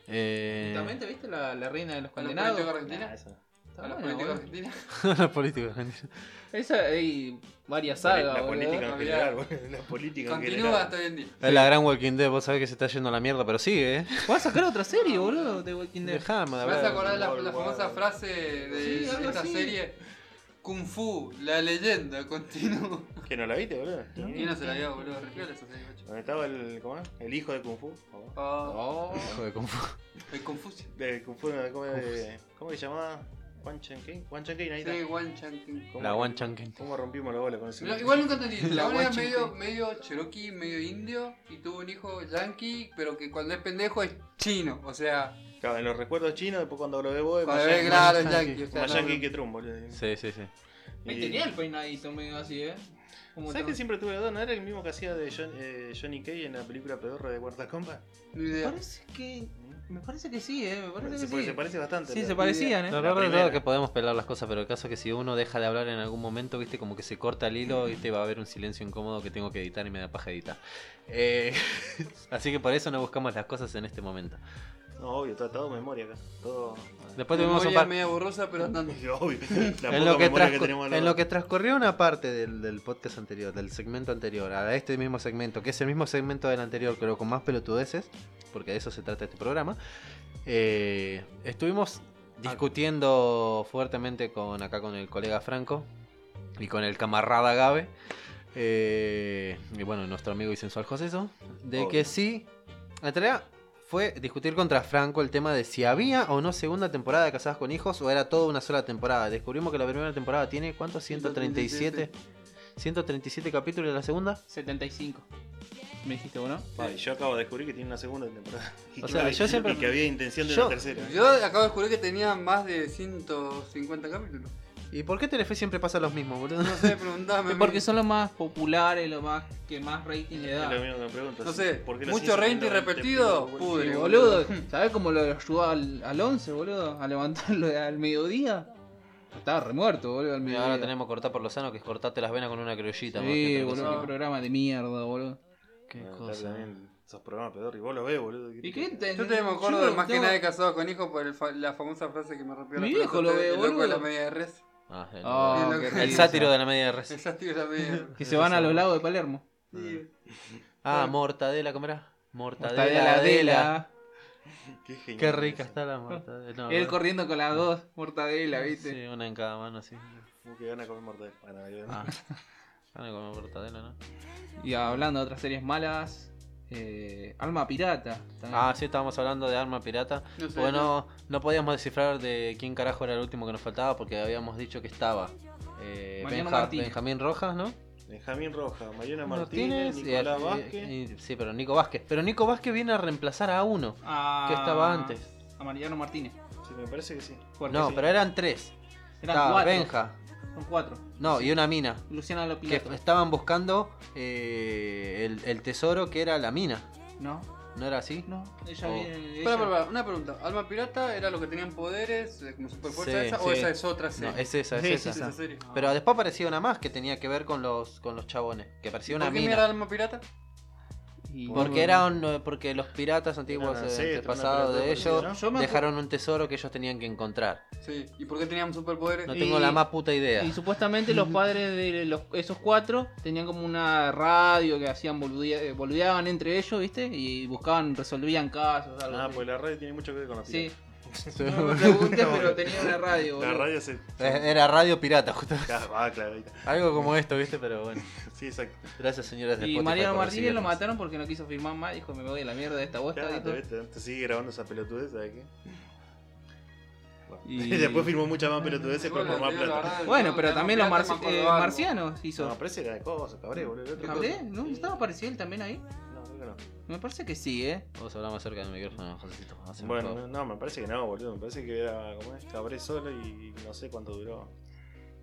S1: Eh...
S5: Justamente, ¿viste la, la reina de los
S2: A los políticos
S5: condenados?
S4: Nah,
S2: argentinos.
S4: esa.
S5: Está
S2: A los
S5: buena,
S2: políticos
S5: boludo.
S2: argentinos.
S1: los políticos.
S5: Esa hay varias
S4: La,
S5: sagas, boludo.
S4: política en
S2: Olvidá.
S4: general, boludo. La política en
S2: Continúa
S4: general.
S2: hasta hoy en día.
S1: Es la gran Walking Dead. Vos sabés que se está yendo a la mierda, pero sigue, ¿eh?
S5: ¿Vas a sacar otra serie, boludo, de Walking Dead?
S1: Dejame de
S2: Me vas a
S1: hablar.
S2: acordar la,
S4: World
S2: la
S4: War.
S2: famosa frase de
S5: Sí, algo
S2: esta
S5: así.
S2: serie Kung Fu, la leyenda continúa.
S4: Que no la viste, boludo.
S2: Y no se la vio, boludo. Refiero esa serie, macho.
S4: ¿Dónde estaba el. ¿Cómo es? El hijo de Kung Fu. ¿o?
S2: Ah,
S5: Oh.
S1: Hijo de confu-
S2: el Confucio.
S4: De Kung Fu, no, ¿cómo, es? ¿cómo se llamaba? Wan Chen King. Wan Chen King, ahí está.
S2: Sí, Wan Chan King.
S4: ¿Cómo-
S1: La Wan Chanken.
S4: ¿Cómo rompimos la bola con eso?
S2: No, Igual nunca entendí.
S5: La
S2: La abuela era
S5: Wan Chan
S2: medio,
S5: King.
S2: medio cherokee, medio indio. Y tuvo un hijo yankee, pero que cuando es pendejo es chino. O sea,
S4: Claro, en los recuerdos chinos, después cuando lo veo, es más
S2: para ver,
S4: yankee-
S2: claro, es
S1: Chan
S2: yankee.
S1: King.
S2: O sea,
S4: más
S2: no,
S4: yankee
S2: no.
S4: que Trump, boludo.
S1: Sí, sí, sí.
S5: Me
S4: Y-
S5: tenía el peinadito medio así, ¿eh? Como
S4: ¿Sabes que
S5: todo.
S4: siempre tuve la duda? ¿No era el mismo que hacía de John- eh, Johnny Cage en la película pedorra de Guarda Compa?
S2: Ni idea.
S5: Parece que... Me parece que sí, ¿eh? Me parece
S4: se,
S5: que
S4: pare-
S5: sí.
S4: se parece bastante.
S5: Sí,
S4: la-
S5: se parecían,
S1: Lo raro
S5: ¿eh?
S1: de todo
S4: primera.
S1: es que podemos pelar las cosas, pero el caso es que si uno deja de hablar en algún momento, viste, como que se corta el hilo, viste, va a haber un silencio incómodo que tengo que editar y me da paja editar. Eh, así que por eso no buscamos las cosas en este momento.
S4: No, obvio, está todo memoria acá. Todo.
S1: Después tuvimos un
S2: Memoria
S1: par...
S2: media borrosa, pero andando.
S4: obvio. La
S1: En
S4: poca
S1: lo, que
S4: memoria
S1: transcur-
S4: tenemos los
S1: en lo
S4: dos.
S1: que transcurrió una parte del, del podcast anterior, del segmento anterior, a este mismo segmento, que es el mismo segmento del anterior, pero con más pelotudeces, porque de eso se trata este programa, eh, estuvimos
S4: Ah.
S1: discutiendo fuertemente con acá con el colega Franco y con el camarada Gabe, eh, y bueno, nuestro amigo y sensual Joseso, de
S4: Obvio.
S1: que sí, en realidad fue discutir contra Franco el tema de si había o no segunda temporada de Casadas con Hijos o era toda una sola temporada. Descubrimos que la primera temporada tiene, ¿cuántos? 137. 137 capítulos y la segunda.
S5: 75. ¿Me dijiste vos, no?
S4: Ay, yo acabo de descubrir que tiene una segunda temporada. Y,
S1: O
S4: que,
S1: sea,
S4: había-
S1: yo siempre-
S4: y que había intención de
S1: Yo-
S4: una tercera.
S2: Yo acabo de descubrir que tenía más de 150 capítulos.
S1: ¿Y por qué Telefe siempre pasa los mismos, boludo?
S2: No sé, preguntame. a mí.
S5: Porque son los más populares, los más que más rating le
S4: Es lo
S5: da.
S4: mismo que me pregunto.
S2: No
S4: ¿sí?
S2: sé,
S4: ¿por qué los
S2: mucho
S4: Simpsons
S2: rating
S4: no-
S2: repetido,
S4: te-
S2: pudre,
S5: Sí,
S2: boludo.
S5: boludo, ¿sabés cómo lo ayudó al, al 11, boludo? A levantarlo al mediodía. Estaba remuerto, boludo, al
S1: Y
S5: mediodía.
S1: ahora tenemos cortar por lo sano, que es cortarte las venas con una criollita. más que
S5: Sí,
S1: otra
S5: boludo,
S1: cosa.
S5: qué programa de mierda, boludo.
S1: Qué
S4: Ah,
S1: cosa.
S4: También esos programas pedorri, vos los ves, boludo.
S5: ¿Y qué te-
S2: Yo te me acuerdo
S5: yo
S2: de más que
S5: tengo-
S2: nada de casado con hijo por el fa- la famosa frase que me rompió la
S5: Mi
S2: pelota,
S5: viejo lo
S2: el-
S5: ve,
S2: el loco de la
S5: boludo.
S2: media de res.
S1: Ah, el,
S5: Ah,
S2: El
S5: qué
S1: el
S5: risa.
S1: sátiro de la media de res.
S2: Esa tío la media de res.
S5: Que se van a los lagos de Palermo.
S2: Sí.
S1: Ah, mortadela, ¿cómo era? Mortadela,
S5: Mortadela,
S1: Adela.
S5: Adela.
S4: Qué, genial
S1: Qué rica
S4: eso.
S1: está la mortadela. No, Ah,
S5: Él
S1: ¿verdad?
S5: corriendo con las dos, mortadela, ¿viste?
S1: Sí, una en cada mano, así.
S4: Como que van a comer mortadela. Bueno, ahí ven.
S1: Ah. Van a comer mortadela, ¿no?
S5: Y hablando de otras series malas, eh, Alma Pirata. también.
S1: Ah, sí, estábamos hablando de Arma Pirata.
S2: No sé,
S1: Bueno, no podíamos descifrar de quién carajo era el último que nos faltaba porque habíamos dicho que estaba eh,
S5: Mariano
S1: Benja-
S5: Martínez.
S1: Benjamín Rojas, ¿no?
S4: Benjamín Roja, Mariana
S1: Martínez
S4: Martínez,
S1: y-
S4: Nicolás
S1: y-
S4: Vázquez.
S1: y- sí, pero Nico Vázquez. Pero Nico Vázquez viene a reemplazar a uno
S5: A-
S1: que estaba antes.
S5: A Mariano Ah, Martínez.
S4: Sí, me parece que sí.
S5: Porque
S1: No,
S5: sí,
S1: pero eran tres.
S5: eran
S1: Estaba
S5: cuatro.
S1: Benja.
S5: Son cuatro.
S1: No, y una mina.
S5: Luciana
S1: Que
S5: Lopilato.
S1: estaban buscando eh, el, el tesoro que era la mina.
S5: No,
S1: ¿No era así?
S5: no. Ella
S1: Oh.
S5: viene. ella-
S2: Espera, espera, espera, una pregunta. ¿Alma pirata era lo que tenían poderes, eh, como superfuerza
S1: Sí,
S2: esa,
S1: sí.
S2: o esa es otra
S1: No,
S2: serie?
S1: es esa, es
S4: Sí,
S1: esa.
S2: es esa serie.
S1: Pero después aparecía una más que tenía que ver con los, con los chabones. Que parecía una
S2: ¿Por qué
S1: mina.
S2: era Alma pirata?
S5: Y-
S1: Porque eran eh, porque los piratas antiguos
S4: Eran
S1: eh,
S4: ancestros,
S1: antepasados
S4: una
S1: de
S4: pelota
S1: ellos
S4: perdida,
S5: Yo me acu-
S1: dejaron un tesoro que ellos tenían que encontrar.
S2: Sí. ¿Y por qué tenían superpoderes?
S1: No
S5: Y-
S1: tengo la más puta idea.
S5: Y supuestamente los padres de los, esos cuatro tenían como una radio que hacían boludea- eh, boludeaban entre ellos, ¿viste? Y buscaban, resolvían casos, algo
S4: Ah,
S5: así.
S4: pues la radio tiene mucho que ver con la
S5: Sí.
S4: pirata.
S5: No me preguntes, pero tenía una radio,
S4: La
S5: boludo.
S4: radio se.
S1: Eh, Era radio pirata, justo.
S4: Ah, claro, ahí está.
S1: Algo como esto, ¿viste? Pero bueno.
S4: Sí, exacto.
S1: Gracias, señoras de
S5: Y
S1: Spotify
S5: Mariano
S1: por
S5: Martínez lo
S1: recibirnos.
S5: mataron porque no quiso firmar más, dijo, me voy a la mierda de esta bosta.
S4: Ya,
S5: dijo.
S4: Ah, te, ves, te- te sigue grabando esa pelotudez, ¿sabes qué?
S5: Y-
S4: Y después firmó muchas más pelotudeces, pero
S2: Igual,
S4: por más
S2: te digo la
S4: plata.
S2: verdad,
S5: Bueno,
S2: yo
S5: pero
S2: de Alma
S5: también los
S2: Pirata me
S5: marci-
S2: acuerdo
S5: eh,
S2: algo.
S5: marcianos
S4: No,
S5: hizo.
S4: parece que era de cosas, cabré, boludo. otra
S5: ¿Cabré?
S4: cosa.
S5: ¿No
S4: Sí.
S5: estaba aparecido él también ahí?
S4: No, creo que no.
S5: Me parece que sí, ¿eh?
S1: Vos hablá más cerca del micrófono, Josécito. Hacé un
S4: Bueno,
S1: favor.
S4: no, no, me parece que no, boludo. Me parece que era como es, cabré solo y no sé cuánto duró.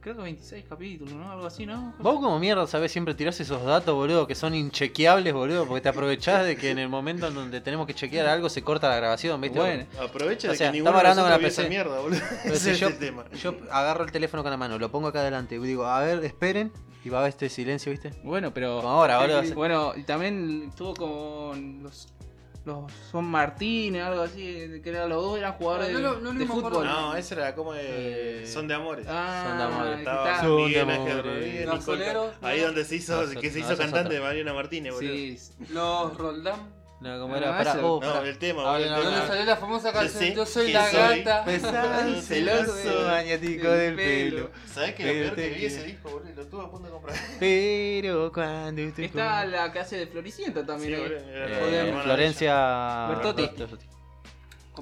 S5: Creo que 26 capítulos, ¿no? Algo así, ¿no?
S1: Vos como mierda, ¿sabes? Siempre tirás esos datos, boludo, que son inchequeables, boludo, porque te aprovechás de que en el momento en donde tenemos que chequear algo se corta la grabación, ¿viste?
S5: Bueno.
S4: Aprovecha
S1: O
S4: de
S1: sea,
S4: que ninguno
S1: estamos hablando
S4: de
S1: con la
S4: nosotros vio esa
S1: PC.
S4: mierda, boludo.
S1: Pero
S4: Ese
S1: si
S4: es
S1: yo,
S4: el tema.
S1: yo agarro el teléfono con la mano, lo pongo acá adelante y digo, a ver, esperen, y va a haber este silencio, ¿viste?
S5: Bueno, pero...
S1: Como ahora, boludo.
S5: Sí, Bueno, y también estuvo con los, los Son Martínez, algo así, que eran los dos eran jugadores
S2: Ah, No,
S5: de-
S2: no, no
S5: de
S2: me acuerdo.
S5: fútbol.
S4: No, esa era como de...
S1: Eh,
S4: Son de amores.
S1: Son de amor.
S5: Ah,
S4: Estaba
S5: que
S1: Son de
S4: Miguel Ángel
S1: amores.
S4: Rodríguez,
S2: Los
S4: Nicole-
S2: soleros,
S4: Ahí
S2: ¿no?
S4: donde se hizo,
S1: No,
S4: que
S1: no,
S4: se hizo
S1: esa es
S4: cantante
S1: otra.
S4: de Mariana Martínez,
S5: está-
S4: boludo.
S5: sí, sí.
S2: Los Roldán.
S1: No, Eh,
S5: No,
S1: como era, pará,
S5: eso-
S1: oh,
S4: No,
S1: pará.
S4: el tema,
S1: Ahora
S4: boludo.
S1: no,
S4: el
S2: ¿Dónde
S1: no,
S4: tema.
S2: salió la famosa
S4: Yo
S2: canción?
S4: sé
S2: Yo soy
S4: que
S2: la
S4: soy-
S2: gata.
S1: Pesado, celoso, maniático del pelo.
S4: ¿Sabés que lo
S1: Pero
S4: peor que
S1: te-
S4: vi ese disco, boludo? Lo estuve a punto de comprar.
S1: Pero cuando usted...
S5: Está la que hace de Floricienta también.
S4: Sí,
S5: Ah, ahí.
S4: boludo, era
S1: Eh,
S4: la hermana de ella.
S1: Florencia
S5: Bertotti.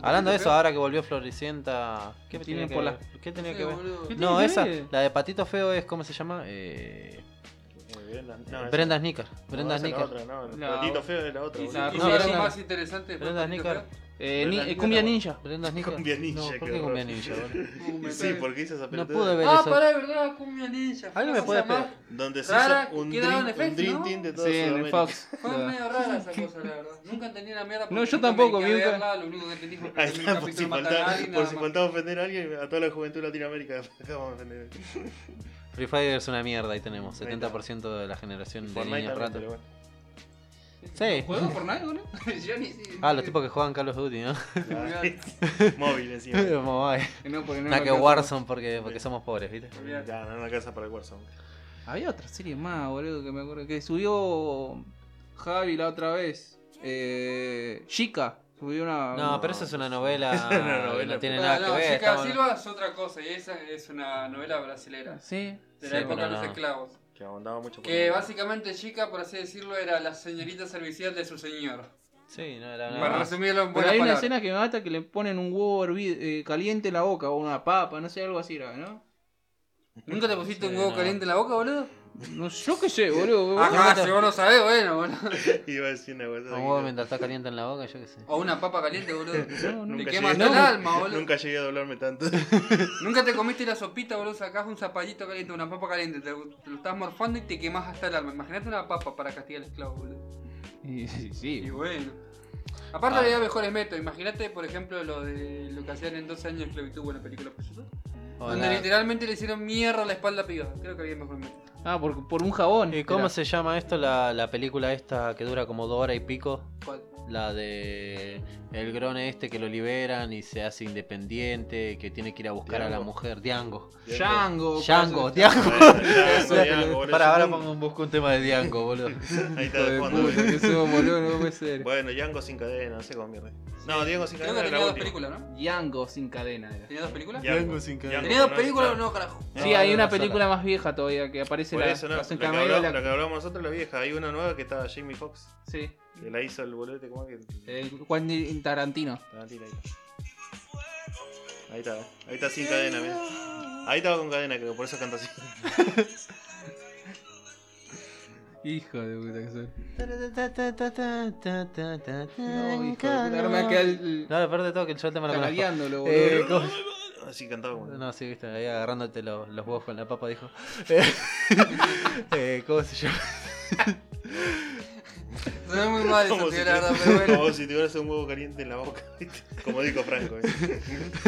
S1: Hablando de eso, ahora que volvió Floricienta, ¿qué
S5: Tiene
S1: tenía que
S5: por
S1: ver?
S5: la-
S1: ¿Qué tenía
S2: Sí,
S1: que ver?
S2: boludo.
S5: ¿Qué
S1: No,
S5: tiene que
S1: esa,
S5: ver?
S1: la de Patito Feo es, ¿cómo se llama? Eh,
S4: Eh, Brenda- no, esa-
S1: Brenda Snicker. Brenda
S4: esa es
S1: Snicker.
S4: la otra, no, el
S5: La-
S4: patito feo es la otra.
S2: Y
S4: boludo.
S2: si- y si
S1: no,
S2: era
S1: Brenda-
S2: más interesante. fue
S1: Brenda
S2: Patito
S1: Nica.
S2: Feo.
S5: Eh, ni-
S4: Pero la-
S5: eh, cumbia Ninja.
S1: Brenda Snicker.
S4: Cumbia Ninja,
S1: No, ¿por
S4: qué
S1: qué Cumbia
S4: horror.
S1: Ninja? boludo?
S2: Uh,
S4: Y
S2: me
S4: Sí,
S2: sale.
S4: porque hizo esa
S1: No
S4: pelotuda.
S1: pude ver
S2: Ah,
S1: eso.
S2: pará, de verdad, cumbia ninja.
S1: Alguien me
S2: Cosa
S1: puede
S2: más-
S1: esperar.
S4: Donde se
S2: Rara,
S4: hizo un
S2: que daban
S4: dream,
S2: effects,
S4: un dream
S2: ¿no?
S4: team de todo
S5: Sí, en el
S4: Sudamérica.
S5: Fox.
S2: Fue medio rara esa cosa, la verdad. Nunca entendí la mierda. porque
S5: No, yo
S2: nunca me
S5: tampoco,
S2: dediqué a
S5: vi un ca-
S2: verla, Lo único que entendí fue que
S4: Ahí
S2: en un
S4: está, por si
S2: capítulo matan a
S4: faltaba
S2: alguien,
S4: por
S2: nada
S4: si
S2: más.
S4: faltaba ofender a alguien, a toda la juventud de Latinoamérica. Acabamos de ofender.
S1: Free Fire es una mierda, ahí tenemos.
S4: Ahí está.
S1: 70% de la generación de
S4: Fortnite
S1: niños
S4: también,
S1: rato.
S4: pero bueno.
S1: Sí.
S5: ¿Juego por nadie, boludo? Yo ni si-
S1: Ah, los tipos que juegan Call of Duty, ¿no?
S4: Ah, Móvil encima.
S1: Como, ay,
S5: No, porque no
S1: Nada
S5: me
S1: que
S5: acuerdo.
S1: Warzone porque, porque somos pobres, ¿viste?
S2: Olvidate.
S4: Ya, no, una casa para el Warzone.
S5: Había otra serie más, boludo, que me acuerdo. Que subió Javi la otra vez. Eh, Chica. Subió una.
S1: No, pero eso es una novela.
S4: una
S1: que
S4: novela.
S1: No tiene
S2: Bueno,
S1: nada
S2: no,
S1: que ver.
S2: Chica
S1: estamos-
S2: Silva es otra cosa y esa es una novela brasilera
S5: Sí.
S2: de la
S1: Sí,
S2: época
S1: pero
S2: de los
S1: no.
S2: esclavos.
S4: Que abundaba mucho por
S2: Que
S4: el-
S2: básicamente Chica, por así decirlo, era la señorita servicial de su señor.
S1: Sí, no era nada.
S2: Para
S1: más.
S2: resumirlo en
S5: Pero hay
S2: buenas
S5: una
S2: palabras.
S5: escena que me mata que le ponen un huevo hervido, eh, caliente en la boca o una papa, no sé, algo así era, ¿no?
S2: ¿Nunca te pusiste
S1: Sí,
S2: un huevo
S1: no.
S2: caliente en la boca, boludo?
S5: No yo qué sé, boludo.
S2: Ajá,
S1: te-
S2: si vos Ah, no sabés, bueno, boludo.
S4: Iba a decir una cosa.
S1: Como vos mientras está caliente en la boca, yo qué sé.
S2: O una papa caliente, boludo.
S5: No, no.
S2: Te
S4: Nunca
S2: quemas
S4: llegué-
S2: el alma, boludo.
S4: Nunca llegué a doblarme tanto.
S2: Nunca te comiste la sopita, boludo, sacás un zapallito caliente, una papa caliente, te, te lo estás morfando y te quemás hasta el alma. Imagínate una papa para castigar al esclavo, boludo.
S5: Y- Sí,
S2: Y
S5: sí.
S2: bueno. Aparte
S1: Ah.
S2: había mejores métodos, imagínate por ejemplo lo de lo que hacían en 12 años de esclavitud, buena película por eso. Donde
S1: Hola.
S2: literalmente le hicieron mierda a la espalda piba. Creo que había mejor método.
S5: Ah, por, por un jabón.
S1: ¿Y cómo
S5: era.
S1: se llama esto? La, la película esta que dura como dos horas y pico.
S2: ¿Cuál?
S1: la de el grone este que lo liberan y se hace independiente, que tiene que ir a buscar a la
S4: Django.
S1: mujer, Diango.
S5: Django.
S1: Django,
S5: caso-
S1: Diango.
S4: Ya, ya, por Ah, eso
S1: Para ahora
S4: nunca-
S1: pongo, busco un tema de Diango, boludo.
S4: Ahí
S5: Hijo
S4: está de
S5: de
S4: fondo.
S5: puta, que somos, boludo, no puede ser.
S4: Bueno, Django sin cadena, no sé cómo mierda. No, Diego sin
S2: Creo que
S4: cadena.
S2: tenía dos películas, ¿no?
S5: Django sin cadena era.
S2: ¿Tenía dos películas?
S1: Django sin cadena.
S2: ¿Tenía dos películas o no, carajo?
S5: Sí, hay una película más vieja todavía que aparece
S4: Por
S5: la,
S4: eso no, la
S5: hace un
S4: que,
S5: cameo,
S4: hablamos,
S5: la-
S4: la que hablamos nosotros, la vieja. Hay una nueva que estaba Jamie Foxx,
S5: Sí,
S4: que la hizo el bolete, ¿cómo que?
S5: el Quentin Tarantino.
S4: Tarantino, ahí está. Ahí está, ahí está sin cadena, mira. Ahí estaba con cadena, creo, por eso canta así.
S5: Hijo de puta que soy. No, hijo de puta, ahora me va a quedar
S1: No,
S5: el-
S1: aparte de todo que yo el tema lo conozco.
S5: tarareándolo, boludo.
S1: Eh, ¿cómo-
S4: Así cantaba como.
S1: No, sí, viste, ahí agarrándote lo- los huevos con la papa, dijo. Eh, eh, ¿Cómo se llama?
S2: Se ve muy mal eso,
S4: Como, si
S2: tío, la verdad,
S4: tuviera-
S2: pero bueno.
S4: como si tuvieras un huevo caliente en la boca, ¿viste? como dijo Franco. ¿viste?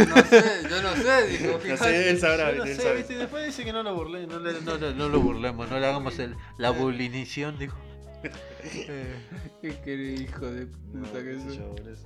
S2: No sé, yo no sé, digo,
S4: No sé,
S2: fíjate.
S4: él sabrá,
S1: Yo
S4: ¿viste?
S1: no
S4: él
S1: sé,
S4: sabe.
S1: viste, y después dice que no lo burlé, no, le- no, no- no lo burlemos, no le hagamos el- la bulinición, dijo. Eh,
S5: Qué querido hijo de
S4: No,
S5: puta
S4: qué
S5: que
S4: sé
S5: soy.
S4: yo, boludo.
S5: Es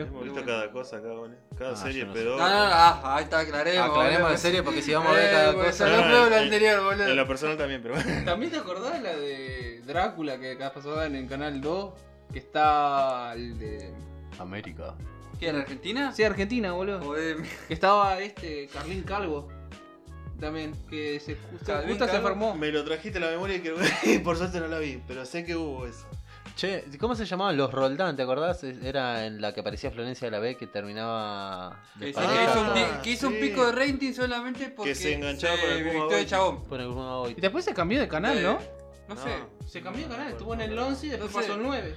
S4: Hemos
S5: muy
S4: visto
S5: bueno.
S4: cada cosa acá, boludo. Cada
S1: Ah,
S4: serie,
S1: yo no sé.
S4: pero.
S2: No, no, no, ah, ahí está, aclaremos.
S1: Aclaremos
S2: boludo.
S1: en serio porque si vamos a ver cada
S2: Eh, pues,
S1: cosa.
S2: Yo no
S4: No,
S2: creo
S4: en-
S2: la
S4: en-
S2: anterior, boludo.
S4: En lo personal también, pero bueno.
S5: ¿También te acordás la de Drácula que acá pasaba en el canal 2? Que está el de.
S1: América.
S2: ¿Qué, en Argentina?
S5: Sí, Argentina, boludo.
S2: Joder,
S5: Que estaba este, Carlín Calvo. También,
S2: Eh,
S5: que se justo,
S2: Carlín
S5: justo se
S2: Calvo.
S5: enfermó.
S4: Me lo trajiste a la memoria y que por suerte no la vi, pero sé que hubo eso.
S1: Che, ¿cómo se llamaban los Roldán? ¿Te acordás? Era en la que aparecía Florencia de la B que terminaba de
S2: Que hizo-
S1: pareja
S2: que hizo, un,
S1: con-
S2: pi- que hizo un
S4: Ah, sí.
S2: pico de rating solamente porque
S4: se enganchaba con el Puma
S2: vistió de
S4: Boy.
S2: chabón.
S1: con alguna hoy.
S5: Y después se cambió de canal, ¿no?
S2: No sé.
S5: Se cambió de canal, estuvo en el 11 y después
S2: No sé.
S5: pasó al 9.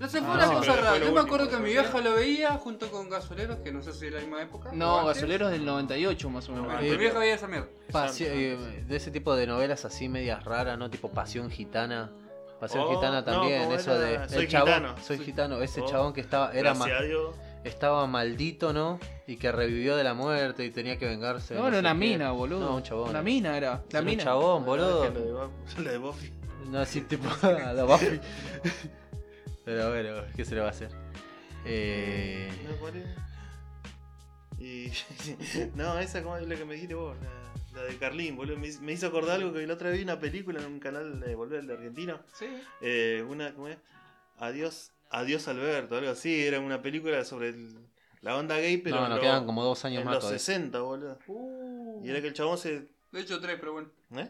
S2: No sé, fue
S1: Ah,
S2: una
S1: pero
S2: cosa
S4: después
S2: rara.
S4: lo
S2: Yo me
S4: último,
S2: acuerdo que mi
S4: ¿no?
S2: vieja lo veía junto con Gasoleros, que no sé si es la misma época. o
S5: No,
S2: antes.
S5: Gasoleros del 98 más o menos.
S2: Bueno, Mi vieja veía esa mierda.
S1: Pasión- eh, de ese tipo de novelas así medias raras, ¿no? Tipo Pasión Gitana. Pasión
S4: Oh,
S1: Gitana
S4: no,
S1: también,
S4: ¿cómo
S1: eso
S4: era?
S1: de
S4: Soy
S1: el chabón,
S4: gitano.
S1: soy
S4: Soy-
S1: gitano, ese
S4: Oh,
S1: chabón que estaba era ma-
S4: Gracias a Dios.
S1: estaba maldito, ¿no? Y que revivió de la muerte y tenía que vengarse. de
S5: No, era
S1: sé
S5: una
S1: qué.
S5: mina, boludo.
S1: No, un chabón.
S5: Una mina era. La
S1: Era un
S5: mina.
S1: chabón, boludo.
S4: La de Buffy- La de Buffy.
S1: No, así tipo a la Buffy. Pero bueno, ¿qué se le va a hacer? Eh,
S4: No, ¿cuál era? Y... no, esa como es la que me dijiste vos, la, la de Carlín, boludo. Me, me hizo acordar algo que la otra vez vi una película en un canal de boludo el de Argentina.
S5: Sí.
S4: Eh, una, ¿cómo es? Adiós, Adiós Alberto, algo así. Era una película sobre el- la onda gay, pero
S1: no,
S4: en
S1: nos
S4: lo-
S1: quedan como dos años
S4: en
S1: más
S4: los
S1: todavía.
S4: 60, boludo. Y era que el chabón se.
S2: De hecho, tres, pero bueno.
S4: ¿Eh?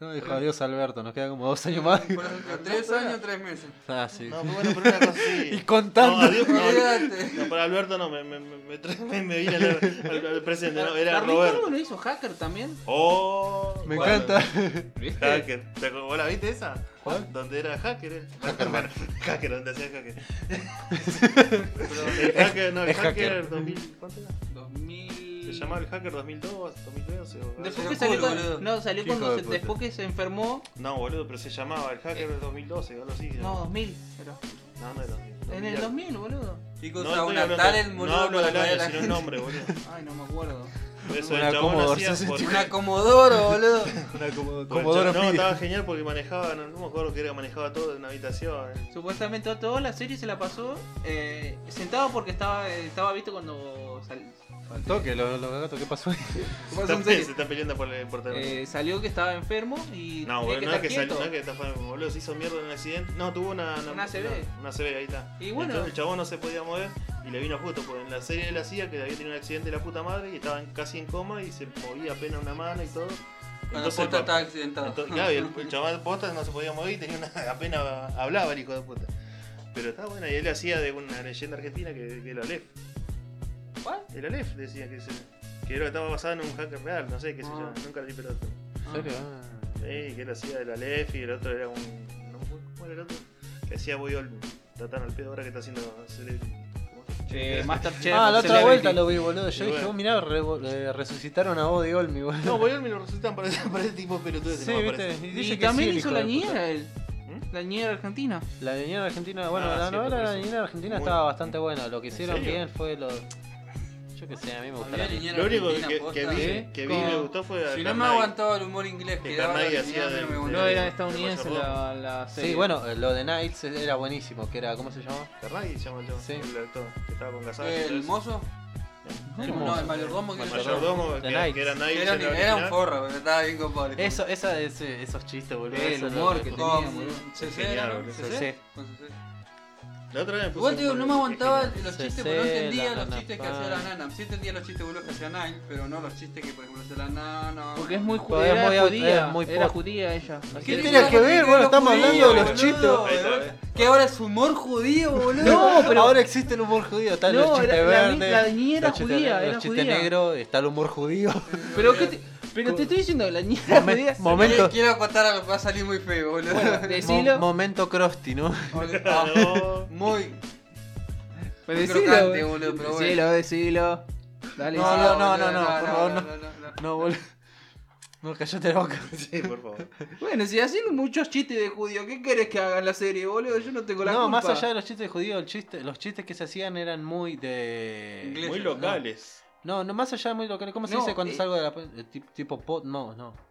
S1: No, dijo adiós Alberto, nos quedan como dos años más.
S2: Por ejemplo, tres años, tres meses.
S1: Ah, sí.
S4: No, pero bueno, pero una cosa así.
S1: Y contando.
S4: No, adiós, no,
S2: Olvídate.
S4: no, para Alberto no, me, me, me, me tra- me- me vine al, al- al presente, no, era
S5: Carlín Calvo
S4: Roberto.
S5: lo hizo hacker también.
S4: Oh,
S1: Me
S4: bueno.
S1: encanta.
S5: ¿Viste?
S4: Hacker. ¿Te acordás? ¿Vos la viste esa?
S1: ¿Cuál?
S4: Donde era hacker él. Hackerman. hacker, donde hacía hacker.
S2: Pero,
S4: El hacker, no, el
S1: es hacker.
S4: hacker 2000. ¿Cuánto era?
S5: 2000.
S4: Se llamaba el hacker 2002, 2012. o algo
S5: Después
S4: así.
S5: que
S2: Pero
S5: salió,
S2: culo,
S5: con-
S2: boludo.
S5: no, salió
S1: Qué
S5: cuando
S1: hijo
S5: se,
S1: de puta.
S5: después que se enfermó. Eh.
S4: No, boludo, pero se llamaba el hacker del 2012 o algo así.
S5: No, 2000. Pero,
S4: No, no era.
S5: en el 2000, boludo.
S2: y
S4: No,
S2: con
S4: estoy
S2: una
S4: hablando-
S2: tal el
S4: no hablo
S2: para
S4: del
S2: traer a
S4: año,
S2: la
S4: sino el
S2: gente.
S4: nombre, boludo.
S5: Ay, no me acuerdo.
S4: Eso
S1: Una
S4: el chabón
S1: Commodore
S4: hacía por-
S1: 64.
S2: Una Comodoro, boludo.
S4: por el
S1: Comodoro
S4: chabón- No,
S1: Pi.
S4: estaba genial porque manejaba, no, no me acuerdo que era, manejaba todo en una habitación. eh.
S5: Supuestamente toda la serie se la pasó eh, sentado porque estaba, eh, estaba visto cuando sal-
S1: Toque, los los gatos, ¿qué pasó ahí?
S5: pasó en
S4: Está-
S5: serie.
S4: se está peleando por el por teléfono.
S5: Eh, salió que estaba enfermo y tenía
S4: No, boludo, no es
S5: que
S4: que
S5: estar
S4: salió, no
S5: quieto.
S4: es que está fue- boludo, se hizo mierda en un accidente. No, tuvo una.
S5: Una ACV.
S4: Una, una CB, ahí está.
S5: Y bueno.
S4: Entonces el chabón no se podía mover y le vino justo, porque en la serie de la CIA que había tenido un accidente de la puta madre y estaba en- casi en coma y se movía apenas una mano y todo.
S2: Cuando la puta
S4: el
S2: estaba
S4: pa-
S2: accidentada.
S4: entonces, claro, y el, el chabón posta no se podía mover y tenía una, apenas hablaba el hijo de puta. Pero estaba bueno, y él hacía de una leyenda argentina que, que era Aleph.
S5: ¿Cuál?
S4: El Aleph decía que, se, que era, estaba basado en un hacker real, no sé qué sé
S2: Ah.
S4: yo, nunca leí pelota.
S1: ¿En serio? Ah.
S4: Sí, que él hacía de la Lef y el otro era un. No, me acuerdo ¿Cómo era el otro? Que hacía Boy Olmo. Está tan al pedo ahora que está haciendo. celebrity. ¿Cómo se llama?
S5: Eh, Masterchef.
S1: Ah, la otra
S5: Celebrity.
S1: vuelta lo vi, boludo. Yo
S4: Y
S1: dije,
S4: bueno.
S1: oh, mirá, revo- eh, resucitaron a Body Olmi, boludo.
S4: No, Boy Olmo lo resultan para ese, para ese tipo de pelotudo.
S1: Sí, viste. Y dice
S5: Y
S1: que
S5: también
S1: sí, el
S5: hizo
S1: hijo
S5: la
S1: de puta.
S5: niñera él.
S4: ¿Mm?
S5: La niñera argentina.
S1: La niñera argentina, bueno,
S4: Ah,
S1: la
S4: sí,
S1: novela de
S4: por
S1: la
S4: eso.
S1: niñera argentina
S4: Muy-
S1: estaba bastante buena. Lo que hicieron
S4: serio?
S1: bien fue lo. Yo que sé, a mí me gusta
S2: Había
S1: la
S2: niñera
S4: Lo único que,
S2: argentina,
S4: que-
S2: posta.
S4: que vi, que vi y me
S5: Como-
S4: gustó fue. a
S2: Si no me
S4: Carnage.
S2: aguantaba el humor inglés
S4: Que
S2: que daba
S4: Carnage
S2: la
S4: hacía
S2: niñera,
S4: de-
S2: no me
S5: No
S2: gustaba.
S4: de-
S5: era estadounidense la, la
S1: Sí,
S5: serie.
S1: bueno, eh, lo de Nights era buenísimo, que era, ¿cómo se llamaba?
S4: Carnage se llama el,
S1: Sí.
S4: el actor que estaba con Casado.
S2: ¿El mozo? No, el mayordomo que
S4: El
S2: era-
S4: mayordomo,
S1: The
S4: que,
S1: Knight.
S4: que era Knight.
S2: era, un- era un forro, eh. pero estaba bien compadre.
S1: Eso, esa, ese- esos chistes, boludo.
S2: Eh, el
S1: eso
S2: humor
S1: lo-
S2: que
S1: lo-
S2: tenía,
S1: Con-
S2: boludo. CC,
S4: Genial,
S2: era, ¿no?
S4: boludo.
S2: CC. Con CC.
S4: La otra
S5: Pues
S4: vez me puse
S2: Igual te digo,
S4: un-
S2: no me aguantaba los
S1: CC,
S2: chistes, porque no entendía
S1: la
S2: los
S1: nana
S2: chistes que
S1: pan.
S2: hacía la nana. Sí entendía los chistes boludos que hacía Nine, pero no los chistes que por ejemplo hacía la nana.
S5: Porque es muy ju-
S1: Porque es
S5: era
S1: muy au-
S5: judía.
S1: es muy
S5: era
S1: pop.
S5: judía ella.
S1: ¿Qué
S2: tiene
S1: tiene que ver?
S2: con
S1: Bueno,
S2: los
S1: estamos hablando
S2: judíos,
S1: de los chistes.
S2: boludo?
S4: Ahí está, ¿ves?
S2: Que ahora es humor judío, boludo.
S5: No, pero-
S1: Ahora existe el humor judío, están
S5: No,
S1: los chistes
S5: era- la ni-
S1: verdes.
S5: la niña era
S1: los chistes-
S5: judía,
S1: Los
S5: era
S1: chistes
S5: judía.
S1: negros, está el humor judío.
S5: Pero, ¿qué te, pero te estoy diciendo, la niña era
S1: Momen-
S5: judía.
S1: momento,
S2: Quiero- Quiero contar algo que va a salir muy feo, boludo.
S1: mo-
S5: Decilo.
S1: momento Krusty, ¿no?
S4: No,
S2: muy.
S5: Pues
S2: muy
S5: decilo,
S2: crocante,
S5: boludo.
S2: boludo, pero
S5: decilo, decilo. Dale,
S1: No,
S5: decilo.
S1: no, no, no, no, por favor, no.
S2: no.
S1: No, boludo. No, callate la boca.
S4: sí, por favor.
S5: Bueno, si hacen muchos chistes de judío, ¿qué querés que haga en la serie, boludo? Yo no tengo la
S1: No,
S5: culpa.
S1: más allá de los chistes judíos, el chiste, los chistes que se hacían eran muy de.
S2: Inglés.
S4: Muy
S2: no.
S4: locales.
S1: No, no, más allá de muy local. ¿Cómo se
S5: No,
S1: dice cuando
S5: eh.
S1: salgo de la. pa- eh, tip- tipo pot? No, no.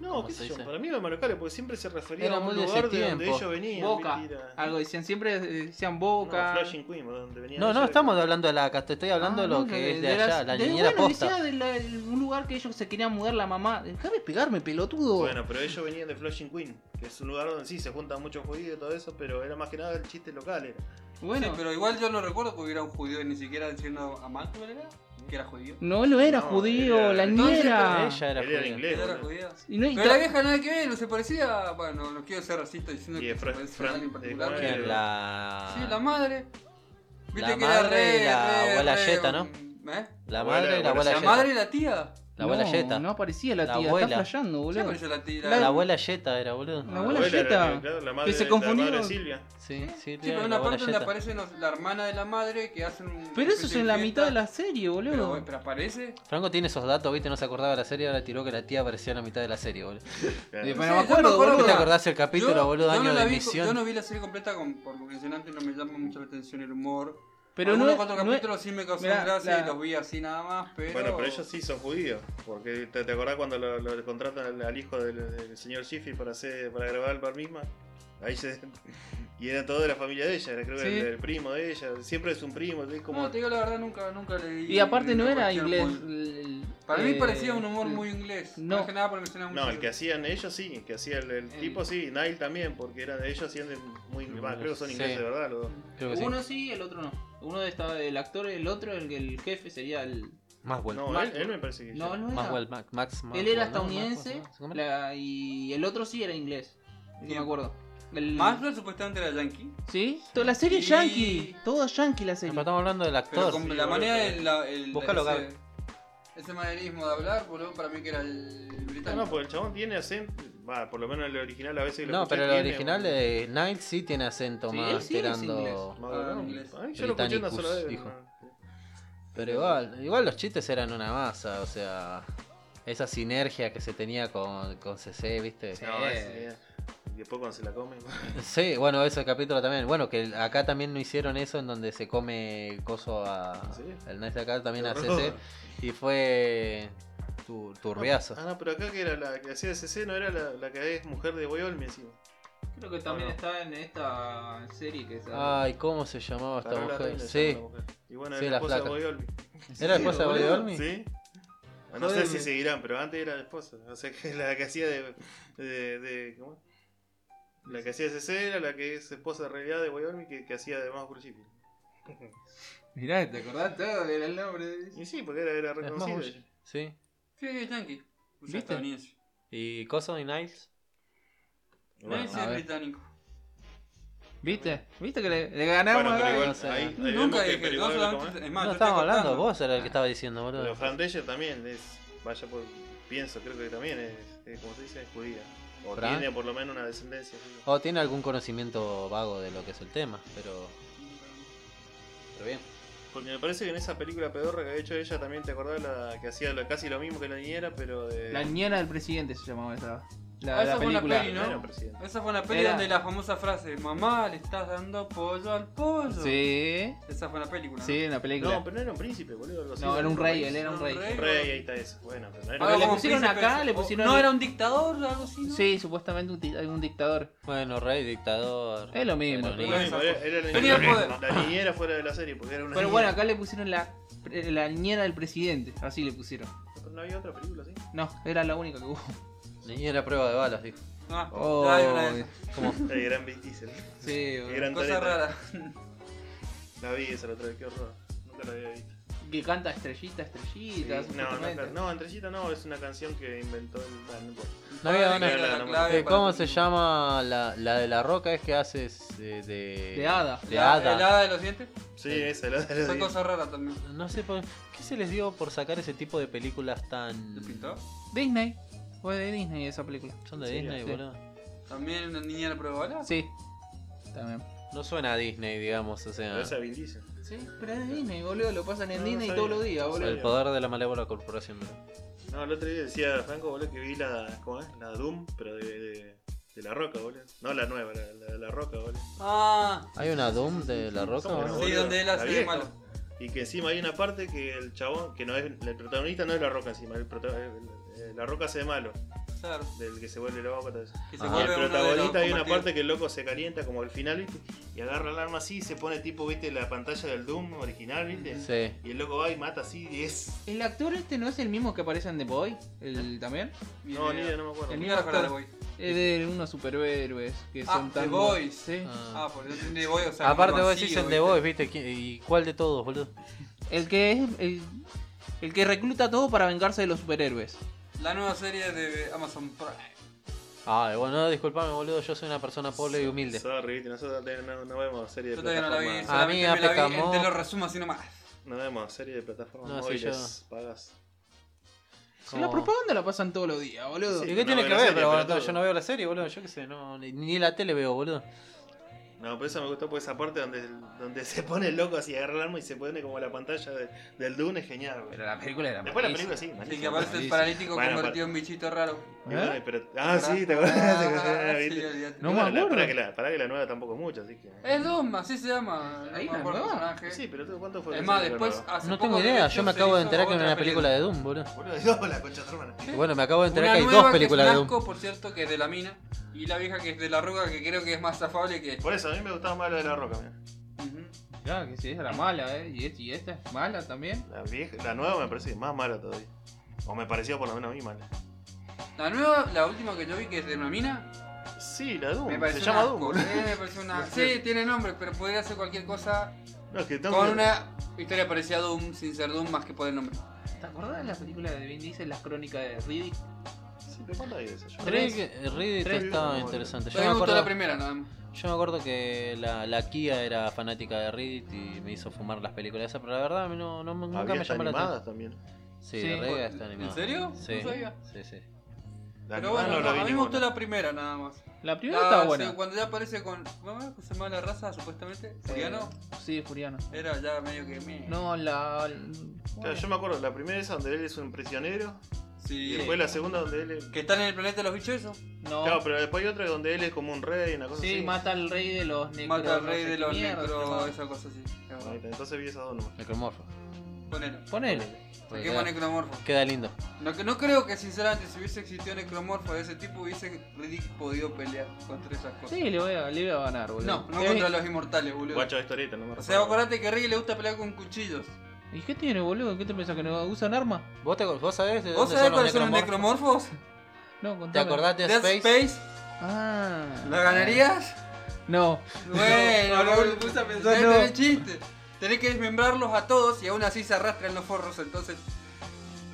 S4: No,
S1: ¿Cómo
S4: qué
S1: se
S4: sé yo,
S1: dice?
S4: para mí eran más locales porque siempre se referían
S1: Era
S4: a un
S1: muy de ese
S4: lugar de donde
S1: tiempo.
S4: ellos venían.
S5: Boca.
S4: mentira.
S5: Algo decían, siempre eh, decían
S4: No,
S5: boca.
S4: Flushing Queen, por donde venían
S1: No, no
S4: ellos.
S1: estamos hablando de la casta, estoy hablando
S5: Ah,
S1: de lo
S5: no,
S1: que es de
S5: las-
S1: allá, la
S5: de-
S1: niñera
S5: bueno,
S1: posta.
S5: decía de la- un lugar que ellos se querían mudar la mamá. Déjame pegarme, pelotudo.
S4: Bueno, pero ellos venían de Flushing Queen, que es un lugar donde sí se juntan muchos judíos y todo eso, pero era más que nada el chiste local. Era.
S5: Bueno,
S2: Sí, pero igual yo no recuerdo que hubiera un judío ni siquiera diciendo a Malcolm era que era judío.
S5: no lo era
S4: No,
S5: judío,
S4: era-
S5: la
S2: Entonces,
S5: niñera.
S1: pues, Ella era
S4: Él era
S1: judía.
S4: inglés.
S2: Era
S4: boludo.
S2: judío.
S5: Y no, y
S2: Pero
S5: ta-
S2: la vieja nada que ver, no se parecía. Bueno, no quiero ser racista diciendo
S4: Y
S2: que
S4: de
S2: se
S4: Fran-
S2: parece a
S4: Fran-
S2: alguien en
S4: de
S2: particular.
S4: Juan
S1: Que
S2: pero-
S4: Gabriel.
S1: La...
S2: Sí, la madre. Viste
S1: La
S2: que era
S1: madre y
S2: re.
S1: la
S2: re-
S1: abuela
S2: re-
S1: Yeta, ¿no?
S2: mm, ¿Eh?
S1: la
S4: Abuela,
S1: madre y la
S4: abuela,
S1: abuela
S2: La
S1: Yeta.
S2: madre y la tía.
S1: La abuela
S5: no,
S1: Yeta.
S5: No aparecía la
S1: La
S5: tía,
S1: abuela.
S5: está flayando,
S2: Ya
S5: boludo.
S2: apareció la tía.
S1: La abuela Yeta era, boludo.
S5: La abuela
S4: era-
S5: Jetta,
S4: claro, la
S5: que
S4: madre,
S5: se
S4: la
S5: confundieron.
S4: madre Silvia.
S1: Sí, sí,
S2: Sí, pero
S1: la
S2: hay una
S1: abuela
S2: parte donde
S1: Yeta.
S2: aparece no- la hermana de la madre que hacen un.
S5: Pero eso es en la mitad de la serie, boludo.
S2: Pero, pero aparece.
S1: Franco tiene esos datos, viste, no se acordaba de la serie, ahora tiró que la tía aparecía en la mitad de la serie, boludo.
S4: Claro.
S5: De-
S2: Eh,
S5: Bueno,
S2: No sé,
S5: me
S2: yo
S5: acuerdo, boludo.
S1: ¿No te acordás el capítulo, boludo,
S2: yo
S1: año
S2: no la
S1: de
S2: vi,
S1: emisión?
S2: Yo no vi la serie completa, con, por lo que mencionaste, no me llama mucho la atención el humor.
S5: Pero no,
S2: Algunos cuatro
S5: no-
S2: capítulos sí me causaron
S5: Mirá,
S2: gracia
S5: la-
S2: y los vi así nada más, pero...
S4: Bueno, pero ellos sí son judíos, porque te, te acordás cuando lo, lo contratan al, al hijo del, del señor Schiffer para hacer para grabar el bar misma. Ahí se, y era todo de la familia de ella, era creo que
S5: Sí.
S4: el, el primo de ella, siempre es un primo, es como
S2: No, te digo la verdad, nunca, nunca leí...
S5: y aparte no
S2: una
S5: era
S2: cuestión
S5: inglés.
S2: muy-
S5: el- el-
S2: Para mí
S5: eh,
S2: parecía un humor
S5: el-
S2: muy inglés.
S5: no.
S2: Más que nada porque mencionaba mucho...
S4: No, el que hacían ellos sí, el que hacía el, el
S2: El-
S4: tipo sí, Nile también, porque eran ellos hacían de muy bah, creo que son
S1: Sí.
S4: ingleses de verdad los dos.
S1: Creo que sí.
S5: Uno sí, el otro no. Uno estaba el actor, el otro el, el jefe sería el.
S1: Maxwell.
S4: No, él,
S5: Maxwell.
S4: él me parece que
S5: No,
S4: ya.
S5: no era.
S1: Maxwell, Max, Max,
S5: él era
S1: Maxwell, ¿no?
S5: estadounidense
S1: Maxwell, ¿no?
S5: la- y el otro sí era inglés. No me
S2: Bien.
S5: acuerdo. El,
S2: Maslow supuestamente era yankee,
S5: ¿Sí? Toda la serie es
S2: Sí.
S5: yankee. Toda yankee la
S1: No,
S5: serie.
S1: pero estamos hablando del
S2: pero
S1: actor.
S2: con
S4: sí,
S2: la
S4: boludo,
S2: manera
S4: pero-
S2: del... la- el-
S1: Búscalo,
S2: ese-
S1: Gaby.
S2: Ese manerismo de hablar, boludo, para mí que era el
S4: No,
S2: británico.
S4: no, porque el chabón tiene acento, va, por lo menos el original a veces lo
S1: No,
S4: escuché,
S1: pero el
S4: tiene
S1: original
S4: un-
S1: de Niles sí tiene acento
S5: Sí, él
S1: más
S5: sí es
S1: tirando.
S5: inglés.
S4: más grande.
S2: inglés.
S4: Ay, yo lo escuché una sola vez.
S1: Britannicus,
S4: ¿no?
S1: Pero igual, igual los chistes eran una masa, o sea, esa sinergia que se tenía con, con CC, ¿viste? Sí.
S4: No, ese- y después cuando se la come.
S1: bueno, ese capítulo también. Bueno, que acá también no hicieron eso en donde se come coso a.
S4: ¿Ah, ¿Sí?
S1: El Niles de acá también a
S4: Qué
S1: CC.
S4: horror.
S1: Y fue. tu- turbiazo.
S4: Ah, no, pero acá que era la que hacía de CC no era la, la que es mujer de Boy Olmi encima.
S5: Creo que también
S4: no.
S5: está en esta serie que es.
S1: Ay, ¿cómo se llamaba esta
S4: Carola
S1: mujer?
S4: Reina se
S1: Sí.
S4: llama la mujer. Y bueno,
S1: Sí,
S4: era la
S1: la
S4: esposa de
S1: flaca.
S4: Boy Olmi.
S1: ¿Era esposa de
S5: boludo.
S1: Olmi?
S4: ¿Sí? Ah, No sé
S2: Joder,
S4: si
S2: me-
S4: seguirán, pero antes era la esposa. O sea, que la que hacía de. de, de- ¿Cómo? La que hacía de CC era la que es esposa de realidad de Wyoming que, que hacía de Mouse Crucifixion.
S2: Mirá, ¿te
S5: ¿Verdad? Todo era el nombre.
S4: Y sí, porque era, era
S1: Es
S4: reconocida.
S1: más,
S4: ella.
S1: sí.
S2: Sí, es yankee. O sea,
S1: ¿Viste?
S2: estadounidense.
S1: ¿Y Coso y Niles?
S2: No, ese
S5: a
S2: es
S5: ver.
S2: británico.
S5: ¿Viste? ¿Viste que le, le ganamos
S4: Bueno,
S5: a
S4: pero
S5: Gaby?
S4: igual,
S1: o sea,
S4: ahí, ahí vemos
S2: Nunca
S4: que
S2: dije,
S4: pero
S2: no
S4: igual, ¿cómo
S2: solamente... Es más,
S1: No,
S2: yo
S1: estábamos
S2: estoy
S1: hablando,
S2: contando.
S1: vos era el que estaba diciendo,
S4: es?
S1: boludo.
S4: Pero Fran Drescher también es. Vaya por. Pienso, creo que también es. es, como se dice, es judía. O
S1: Fran.
S4: tiene por lo menos una descendencia. judía.
S1: O tiene algún conocimiento vago de lo que es el tema, pero. Pero bien.
S4: Porque me parece que en esa película pedorra que había hecho ella también te acordás la que hacía lo- casi lo mismo que la niñera, pero de.
S5: La niñera del presidente se llamaba esa. La,
S2: Ah,
S5: la
S2: esa fue una
S5: película.
S2: peli, ¿no?
S4: No era presidente.
S2: Esa fue una peli
S5: Era-
S2: donde la famosa frase, mamá, le estás dando pollo al pollo.
S5: Sí,
S2: Esa fue la película. ¿no?
S5: sí, en la película.
S4: No,
S5: No,
S4: pero no era un príncipe, boludo. algo así.
S5: era un rey, él era un
S2: Un
S5: rey.
S2: rey.
S4: Rey, ahí está eso. Bueno, pero no era.
S5: Pero
S2: Algo
S5: le
S2: como
S5: pusieron
S2: príncipe,
S5: acá, le
S2: o-
S5: pusieron-
S2: ¿No era un dictador o algo así? ¿no?
S5: Sí, supuestamente un di- algún dictador.
S1: Bueno, rey, dictador.
S5: Es lo mismo,
S1: peronista.
S5: pero
S4: Bueno,
S2: esa
S4: era- era la
S2: Tenía
S4: niñera-
S2: poder.
S4: La niñera fuera de la serie, porque era una.
S5: Pero bueno,
S4: niñera.
S5: acá le pusieron la, la niñera del presidente, así le pusieron.
S4: Pero no había otra película así.
S5: No, era la única que hubo.
S1: Niñera prueba de balas, dijo.
S2: Ah,
S5: Oh.
S2: hay una de esas.
S4: El gran Vin Diesel.
S5: Sí,
S4: El
S5: boludo.
S4: gran
S2: Cosa
S4: Tareta.
S2: rara.
S4: La vi esa la otra vez, qué horror. Nunca la había visto.
S5: que canta estrellita, estrellita,
S4: Sí, no,
S5: supuestamente.
S4: no, no, Estrellita no, es una canción que inventó el. ah, no importa.
S1: No había una-
S2: Era la
S4: no, no,
S2: clave
S1: Eh,
S2: para
S1: ¿Cómo
S2: tu-
S1: se llama la, la de la roca? Es que haces eh, de...
S5: De hada.
S1: De
S2: La-
S1: hada.
S2: ¿El hada de los dientes?
S4: Sí, esa, la de
S2: Son
S4: la
S2: cosas raras también.
S1: No sé, por... ¿qué se les dio por sacar ese tipo de películas tan...
S2: ¿Te pintó?
S5: Disney. Fue de Disney esa película.
S1: Son de
S4: Sí,
S1: Disney,
S5: sí.
S1: boludo.
S2: ¿También una niña de prueba de balas?
S5: Sí. También.
S1: No suena a Disney, digamos, o sea...
S4: Pero esa es Vin Diesel.
S5: Sí, pero es de Disney, boludo. Lo pasan en
S4: No, no
S5: Disney
S4: sabía.
S5: todos los días,
S4: No
S5: boludo.
S4: sabía.
S1: El poder de la malévola corporación. boludo.
S4: No, el otro día decía Franco, boludo, que vi la. ¿Cómo es? La Doom, pero de. de, de la roca, boludo. No la nueva, la, la de la roca, boludo.
S2: Ah,
S1: ¿Hay una Doom de la roca?
S4: ¿Cómo
S1: boludo?
S4: no,
S2: sí,
S4: boludo?
S2: donde él
S4: La
S2: hace de
S4: vieja.
S2: malo.
S4: Y que encima hay una parte que el chabón, que no es. El protagonista no es la roca encima, el prota- el- el- la roca hace de malo,
S2: Claro.
S4: del que se vuelve loco. todo eso.
S2: Que se
S1: Ah.
S4: Y el
S2: vuelve uno de los
S4: protagonista hay una
S2: combatientes.
S4: parte que el loco se calienta como al final, ¿viste? Y agarra el arma así y se pone tipo, viste, la pantalla del Doom original, ¿viste?
S1: Sí.
S4: Y el loco va y mata así y es.
S5: El actor este no es el mismo que aparece en The Boy, el también.
S2: Ni
S4: No, ni
S2: idea.
S4: idea, no me acuerdo.
S5: El
S2: Ni
S5: mío-
S2: me acuerdo de Boy.
S5: Es de unos superhéroes que
S2: Ah,
S5: son
S2: The
S5: tan.
S2: Boys.
S5: Sí.
S1: Ah.
S2: Ah, porque no tiene Boy, o sea.
S1: Aparte
S2: como
S1: vos
S2: vacío,
S1: decís el
S2: ¿viste?
S1: de Boys, viste, ¿Qui- ¿y cuál de todos, boludo?
S5: El que es. El, el que recluta todo para vengarse de los superhéroes.
S2: La nueva serie de Amazon Prime.
S1: Ah, bueno, disculpame, boludo, yo soy una persona pobre y humilde.
S4: Sorry, viste, nosotros te- no, no vemos serie de
S2: Yo todavía no la vi.
S4: plataformas.
S2: solamente
S1: Amiga,
S2: me la vi,
S1: pecamó.
S2: Te lo resumo así nomás.
S4: No vemos serie de plataformas
S1: No, sí,
S4: móviles pagas.
S5: Si La propaganda la pasan todos los días, boludo.
S1: ¿Y
S4: Sí.
S1: qué
S4: no
S1: tiene
S4: veo
S1: que
S4: la
S1: ver?
S4: serie,
S1: Pero
S4: pelotudo.
S1: yo no veo la serie, boludo, yo qué sé, no, ni, ni la tele veo, boludo.
S4: No, pero eso me gustó por esa parte donde, donde se pone el loco así, agarra el arma y se pone como la pantalla de- del Dune, es genial. güey.
S5: la película era
S4: Después la película sí,
S2: Sí,
S4: malísima.
S2: que aparece el
S1: malísimo.
S2: paralítico
S4: Bueno,
S2: convertido en bichito raro.
S4: Y bueno, pero- ah, sí, te acuerdas. te acuerdas,
S2: ¿Eh? Ah, sí,
S4: ¿viste?
S2: olvídate.
S5: No
S4: Bueno,
S5: me
S4: la-
S5: acuerdo.
S4: Para que, la, para que la nueva tampoco es mucho, así que.
S2: Es Doom, así se llama.
S5: Ahí
S2: no
S5: la
S2: me acuerdo el
S5: nueva.
S2: personaje.
S4: Sí, pero tú, ¿cuánto fue?
S2: Es
S4: que
S2: más,
S4: se
S2: después.
S4: renovó?
S2: Pues, hace
S1: No
S2: poco
S1: tengo idea, yo
S2: Netflix
S1: me acabo de
S2: hizo
S1: enterar que hay
S2: otra
S1: una película de Doom, boludo.
S4: Boludo, Dios, la concha de tu hermana.
S1: Bueno, me acabo de enterar
S2: Una
S1: que hay
S2: nueva
S1: dos películas
S2: que
S1: de
S2: es un
S1: Doom.
S2: asco, por cierto, que es de la mina. Y la vieja que es de la ruga, que creo que es más afable que.
S4: Por eso, a mí me gustaba más la de la roca, mirá.
S2: Ujú.
S5: Claro, que sí, esa era mala, ¿eh? Y esta, y esta es mala también.
S4: La, vieja, la nueva me parece más mala todavía. O me pareció por lo menos a mí mala.
S2: La nueva, la última que yo vi, que es de una mina.
S4: Sí, la Doom.
S2: Me
S4: Se
S2: pareció
S4: llama
S2: una.
S4: Doom, boludo.
S2: eh, me pareció una. Sí, tiene nombre, pero podría ser cualquier cosa.
S4: No, es que tengo
S2: Con
S4: que-
S2: una historia parecida a Doom, sin ser Doom, más que por el nombre.
S5: ¿Te acordás de la película de Vin Diesel, Las Crónicas de Riddick?
S4: Sí, pero ¿cuánto hay de eso? Yo-
S1: Rick, eh, Riddick
S4: Tres.
S1: estaba
S4: Tres.
S1: interesante. Yo
S2: Todavía
S1: me,
S2: me gustó la
S1: acuerdo,
S2: primera, nada más.
S1: yo me acuerdo que la, la Kia era fanática de Riddick y me hizo fumar las películas esas, pero la verdad a mí no, no- nunca
S4: Había
S1: me
S4: hasta
S1: llamó la atención.
S4: animadas también.
S1: Sí,
S5: Sí.
S1: Riddick está animada.
S2: ¿En serio?
S1: Sí,
S2: No sabía.
S1: sí, sí.
S4: La
S2: Pero
S4: animada
S2: bueno,
S4: no la
S2: no,
S4: vi
S2: a mí me
S4: ninguna.
S2: gustó la primera, nada más.
S5: La primera
S2: La-
S5: estaba
S2: sí,
S5: buena. Eh.
S2: cuando ya aparece con. ¿Cómo es que se llama la raza, supuestamente? ¿Furiano?
S5: Sí, Furiano.
S2: Era ya medio que. meh.
S5: No, la.
S4: Claro, yo me acuerdo, la primera es donde él es un prisionero. Y
S2: Sí.
S4: después la segunda donde él es.
S2: Que están en el planeta de los bichos, eso.
S5: No.
S4: Claro, pero después hay otra donde él es como un rey, una cosa
S5: sí,
S4: así.
S5: mata al rey de los negros.
S2: Mata al rey de los
S5: negros.
S2: necros, esa cosa así.
S4: Ahí está, Entonces vi esas dos nomás.
S1: Necromorfo.
S2: Ponelo.
S5: Ponele.
S1: Porque queda-
S2: Saquemos necromorfo.
S1: Queda lindo.
S2: No, que- no creo que sinceramente si hubiese existido necromorfo de ese tipo hubiese Riddick podido pelear contra esas cosas.
S5: Sí, le voy a, le voy a ganar, boludo.
S2: No, no
S5: Eh,
S2: contra los inmortales, boludo.
S4: Guacho de historieta, no me
S2: O
S4: recuerdo.
S2: sea, acordate que a Rick le gusta pelear con cuchillos.
S5: ¿Y qué tiene, boludo? ¿Qué te pensás que no usan arma?
S1: ¿Vos, te, vos sabés de
S2: ¿Vos
S1: dónde
S2: sabés
S1: son los
S2: cuáles son los
S1: necromorfos?
S2: necromorfos?
S5: No, contame.
S1: ¿Te acordás de
S2: Dead
S1: Space?
S2: Space,
S5: Ah.
S2: ¿la ganarías?
S5: No.
S2: Bueno,
S8: no,
S2: boludo,
S8: me puse a pensar,
S2: tenés
S5: no.
S2: tenés chiste. Tenés que desmembrarlos a todos y aún así se arrastran los forros, entonces.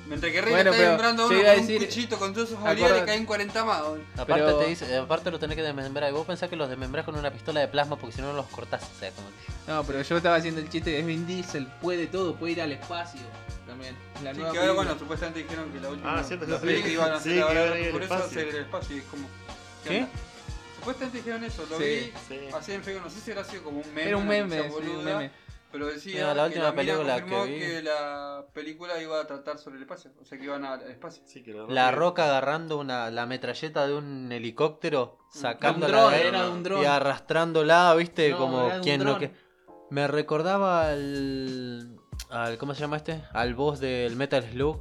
S2: Mientras que Rick
S5: Bueno,
S2: está
S5: pero
S2: desmembrando a
S5: yo
S2: uno
S5: iba a
S2: con un
S5: decir-
S2: cuchito con todos sus
S5: Acordate-
S2: habilidades le caen 40 más. boludo.
S1: Aparte,
S5: Pero-
S1: te dice, aparte lo tenés que desmembrar. Y vos pensás que los desmembrás con una pistola de plasma porque si no no los cortás. O sea, como que-
S5: No, pero yo estaba haciendo el chiste de Vin Diesel. Puede todo, puede ir al espacio. También. La nueva
S2: Sí, que ahora,
S5: película.
S2: bueno, supuestamente dijeron que la última.
S4: Ah, cierto,
S2: la
S4: sí.
S2: película que iban a hacer
S4: Sí, que
S2: ahora,
S4: iban a ir al
S2: por eso
S4: espacio.
S2: hacer el espacio y es como.
S1: ¿Qué?
S2: onda? Supuestamente dijeron eso, lo
S5: Sí.
S4: Sí.
S2: vi así en Facebook, no sé si era sido como un meme.
S5: Era un
S2: una
S5: meme,
S2: noticia
S5: sí, un
S2: boluda,
S5: meme.
S2: Pero decía
S1: Mira, la
S2: que
S1: última
S2: la mina
S1: película
S2: confirmó
S1: que vi.
S2: que la película iba a tratar sobre el espacio. O sea, que iban al espacio.
S4: Sí, que la
S1: La
S4: roca-
S1: roca agarrando una, la metralleta de un helicóptero, sacándola
S5: Mm. dron,
S1: de ahí
S5: era de un dron.
S1: y arrastrándola, viste,
S5: No,
S1: como
S5: era de un
S1: quien no
S5: dron.
S1: que. Me recordaba al, al. ¿Cómo se llama este? Al boss del Metal Slug.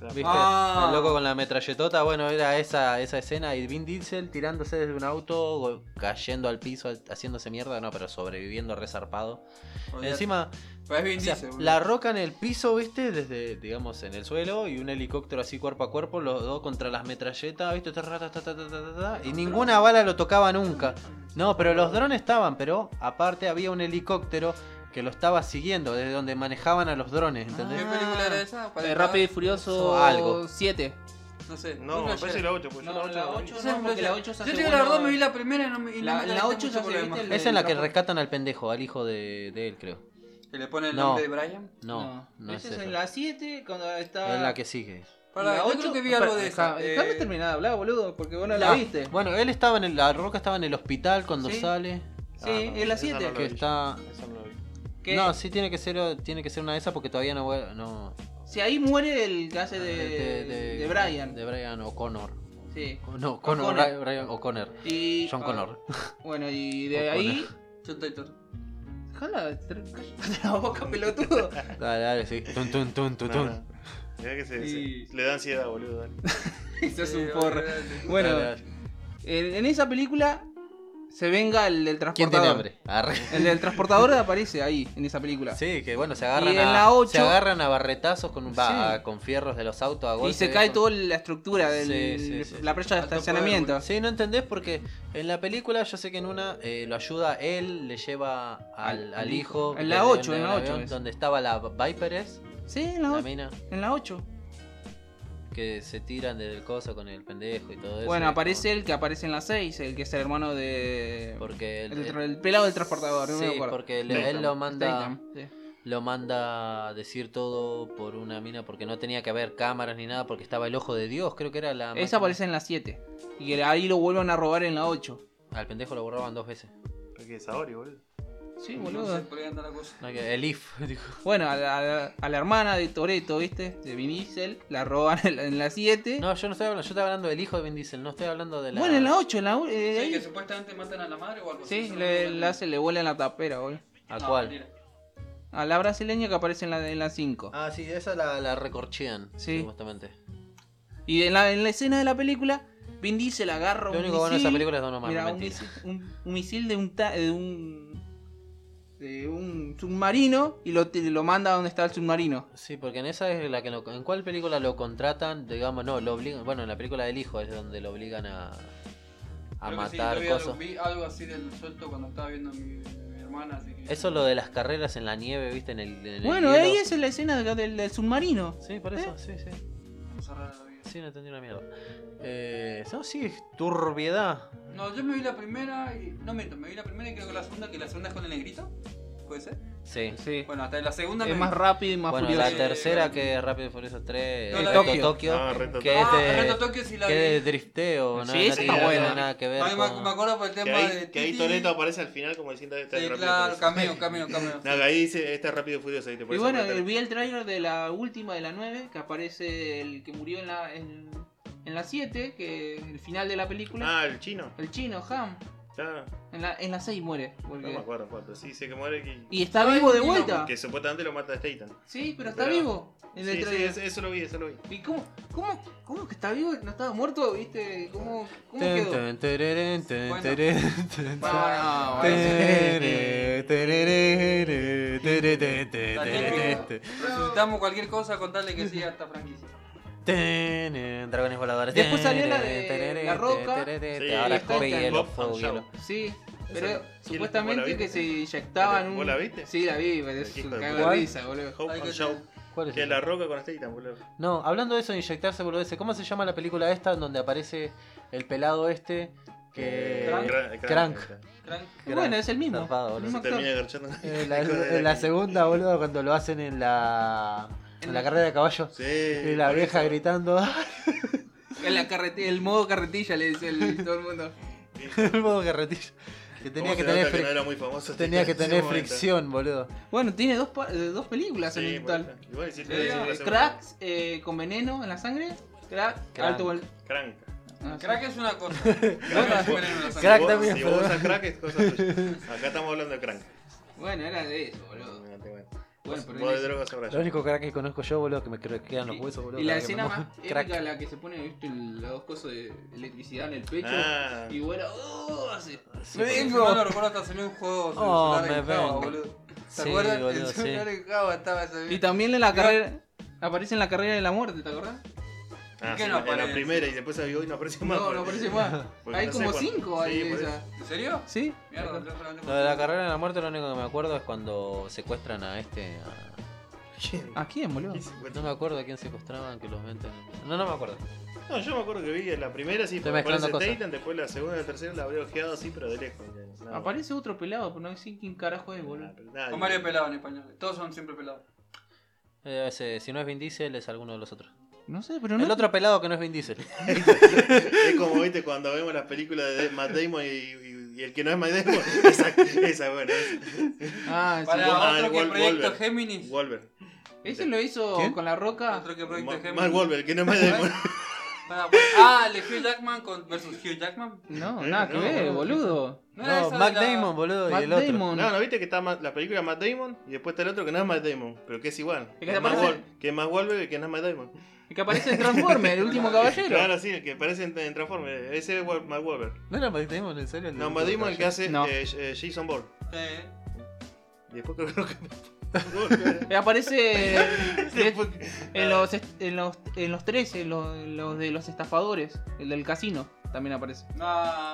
S4: Claro.
S1: ¿Viste?
S2: Ah.
S1: El loco con la metralletota. Bueno, era esa, esa escena. Y Vin Diesel tirándose desde un auto, go- cayendo al piso, haciéndose mierda. No, pero sobreviviendo resarpado.
S2: Olvidate.
S1: Encima,
S2: Pero es Vin
S1: o sea,
S2: Diesel, boludo.
S1: la roca en el piso, viste, desde, digamos, en el suelo, y un helicóptero así cuerpo a cuerpo, los dos contra las metralletas, viste, ta, ta, ta, ta, ta, ta, ta, ta, y ninguna bala lo tocaba nunca. No, pero los drones estaban, pero aparte había un helicóptero que lo estaba siguiendo, desde donde manejaban a los drones, ¿entendés? Ah,
S2: ¿Qué película era esa? ¿Cuál
S5: Eh,
S2: era?
S5: Rápido y Furioso
S1: O algo.
S5: 7.
S2: No sé.
S4: No, me parece la 8, pues yo
S5: No,
S4: la
S5: la
S4: 8
S5: ocho-
S2: Yo
S5: no, porque la
S2: la
S5: ocho se
S2: Yo
S5: hace
S2: te digo la
S5: bueno-
S2: verdad, me vi la primera y no me. y no
S5: La-
S2: me
S5: la
S2: conecté
S5: ocho
S2: mucho
S5: ya
S2: con
S5: se
S2: lo
S5: viste
S2: demás.
S5: el-
S1: Esa es la que
S5: la-
S1: rescatan al pendejo, al hijo de, de él, creo.
S2: Que le pone el
S1: No.
S2: nombre de Brian.
S1: No, no, es,
S5: esa
S1: esa.
S5: es
S1: Es,
S5: la 7, cuando está...
S1: la que sigue.
S2: Pará,
S5: la
S2: yo creo
S5: ocho-
S2: que vi algo
S5: Espera,
S2: de esa.
S5: deja-
S2: eh,
S5: Déjame terminar de hablar, boludo, porque vos no la
S1: Ah,
S5: viste.
S1: Bueno, él estaba en el, la roca estaba en el hospital cuando
S5: Sí.
S1: sale.
S5: Sí,
S4: Ah, no,
S5: es la
S4: esa no
S5: 7.
S4: la
S1: Que
S4: vi.
S1: está.
S4: Esa no la vi.
S5: Que
S1: No, sí tiene que ser tiene que ser una de esas porque todavía no vuel- no
S5: Si ahí muere el que hace de,
S1: de,
S5: Eh, de, Brian.
S1: de Brian O'Connor.
S5: Sí.
S1: No, Connor,
S5: O'Connor.
S1: Brian O'Connor.
S5: Y,
S1: John
S5: ah,
S1: Connor.
S5: Bueno, y de
S1: O'Connor.
S5: ahí...
S2: yo estoy tonto.
S5: Dejala, tr- cállate la boca, pelotudo.
S1: Dale, dale, sí. Tun, tun, tun, tun,
S4: No,
S1: tun.
S4: no. Mirá que se,
S5: Y-
S4: se- le da ansiedad, boludo. dale.
S5: Eso es un
S2: Eh,
S5: porro.
S2: olvidate.
S5: Bueno,
S1: Dale, dale.
S5: en, en esa película se venga el del transportador.
S1: ¿quién tiene hambre? Arre.
S5: El del transportador aparece ahí, en esa película.
S1: Sí, que bueno, se agarran,
S5: Y en
S1: a,
S5: la ocho-
S1: se agarran a barretazos con, va,
S5: Sí.
S1: a- con fierros de los autos a
S5: Y
S1: golpe
S5: se
S1: de
S5: cae
S1: eso.
S5: toda la estructura de
S1: Sí, sí, sí,
S5: la presa de
S2: Alto
S5: estacionamiento.
S1: Sí, no entendés porque en la película yo sé que en una eh, lo ayuda él, le lleva al,
S5: Al-
S1: al hijo.
S5: en la
S1: del-
S5: ocho,
S1: del
S5: en la ocho
S1: avión
S5: es.
S1: Donde estaba la Viper es,
S5: Sí, en la,
S1: la
S5: o-
S1: mina,
S5: en la 8.
S1: que se tiran desde el coso con el pendejo y todo eso.
S5: Bueno,
S1: y es
S5: aparece el que aparece en la 6, el que es el hermano de...
S1: como- Porque
S5: El,
S1: él-
S5: tra- el pelado del transportador, no
S1: sí,
S5: me acuerdo.
S1: porque le- él
S4: Statham.
S1: lo manda,
S5: Statham, sí.
S1: lo manda a decir todo por una mina porque no tenía que haber cámaras ni nada porque estaba el ojo de Dios, creo que era la...
S5: Esa
S1: máquina.
S5: aparece en la 7. Y el- ahí lo vuelven a robar en la 8.
S1: Al pendejo lo borraban dos veces.
S4: Porque es Saori, boludo.
S5: Sí,
S2: No
S5: boludo.
S2: sé por ahí anda la cosa.
S1: No, que el if, dijo.
S5: Bueno, a la, a la hermana de Toreto, ¿viste? De Vin Diesel, la roban en la- en la 7.
S1: No, yo no estoy hablando, yo estaba hablando del hijo de Vin Diesel, no estoy hablando de la...
S5: Bueno, en la 8, en la... u- eh,
S2: Sí,
S5: ahí-
S2: que supuestamente matan a la madre o algo así.
S5: Sí,
S2: eso no me
S5: le,
S2: acuerdo.
S5: le hace- le vuelan la tapera, boludo.
S1: ¿A
S2: No,
S1: cuál?
S2: mentira.
S5: A la brasileña que aparece en la, en la 5.
S1: Ah, sí, esa la, la recorchean,
S5: Sí.
S1: supuestamente.
S5: Y en la, en la escena de la película, Vin Diesel agarra
S1: Lo
S5: un
S1: único
S5: misil.
S1: bueno de esa película es Don Omar,
S5: mirá,
S1: no
S5: un,
S1: mentira.
S5: misil, un- un misil de un, ta- de un de un submarino y lo, te- lo manda a donde está el submarino.
S1: Sí, porque en esa es la que lo- ¿En cuál película lo contratan? Digamos, no, lo obligan... Bueno, en la película del hijo es donde lo obligan a... A
S2: Creo que sí,
S1: matar
S2: yo vi algo-
S1: cosas.
S2: Vi algo así del suelto cuando estaba viendo a mi, mi hermana. Así que
S1: Eso lo de las carreras en la nieve, viste, en el. en el
S5: Bueno,
S1: hielo.
S5: ahí es la escena de- del, del submarino. ¿Eh?
S1: Sí, por eso, sí, sí.
S2: Cosa rara la vida.
S1: Sí, no entendí una mierda. Eh. No, sí, es turbiedad.
S2: No, yo me vi la primera y. No miento, me vi la primera y creo que la segunda, que la segunda es con el negrito. ¿Puede ser?
S1: Sí.
S5: Sí.
S2: Bueno, hasta la segunda
S5: es
S2: me
S5: más rápido y más
S1: Bueno, la
S5: furioso.
S2: te-
S1: tercera que es Rápido y Furioso 3,
S2: No, la
S1: Reto
S5: vi.
S1: Tokio,
S4: Ah, Reto
S1: que
S2: Ah,
S1: es de,
S2: Reto Tokio sí la
S1: que
S2: vi.
S1: es de drifteo, no,
S5: Sí,
S1: no
S5: esa
S1: tiene
S5: está buena.
S1: nada que ver
S2: Ay, me,
S1: con...
S2: me acuerdo por el tema
S4: Que
S2: de.
S4: ahí, que ahí
S2: Titi.
S4: Toreto aparece al final como diciendo esta
S2: Sí,
S4: es rápido.
S2: claro,
S4: y Furioso.
S2: cameo, cameo, cameo.
S4: No, que ahí dice esta es rápido y furioso. ahí te
S5: Y
S4: parece
S5: bueno,
S4: apretar.
S5: vi el trailer de la última de la 9, que aparece el que murió en la en, en la 7, que el final de la película,
S4: Ah, el chino.
S5: el chino Ham,
S4: Claro,
S5: en la en la 6 muere. porque-
S4: no me acuerdo cuánto. Sí, sé que muere que,
S5: Y está
S2: No,
S5: vivo de
S2: no,
S5: vuelta.
S4: que supuestamente lo mata a Statham.
S5: Sí, pero está
S4: Pero-
S5: vivo. En el
S4: Sí, sí,
S5: trailer.
S4: eso, eso lo vi, eso lo vi.
S5: ¿Y cómo, cómo, cómo que está vivo? ¿No estaba muerto? ¿Viste? ¿Cómo, cómo
S1: Ten,
S5: quedó?
S1: ten, tereren, ten,
S2: Bueno.
S1: tereren, ten,
S5: Ah, no,
S1: tereren, tereren, tereren,
S2: La
S1: tereren,
S2: típica.
S1: tereren,
S2: Resucitamos cualquier cosa con tal de que siga esta franquicia.
S1: tereren, eh, Dragones voladores.
S5: Después salió la de
S1: tereren,
S5: La Roca.
S1: tereren,
S4: Sí,
S1: Ahora
S5: y está
S1: Kobe
S5: esta-
S1: hielo,
S4: Bob
S1: fuego,
S4: and Shaw.
S1: hielo.
S5: Sí,
S4: Esa
S5: pero
S4: no. Sí,
S5: supuestamente
S4: ¿vos la viste?
S5: que se inyectaban un...
S4: ¿Vos la viste?
S5: Sí, la vi, pero es
S4: Hijo
S5: un
S4: de
S5: cago de
S1: puta.
S5: risa, boludo.
S4: Hope
S2: Ay,
S4: and
S2: que-
S4: Show.
S1: ¿Cuál es
S4: Que
S1: esa?
S4: la roca con Statham, boludo.
S1: No, hablando de eso de inyectarse boludeces, ¿cómo se llama la película esta en donde aparece el pelado este que
S2: Crank.
S1: Crank.
S2: Crank.
S1: Gran-
S5: Eh, bueno, es el mismo.
S1: zarpado, boludo.
S5: el mismo
S4: Se termina
S5: actor.
S4: agarchando.
S1: Eh, la, en la segunda, boludo, cuando lo hacen en la en la carrera de caballo
S4: Sí.
S1: y la
S4: por
S1: vieja
S4: eso.
S1: gritando
S5: En la carrete- el modo carretilla le dice el, todo el mundo.
S1: el modo carretilla.
S6: Que tenía que
S4: ¿Cómo se
S6: tener,
S4: nota
S6: fric-
S4: no era muy famoso.
S6: tenía que
S4: En ese
S6: tener
S4: momento?
S6: fricción, boludo.
S5: Bueno, tiene dos, pa- eh, dos películas
S4: Sí,
S5: en el
S4: por
S5: total.
S4: ejemplo. Igual decir
S5: Eh, cracks eh, con veneno en la sangre. Crack,
S6: Crack.
S5: alto vol-
S4: Crank.
S5: ah, sí.
S2: Crack es una cosa. Crack es bueno en la sangre.
S6: Crack
S4: Si vos-
S6: también,
S4: Si
S6: pero-
S4: vos usas crack es cosa tuya. Acá estamos hablando de crank.
S5: Bueno, era de eso, boludo.
S4: No te metas.
S5: Bueno,
S4: Vos-
S5: pero
S4: vos
S5: en
S4: de
S5: eso.
S4: drogas sabrás.
S1: Lo único crack que conozco yo, boludo, que me cre- quedan los
S5: Y-
S1: huesos, boludo.
S5: y la
S1: para que me
S5: escena
S1: muera.
S5: más
S1: Crack.
S5: épica, la que se pone, viste, el- las dos cosas de electricidad en el pecho.
S4: Ah.
S5: Y bueno, ¡oh! hace-
S1: Sí,
S2: Me
S1: boludo.
S2: vengo. No lo recuerdo hasta salió un juego de
S1: Oh,
S2: celular en
S1: me
S2: Java,
S1: vengo.
S2: boludo. ¿Se
S1: Sí,
S2: acuerdan?
S1: boludo,
S2: el
S1: sí.
S2: celular en Java estaba ese
S5: Y
S2: video.
S5: también en la carrera. Aparece en la carrera de la muerte, ¿te acordás?
S4: Ah,
S2: qué
S4: sí,
S2: no
S4: en la
S2: aparece?
S4: primera y después se vio y no apareció más.
S5: No, no aparece más.
S4: Porque
S5: Hay
S4: no sé
S5: como
S4: cuándo-
S5: cinco ahí
S4: Sí,
S5: de
S4: por eso.
S5: esas.
S2: ¿En serio?
S5: ¿Sí?
S2: Mierda, yo solamente
S1: Lo de la carrera de la muerte, lo único que me acuerdo es cuando secuestran a este. a-
S4: ¿Quién?
S5: ¿A quién, boludo?
S4: ¿Quién se encuentra?
S1: No me acuerdo a quién secuestraban, que los meten. No, no me acuerdo.
S4: No, yo me acuerdo que vi la primera, sí,
S1: Estoy
S4: porque
S1: mezclando
S4: aparece
S1: cosas.
S4: Tatum, después la segunda y la tercera la había ojeado así, pero de lejos. ya,
S1: Ah,
S4: nada.
S5: Aparece otro pelado, pero no sé quién carajo es, boludo.
S4: Ah, pero nada,
S2: Con Mario pelado en español. Todos son siempre pelados.
S1: Eh, ese, si no es Vin Diesel, es alguno de los otros.
S5: No sé, pero no.
S1: El otro pelado que no es Vin Diesel.
S4: Es como viste cuando vemos las películas de Matt Damon y, y- y el que no es Matt Damon. Esa, esa bueno.
S5: Ah, sí.
S2: Para
S4: Ah,
S2: otro
S4: el
S2: que
S4: Wal-
S2: proyecto
S4: Wolver.
S2: Géminis.
S4: Wolver.
S5: Ese lo hizo
S6: ¿Quién?
S5: con la roca.
S2: Otro que proyecto
S4: Ma-
S2: Géminis.
S4: Mark Wolver, el que no es Matt Damon.
S2: Para- Ah, el de Hugh Jackman con, versus Hugh Jackman.
S5: No,
S4: Eh,
S5: nada que
S4: no,
S5: ver,
S4: no.
S5: boludo.
S2: No era
S1: No,
S2: esa
S1: Mac
S2: de la-
S1: Damon, boludo,
S5: Matt
S1: y el otro.
S5: Damon.
S4: No, no, viste que está ma- la película de Matt Damon y después está el otro que no es Matt Damon, pero que es igual.
S5: que
S4: Es
S5: se
S4: más
S5: parece.
S4: Wal- que es más Wolver y que no es Matt Damon.
S5: El que aparece en Transformers, el último caballero.
S4: Claro, sí, el que parece en, en Transformers. Ese es Wal- Mark Wolver.
S1: ¿No era Matt Damon, en serio?
S4: No, Matt Damon el que hace
S5: No.
S4: eh, eh, Jason Bourne.
S2: Sí.
S4: Y después creo creo que.
S5: Eh, Aparece
S4: Después-
S5: en los, est- en los, en los 13, en los, en los de los estafadores, el del casino también aparece.
S2: No,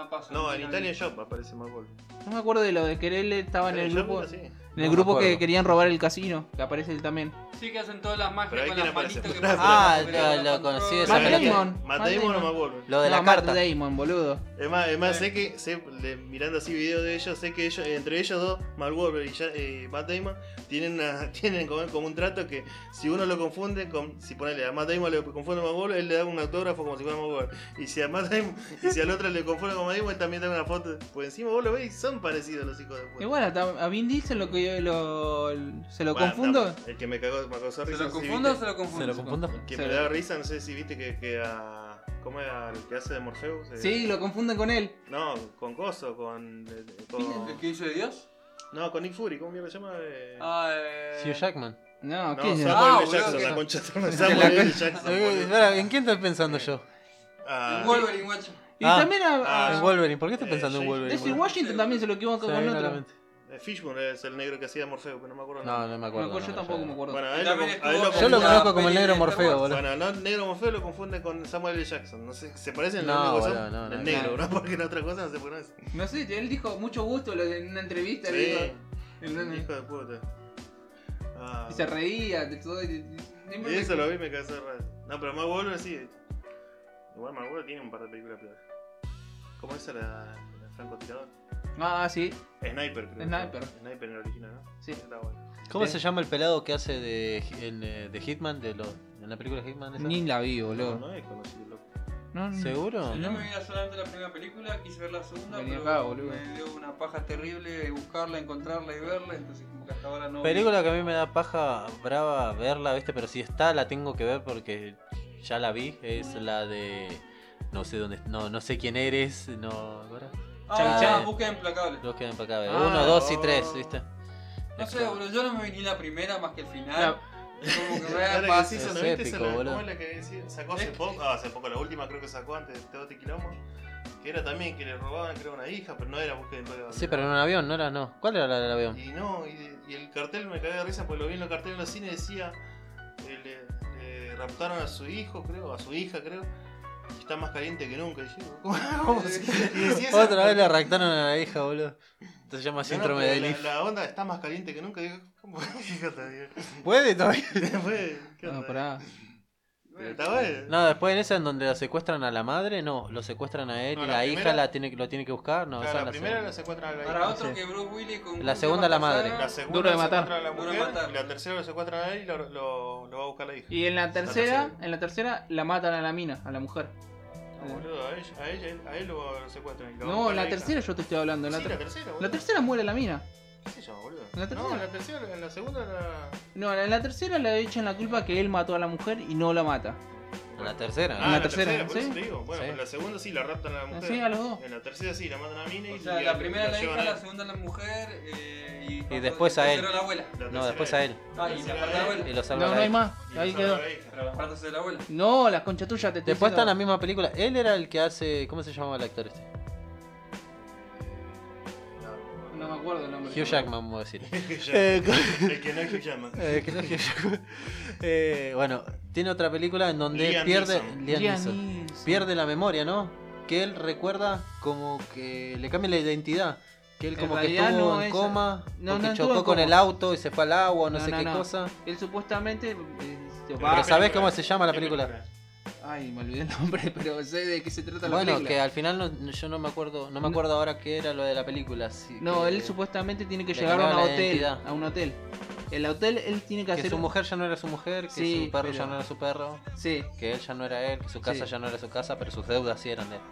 S2: pasó.
S4: No, en
S2: vi.
S4: Italian Shop aparece Mark Wolver.
S5: No me acuerdo de lo de que él estaba en el
S4: Italian Job
S5: grupo,
S4: era así.
S5: en el
S1: No me
S5: grupo que
S1: acuerdo.
S5: querían robar el casino, que aparece él también.
S2: Sí que hacen todas las
S4: Pero
S2: magias
S4: ahí
S2: con
S4: quién
S2: las
S4: aparece.
S2: manitas que
S4: Ah,
S2: pasan,
S1: lo- lo
S2: pero no
S1: conocí,
S2: controlan.
S1: esa Matt
S5: Matt
S4: ¿Sabés
S5: Damon.
S4: quién? Matt
S5: Matt
S4: Damon o
S5: Damon.
S4: Mark Wolver.
S1: Lo de la
S5: No,
S1: carta.
S5: Matt Damon, boludo.
S4: Es más, es más sé que sé, le- mirando así videos de ellos, sé que ellos, entre ellos dos, Mark Wahlberg y ya- eh, Matt Damon, tienen, una- tienen como, como un trato que si uno lo confunde, con, si ponele a Matt Damon le confunde a Mark Wahlberg, él le da un autógrafo como si fuera Mark Wahlberg. Y si a Matt Damon, y si al otro le confunde con Matt Damon, él también da una foto por encima, vos lo ves y son parecidos los hijos de puta.
S5: Igual a, a Vin Diesel lo que yo lo- se lo
S4: Bueno,
S5: confundo.
S4: está, el que me cagó, me causó
S2: ¿Se
S4: risa.
S2: lo
S4: sí,
S2: confundo o
S4: viste,
S2: se lo
S1: Se
S2: confundo?
S1: lo confundo.
S4: el que
S5: se
S4: me
S5: lo-
S4: da risa, no sé si viste que, que a. ¿Cómo era el que hace de Morpheus? Eh,
S5: Sí, lo confunden con él.
S4: No, con Coso, con. eh, con-
S2: ¿El que hizo de Dios?
S4: No, con Nick Fury, ¿cómo mierda se llama? Eh,
S2: Ah, eh...
S1: Hugh Jackman.
S5: No,
S4: no,
S5: ¿quién es?
S4: Samuel
S2: Ah,
S4: L.
S2: boludo,
S4: Jackson,
S2: que-
S4: la concha de tu madre, Samuel L. Jackson.
S1: Eh,
S4: boludo.
S1: pará, ¿En quién estoy pensando yo?
S4: Ah,
S2: Wolverine, guacho.
S5: Y
S1: Ah,
S5: también a,
S4: ah,
S5: a-
S1: en Wolverine. ¿Por qué estoy
S4: eh,
S1: pensando en
S4: James-
S1: Wolverine?
S5: Denzel
S1: boludo?
S5: Washington también se lo equivoca
S1: Sí,
S5: con otro.
S1: claramente.
S4: eh, Fishburne es el negro que hacía Morfeo, pero no me acuerdo. el
S1: No,
S4: nombre.
S1: no me
S5: No, me
S1: acuerdo.
S5: acuerdo, yo
S1: no,
S5: tampoco me acuerdo.
S4: Bueno, a él, lo,
S2: También
S4: a él
S2: estuvo
S4: lo-
S2: con
S1: Yo lo
S2: la
S1: conozco como el
S2: peli de
S1: negro
S2: Star
S1: Morfeo,
S2: Wars.
S1: boludo.
S4: Bueno, no, el negro Morfeo lo confunden con Samuel L. Jackson. No sé, se parecen
S1: No,
S4: lo único que son,
S1: boludo, no, no,
S4: el
S1: no.
S4: negro, ¿no? Porque en otra cosa no se parecen.
S5: No sé, él dijo mucho gusto lo- en una entrevista. le dijo, en una-
S4: Sí, hijo de puta. Ah,
S5: y se reía de todo. y- y-
S4: y
S5: siempre
S4: eso
S5: me-
S4: lo vi y me cansé raro. No, pero Mark Wahlberg sí. Igual Mark Wahlberg tiene un par de películas peores. ¿Cómo es la, la francotirador?
S5: Ah, sí.
S4: Sniper, creo. que
S5: Sniper.
S4: fue. Sniper en el original, ¿no?
S5: Sí.
S4: Está bueno.
S1: ¿Cómo
S5: Sí.
S1: se llama el pelado que hace de, el, eh, de Hitman? De lo, ¿En la película Hitman? esa?
S5: Ni la vi,
S4: No,
S5: boludo.
S4: no es conocido, loco.
S5: No, no.
S1: ¿Seguro?
S2: Yo me vi solamente la primera película, quise ver la segunda,
S5: Venía
S2: pero
S5: acá, boludo.
S2: me dio una paja terrible buscarla, encontrarla y verla, entonces como que hasta ahora no... vi.
S1: Película que a mí me da paja brava verla, ¿viste? Pero si está, la tengo que ver porque ya la vi. Es la de. No sé dónde. No, no sé quién eres. No. ¿ahora?
S2: Ah,
S1: Chan
S2: ya,
S1: Chan.
S2: búsqueda implacable.
S1: Los quedan para acá. ¿ves?
S4: Ah,
S1: Uno, dos y
S4: oh.
S1: tres, ¿viste?
S2: No sé, boludo, yo no me vi ni la primera más que el final.
S5: La-
S2: Como que
S4: Ahora
S2: me
S4: que
S2: pasa.
S4: decís eso,
S1: es
S4: ¿no viste
S1: épico,
S4: esa la-
S1: boludo.
S4: ¿Cómo es la que decía? Sacó hace
S2: Es que-
S4: poco, ah, hace poco, la última creo que sacó antes de Teote Quilombo. Que era también que le robaban, creo, una hija, pero no era búsqueda de
S1: Sí, pero en un avión, ¿no era? No. ¿Cuál era la del avión?
S4: Y no, y, y el cartel me cagué de risa porque lo vi en los carteles en los cines decía. eh, le, le raptaron a su hijo, creo, a su hija, creo. y Está más caliente que nunca. Y, yo, ¿cómo- cómo se- y decía eso?
S1: Otra vez le arrancaron a la hija, boludo. Esto se llama
S4: No, no,
S1: síndrome
S4: pero
S1: de
S4: la-
S1: Leaf.
S4: La, onda está más caliente que nunca. Digo, ¿cómo? Fíjate, digo.
S1: ¿Puede todavía?
S4: Después, ¿qué
S5: No,
S4: onda?
S5: Ah, pará.
S4: Pero está bueno.
S1: No, después en esa en donde la secuestran a la madre, no, lo secuestran a él
S4: No,
S1: y
S4: la
S1: la,
S4: primera-
S1: hija la tiene, lo tiene que buscar, no,
S4: Claro,
S1: esa es
S4: la primera la secuestran a la
S2: Para
S4: hija.
S2: otro que Bruce Willis con...
S1: La segunda, la madre.
S4: La segunda
S5: Duro de
S4: lo
S5: matar.
S4: secuestran a la
S2: Duro de
S4: mujer,
S2: matar.
S4: y la tercera lo secuestran a él y lo, lo- lo va a buscar la hija.
S5: Y en la tercera,
S4: tercera.
S5: en la tercera la matan a la mina, a la mujer.
S4: boludo, a ella, a ella- a él lo secuestran. y lo
S5: No,
S4: van a
S5: la
S4: hija.
S5: tercera yo te estoy hablando. La,
S4: Sí,
S5: ter-
S4: la tercera, boludo.
S5: la tercera muere la mina.
S4: ¿Qué se llama, boludo?
S5: La tercera.
S4: No, la tercera, en la segunda la.
S5: No, en la tercera le echan la culpa que él mató a la mujer y no la mata.
S1: En la tercera.
S4: Ah,
S5: la
S4: la tercera,
S5: tercera,
S4: por eso
S5: ¿sí? Ah,
S4: te digo. Bueno,
S1: Sí.
S4: en la segunda sí la raptan a la mujer.
S5: Sí, a los dos.
S4: En la tercera sí la matan a la mina y
S9: O sea,
S4: y
S9: la primera la
S4: llevan
S9: hija,
S4: a-
S9: la segunda la mujer eh, y,
S1: Y después a él.
S9: Pero la abuela.
S4: la
S1: no,
S4: tercera
S1: después a él.
S9: Ah, y la
S4: tercera
S9: parte de la
S4: es-
S9: abuela.
S1: Y lo
S5: No,
S1: salva
S5: no
S1: a
S5: hay
S1: él.
S5: más.
S4: y
S5: Ahí
S4: la
S5: quedó.
S4: salva la hija.
S9: Pero la parte de la abuela.
S5: No, la concha tuya te estoy
S1: Después está en la
S5: diciendo.
S1: misma película. Él era el que hace. ¿Cómo se llamaba el actor este?
S5: No me acuerdo el nombre.
S1: Hugh Jackman, vamos a decir. Eh,
S4: Jackman. El que no es Hugh Jackman.
S1: Eh, que no es Hugh Jackman. Eh, bueno, tiene otra película en donde
S4: Liam
S1: pierde.
S4: Neeson.
S1: Liam
S5: Liam
S1: Neeson.
S5: Neeson.
S1: Pierde la memoria, ¿no? Que él recuerda como que le cambia la identidad. Que él
S5: En
S1: como que
S5: realidad
S1: estuvo
S5: no,
S1: en
S5: esa-
S1: coma,
S5: no,
S1: porque
S5: no estuvo
S1: chocó
S5: en
S1: con
S5: coma.
S1: el auto y se fue al agua, no,
S5: No,
S1: sé
S5: no,
S1: qué
S5: no.
S1: cosa.
S5: Él supuestamente eh, se
S4: ¿Qué
S5: va.
S1: Pero ¿sabés
S4: película
S1: cómo
S4: es?
S1: se llama la
S4: ¿Qué
S1: película?
S5: Ay, me olvidé el nombre, pero sé de qué se trata la
S1: Bueno, que
S5: película.
S1: al final no- yo no me acuerdo, no me
S5: No.
S1: acuerdo ahora qué era lo de la película. así
S5: No,
S1: que-
S5: él supuestamente tiene que
S1: le
S5: llegar a un
S1: cambiaron la
S5: hotel.
S1: identidad.
S5: A un hotel. El hotel él tiene que
S1: que
S5: hacer.
S1: su
S5: un-
S1: mujer ya no era su mujer, que
S5: Sí,
S1: su perro
S5: pero-
S1: ya no era su perro,
S5: Sí,
S1: que él ya no era él, que su casa
S5: Sí.
S1: ya no era su casa, pero sus deudas sí eran de la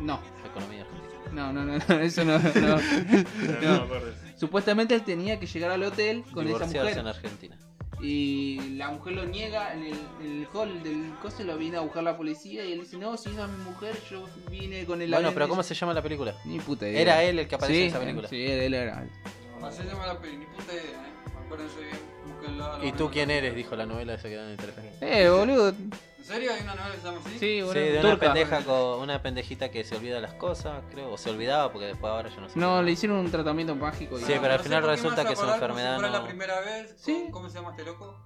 S5: no.
S1: economía argentina.
S5: No, no, no, no, eso no, no.
S4: No, no me acuerdo.
S5: Supuestamente él tenía que llegar al hotel con esa
S1: Divorciarse
S5: mujer.
S1: en Argentina.
S5: Y la mujer lo niega en el, en el hall del coso, lo viene a buscar la policía y él dice, no, si esa es mi mujer, yo vine con el
S1: Bueno,
S5: avión
S1: pero
S5: de-
S1: ¿cómo se llama la película?
S5: Ni puta idea.
S1: Era él el que aparece
S5: sí,
S1: en esa película.
S5: Sí, era- él era.
S9: Así se llama la peli, ni puta idea, eh. Acuérdense bien, búsquenla. la
S1: ¿Y tú
S9: van a encontrar.
S1: quién eres? Dijo la novela esa que dan en el teléfono.
S5: Eh, boludo.
S9: ¿En serio? ¿Hay una novela que se llama así?
S5: Sí,
S1: Sí,
S5: boludo.
S1: de una
S5: Turca.
S1: pendeja con una pendejita que se olvida las cosas, creo, o se olvidaba porque después ahora yo no sé.
S5: No, le hicieron un tratamiento mágico. y-
S1: Sí, pero al final resulta que es
S9: su
S1: una enfermedad,
S9: Fue
S1: no-
S9: la primera vez.
S5: Sí.
S9: con- ¿Cómo se llama este loco?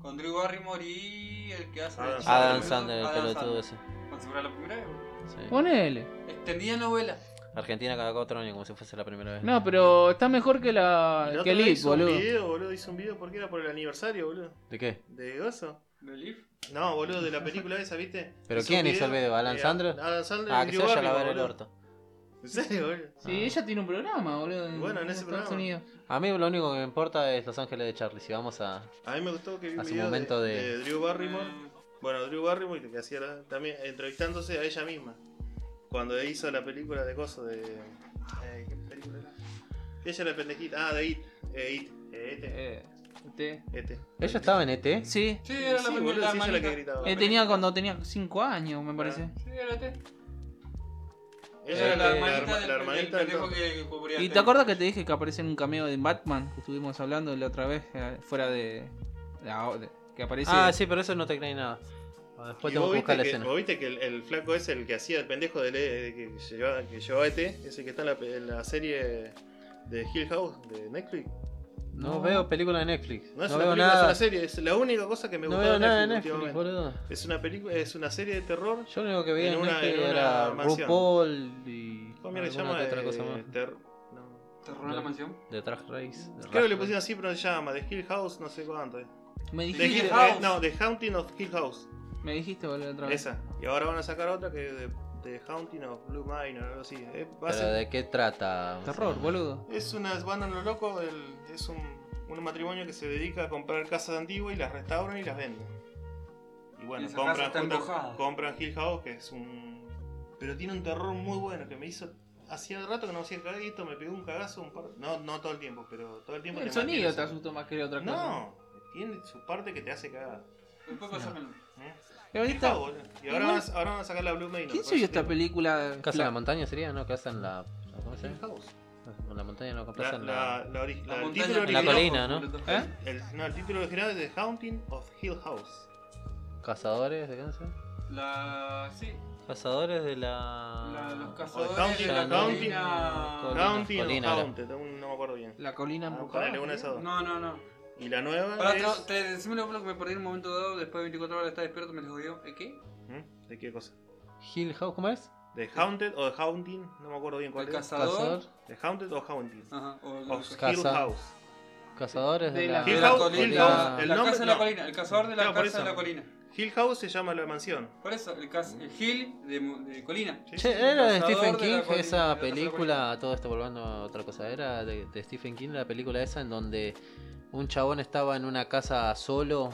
S9: Con Drew Barrymore y el que hace. de
S4: Adam
S9: Chico,
S1: Adam
S9: ¿no?
S1: Sandler, el
S9: Adam
S1: pelotudo
S9: Sandler.
S1: ese.
S9: Con seguro la primera vez. güey.
S1: Sí.
S5: Ponele.
S9: Extendida novela.
S1: Argentina cada cuatro años, como si fuese la primera vez.
S5: No, pero está mejor que la.
S4: El otro
S5: que
S4: día
S5: Elite,
S4: hizo un
S5: boludo.
S4: video, boludo. Hizo un video porque era por el aniversario, boludo.
S1: ¿De qué?
S4: De Gozo.
S9: ¿De Leaf?
S4: No, boludo, de la película esa, ¿viste?
S1: ¿Pero quién
S4: un
S1: hizo el video? ¿Alan
S4: eh,
S1: Sandler?
S4: Alan Sandler.
S1: Ah,
S4: y
S1: que se
S4: Drew
S1: vaya a lavar el
S4: Barrymore,
S1: orto.
S4: boludo. ¿En serio, boludo?
S5: Sí, ella tiene un programa, boludo.
S4: Bueno, en ese
S5: Estados
S4: programa.
S5: Unidos.
S1: A mí lo único que me importa es Los Ángeles de Charlie. Si vamos a.
S4: A mí me gustó que vi un
S1: Hace un
S4: video
S1: momento
S4: de,
S1: de-
S4: de Drew Barrymore. Bueno, Drew Barrymore que hacía la- también entrevistándose a ella misma. Cuando hizo la película de Gozo de. eh, ¿Qué película era? Ella era pendejita. Ah, de It. Eh, It. Eh, Ete.
S5: Eh, usted.
S4: Ete.
S1: ¿Ella estaba en E ET?
S5: Sí.
S9: Sí, era la
S4: E Sí,
S9: primera
S4: boludo,
S9: la
S4: sí, ella la que
S9: manija.
S4: gritaba.
S5: Él Eh, tenía cuando tenía 5 años, me
S4: Bueno.
S5: parece.
S9: Sí, era este.
S4: Ella era Eh, la, la, herma-
S9: hermanita
S4: la
S9: del
S4: hermanita
S9: del
S4: del
S9: pendejo
S4: otro.
S9: que que cubría
S5: ¿Y
S9: el
S5: te
S9: tema.
S5: acuerdas que te dije que aparece en un cameo de Batman? Que estuvimos hablando la otra vez, eh, fuera de. de ahora- de- que aparece.
S1: Ah, sí, pero eso no te creí nada. Después
S4: Y
S1: tengo
S4: vos
S1: que
S4: viste
S1: buscar la
S4: que-
S1: escena.
S4: vos viste que el, el flaco es el que hacía el pendejo de, de- que, llevaba, que llevaba ET, ese que está en la, pe- en la serie de Hill House de Netflix.
S1: No,
S5: No.
S1: veo película de Netflix.
S4: No
S1: No,
S4: es una
S1: veo
S4: película, es
S1: nada.
S4: una serie, es la única cosa que me
S1: No
S4: gustaba
S1: veo nada de Netflix,
S4: últimamente.
S1: boludo.
S4: Es una película, es una serie de terror.
S1: Yo lo único que veía
S4: En
S1: en,
S4: una-
S1: Netflix
S4: en una
S1: era
S4: mansión.
S1: RuPaul y.
S4: ¿Cómo mierda se
S1: alguna
S4: llama?
S1: que otra cosa
S4: Eh,
S1: más.
S4: ter- no.
S9: ¿Terror en la mansión?
S1: De Drag Race. de
S4: Creo que
S1: Drag
S4: le
S1: Race.
S4: pusieron así, pero no se llama The Hill House, no sé cuánto. eh.
S5: me
S4: The Hill,
S5: dijiste.
S9: House.
S4: eh, no, The Haunting of Hill House.
S5: Me dijiste, boludo, otra vez.
S4: Esa. Y ahora van a sacar otra que de The Haunting of Blue Mine o algo así. eh. Va
S1: ¿Pero
S4: a ser-
S1: de qué trata?
S5: Terror,
S1: Sí.
S5: boludo.
S4: Es una banda en lo loco, el- es un, un matrimonio que se dedica a comprar casas antiguas y las restauran y las venden. Y
S9: Y
S4: bueno,
S9: esa casa
S4: compran,
S9: está
S4: juntan-
S9: embrujada.
S4: compran Hill House, que es un... Pero tiene un terror muy bueno que me hizo... Hacía rato que no hacía el cagadito, me pegó un cagazo un par... No, no todo el tiempo, pero todo el tiempo...
S5: El
S4: te
S5: sonido
S4: mantiene
S5: te
S4: eso.
S5: asustó más que otra cosa.
S4: No, tiene su parte que te hace cagar.
S9: Después pasámelo.
S4: ¿eh?
S5: Pero
S4: Hill
S5: ahorita.
S4: House, boludo. Y ahora,
S5: Igual-
S4: van a- ahora van a sacar la Blue Mail.
S5: ¿Quién soy esta película?
S1: ¿Casa en la
S5: Fla-
S1: montaña sería? ¿No? ¿Casa en la. ¿Cómo se
S4: Hill
S1: llama?
S4: House.
S1: En la montaña, no,
S4: La,
S1: casa en
S4: la, la ori-
S9: La
S4: la- el
S9: montaña
S4: título
S9: con
S1: la
S4: original...
S1: colina, ¿no?
S5: ¿Eh?
S4: El, no, el título original es The Haunting of Hill House.
S1: ¿Cazadores de cáncer?
S9: La. Sí.
S1: Cazadores de la.
S9: La- los
S4: O
S9: cazadores
S4: Haunting,
S9: de la
S4: Haunting.
S9: colina.
S1: Colina,
S4: Haunting o
S1: colina era.
S4: Haunted, aún no me acuerdo bien.
S5: La colina
S4: Ah,
S5: embrujada.
S4: ponele una de esas dos.
S9: No, no, no.
S4: Y la nueva
S9: Pará,
S4: es...
S9: te, te decímelo porque me perdí en un momento dado, después de 24 horas está despierto, me les jodió. ¿Eh, ¿Qué?
S4: ¿Mm? ¿De qué cosa?
S1: Hill House, ¿cómo es?
S4: ¿De Haunted o The Haunting? No me acuerdo bien cuál
S9: ¿El
S4: es.
S9: cazador?
S4: ¿De Haunted o Haunting?
S9: Ajá, o el-
S4: Of
S1: Casa.
S4: Hill House.
S1: Cazadores de,
S5: De
S1: la.
S5: la-
S9: de
S4: Hill
S9: la
S4: House,
S9: colina.
S4: Hill House, el
S9: la
S4: nombre-
S9: casa de la
S4: no.
S9: colina, el cazador de la
S4: Claro, por
S9: casa de
S4: eso.
S9: la colina.
S4: Hill House se llama la mansión.
S9: Por eso, el, cas el Hill de, mu- de colina.
S4: Sí, sí, sí.
S1: Che, era
S9: Cazador
S1: de Stephen
S9: de la
S1: King
S9: colina, de la
S1: esa
S9: casa de la
S1: película, todo esto volviendo a otra cosa, era de, de Stephen King la película esa en donde un chabón estaba en una casa solo,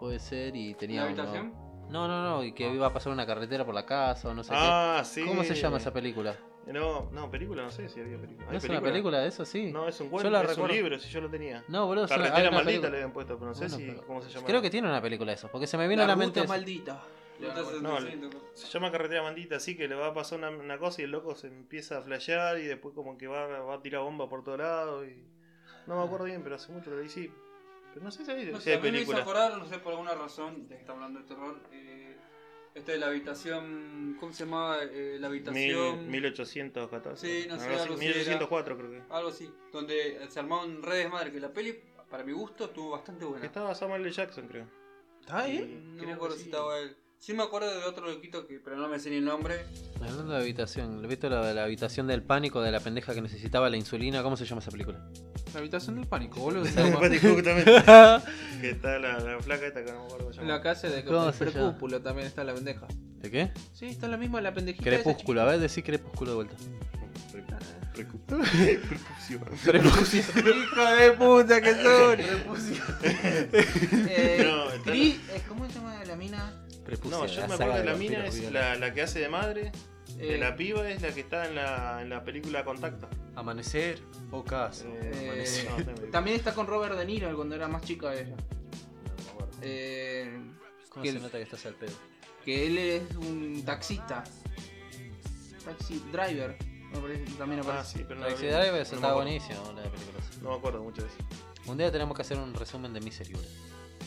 S1: puede ser, y tenía
S9: ¿La
S1: uno-
S9: habitación?
S1: No, no, no, y que iba a pasar una carretera por la casa o no sé
S4: ah,
S1: qué.
S4: sí.
S1: ¿Cómo se llama esa película?
S4: No, no, película, no sé si había película.
S1: ¿No
S4: ¿Hay
S1: es una película de eso, sí?
S4: No, es un
S1: Yo
S4: cuento,
S1: la
S4: es
S1: recuerdo.
S4: un libro, si yo lo tenía.
S1: No, boludo, es una- hay
S4: Carretera
S1: una
S4: maldita
S1: película.
S4: le habían puesto, pero no sé
S1: Bueno,
S4: si
S1: pero-
S4: cómo se llama.
S1: Creo que tiene una película de eso, porque se me vino a la mente.
S5: ruta
S1: eso.
S5: maldita.
S2: Lo estás
S4: No,
S2: haciendo.
S4: Se llama Carretera Maldita, así que le va a pasar una, una cosa y el loco se empieza a flashear y después como que va, va a tirar bomba por todos lados y... No me acuerdo bien, pero hace mucho lo vi, sí. Pero no sé si hay,
S2: No
S4: si
S2: sé,
S4: hay
S2: a mí me hizo
S4: película.
S2: acordar, no sé por alguna razón, ya que está hablando de terror. Eh, esta de la habitación. ¿Cómo se llamaba? Eh, la
S4: Mil-
S2: habitación.
S4: 1814.
S2: Sí, no sé,
S4: Algo así,
S2: algo así era.
S4: 1804 creo que.
S2: Algo así. Donde se armaron redes madre. Que la peli, para mi gusto, estuvo bastante
S4: Que
S2: buena.
S4: Estaba Samuel L. Jackson, creo.
S5: ¿Está
S4: ahí?
S2: No me acuerdo si estaba él. Sí me acuerdo de otro loquito que, pero no me sé ni el nombre.
S1: Hablando de habitación, ¿le viste la de la habitación del pánico de la pendeja que necesitaba la insulina? ¿Cómo se llama esa película?
S5: La habitación del pánico, boludo.
S4: Patty Cook también. que está la, la flaca esta que no me acuerdo cómo se llama.
S5: la casa de
S1: ¿Cómo se llama?
S5: Crepúsculo también está la pendeja.
S1: ¿De qué?
S5: Sí, está la misma la pendejita. esa
S1: Crepúsculo, a ver, decir crepúsculo de vuelta.
S5: chiquita. Hijo de puta que son. eh,
S4: No, está
S5: Cri- eh, ¿Cómo se llama la mina?
S1: Prepucio,
S4: No, yo me acuerdo de la mina, es
S1: Eh,
S4: la, la que hace de madre. de
S5: Eh,
S4: la piba es la que está en la, en la película Contacto.
S1: Amanecer o caso.
S4: Eh,
S1: Amanecer.
S4: no, no me-
S5: También está con Robert De Niro cuando era más chica ella. Eh,
S1: ¿Cómo
S5: que
S1: se
S5: el-
S1: nota que estás al pedo?
S5: que él es un taxista. Taxi driver. me parece, también
S4: Ah,
S5: aparece.
S4: sí, pero no la
S1: Taxi
S4: vi.
S1: Driver
S4: No me
S1: está
S4: acuerdo.
S1: buenísimo, la película.
S4: No me acuerdo mucho de eso.
S1: Un día tenemos que hacer un resumen de Misery. boludo.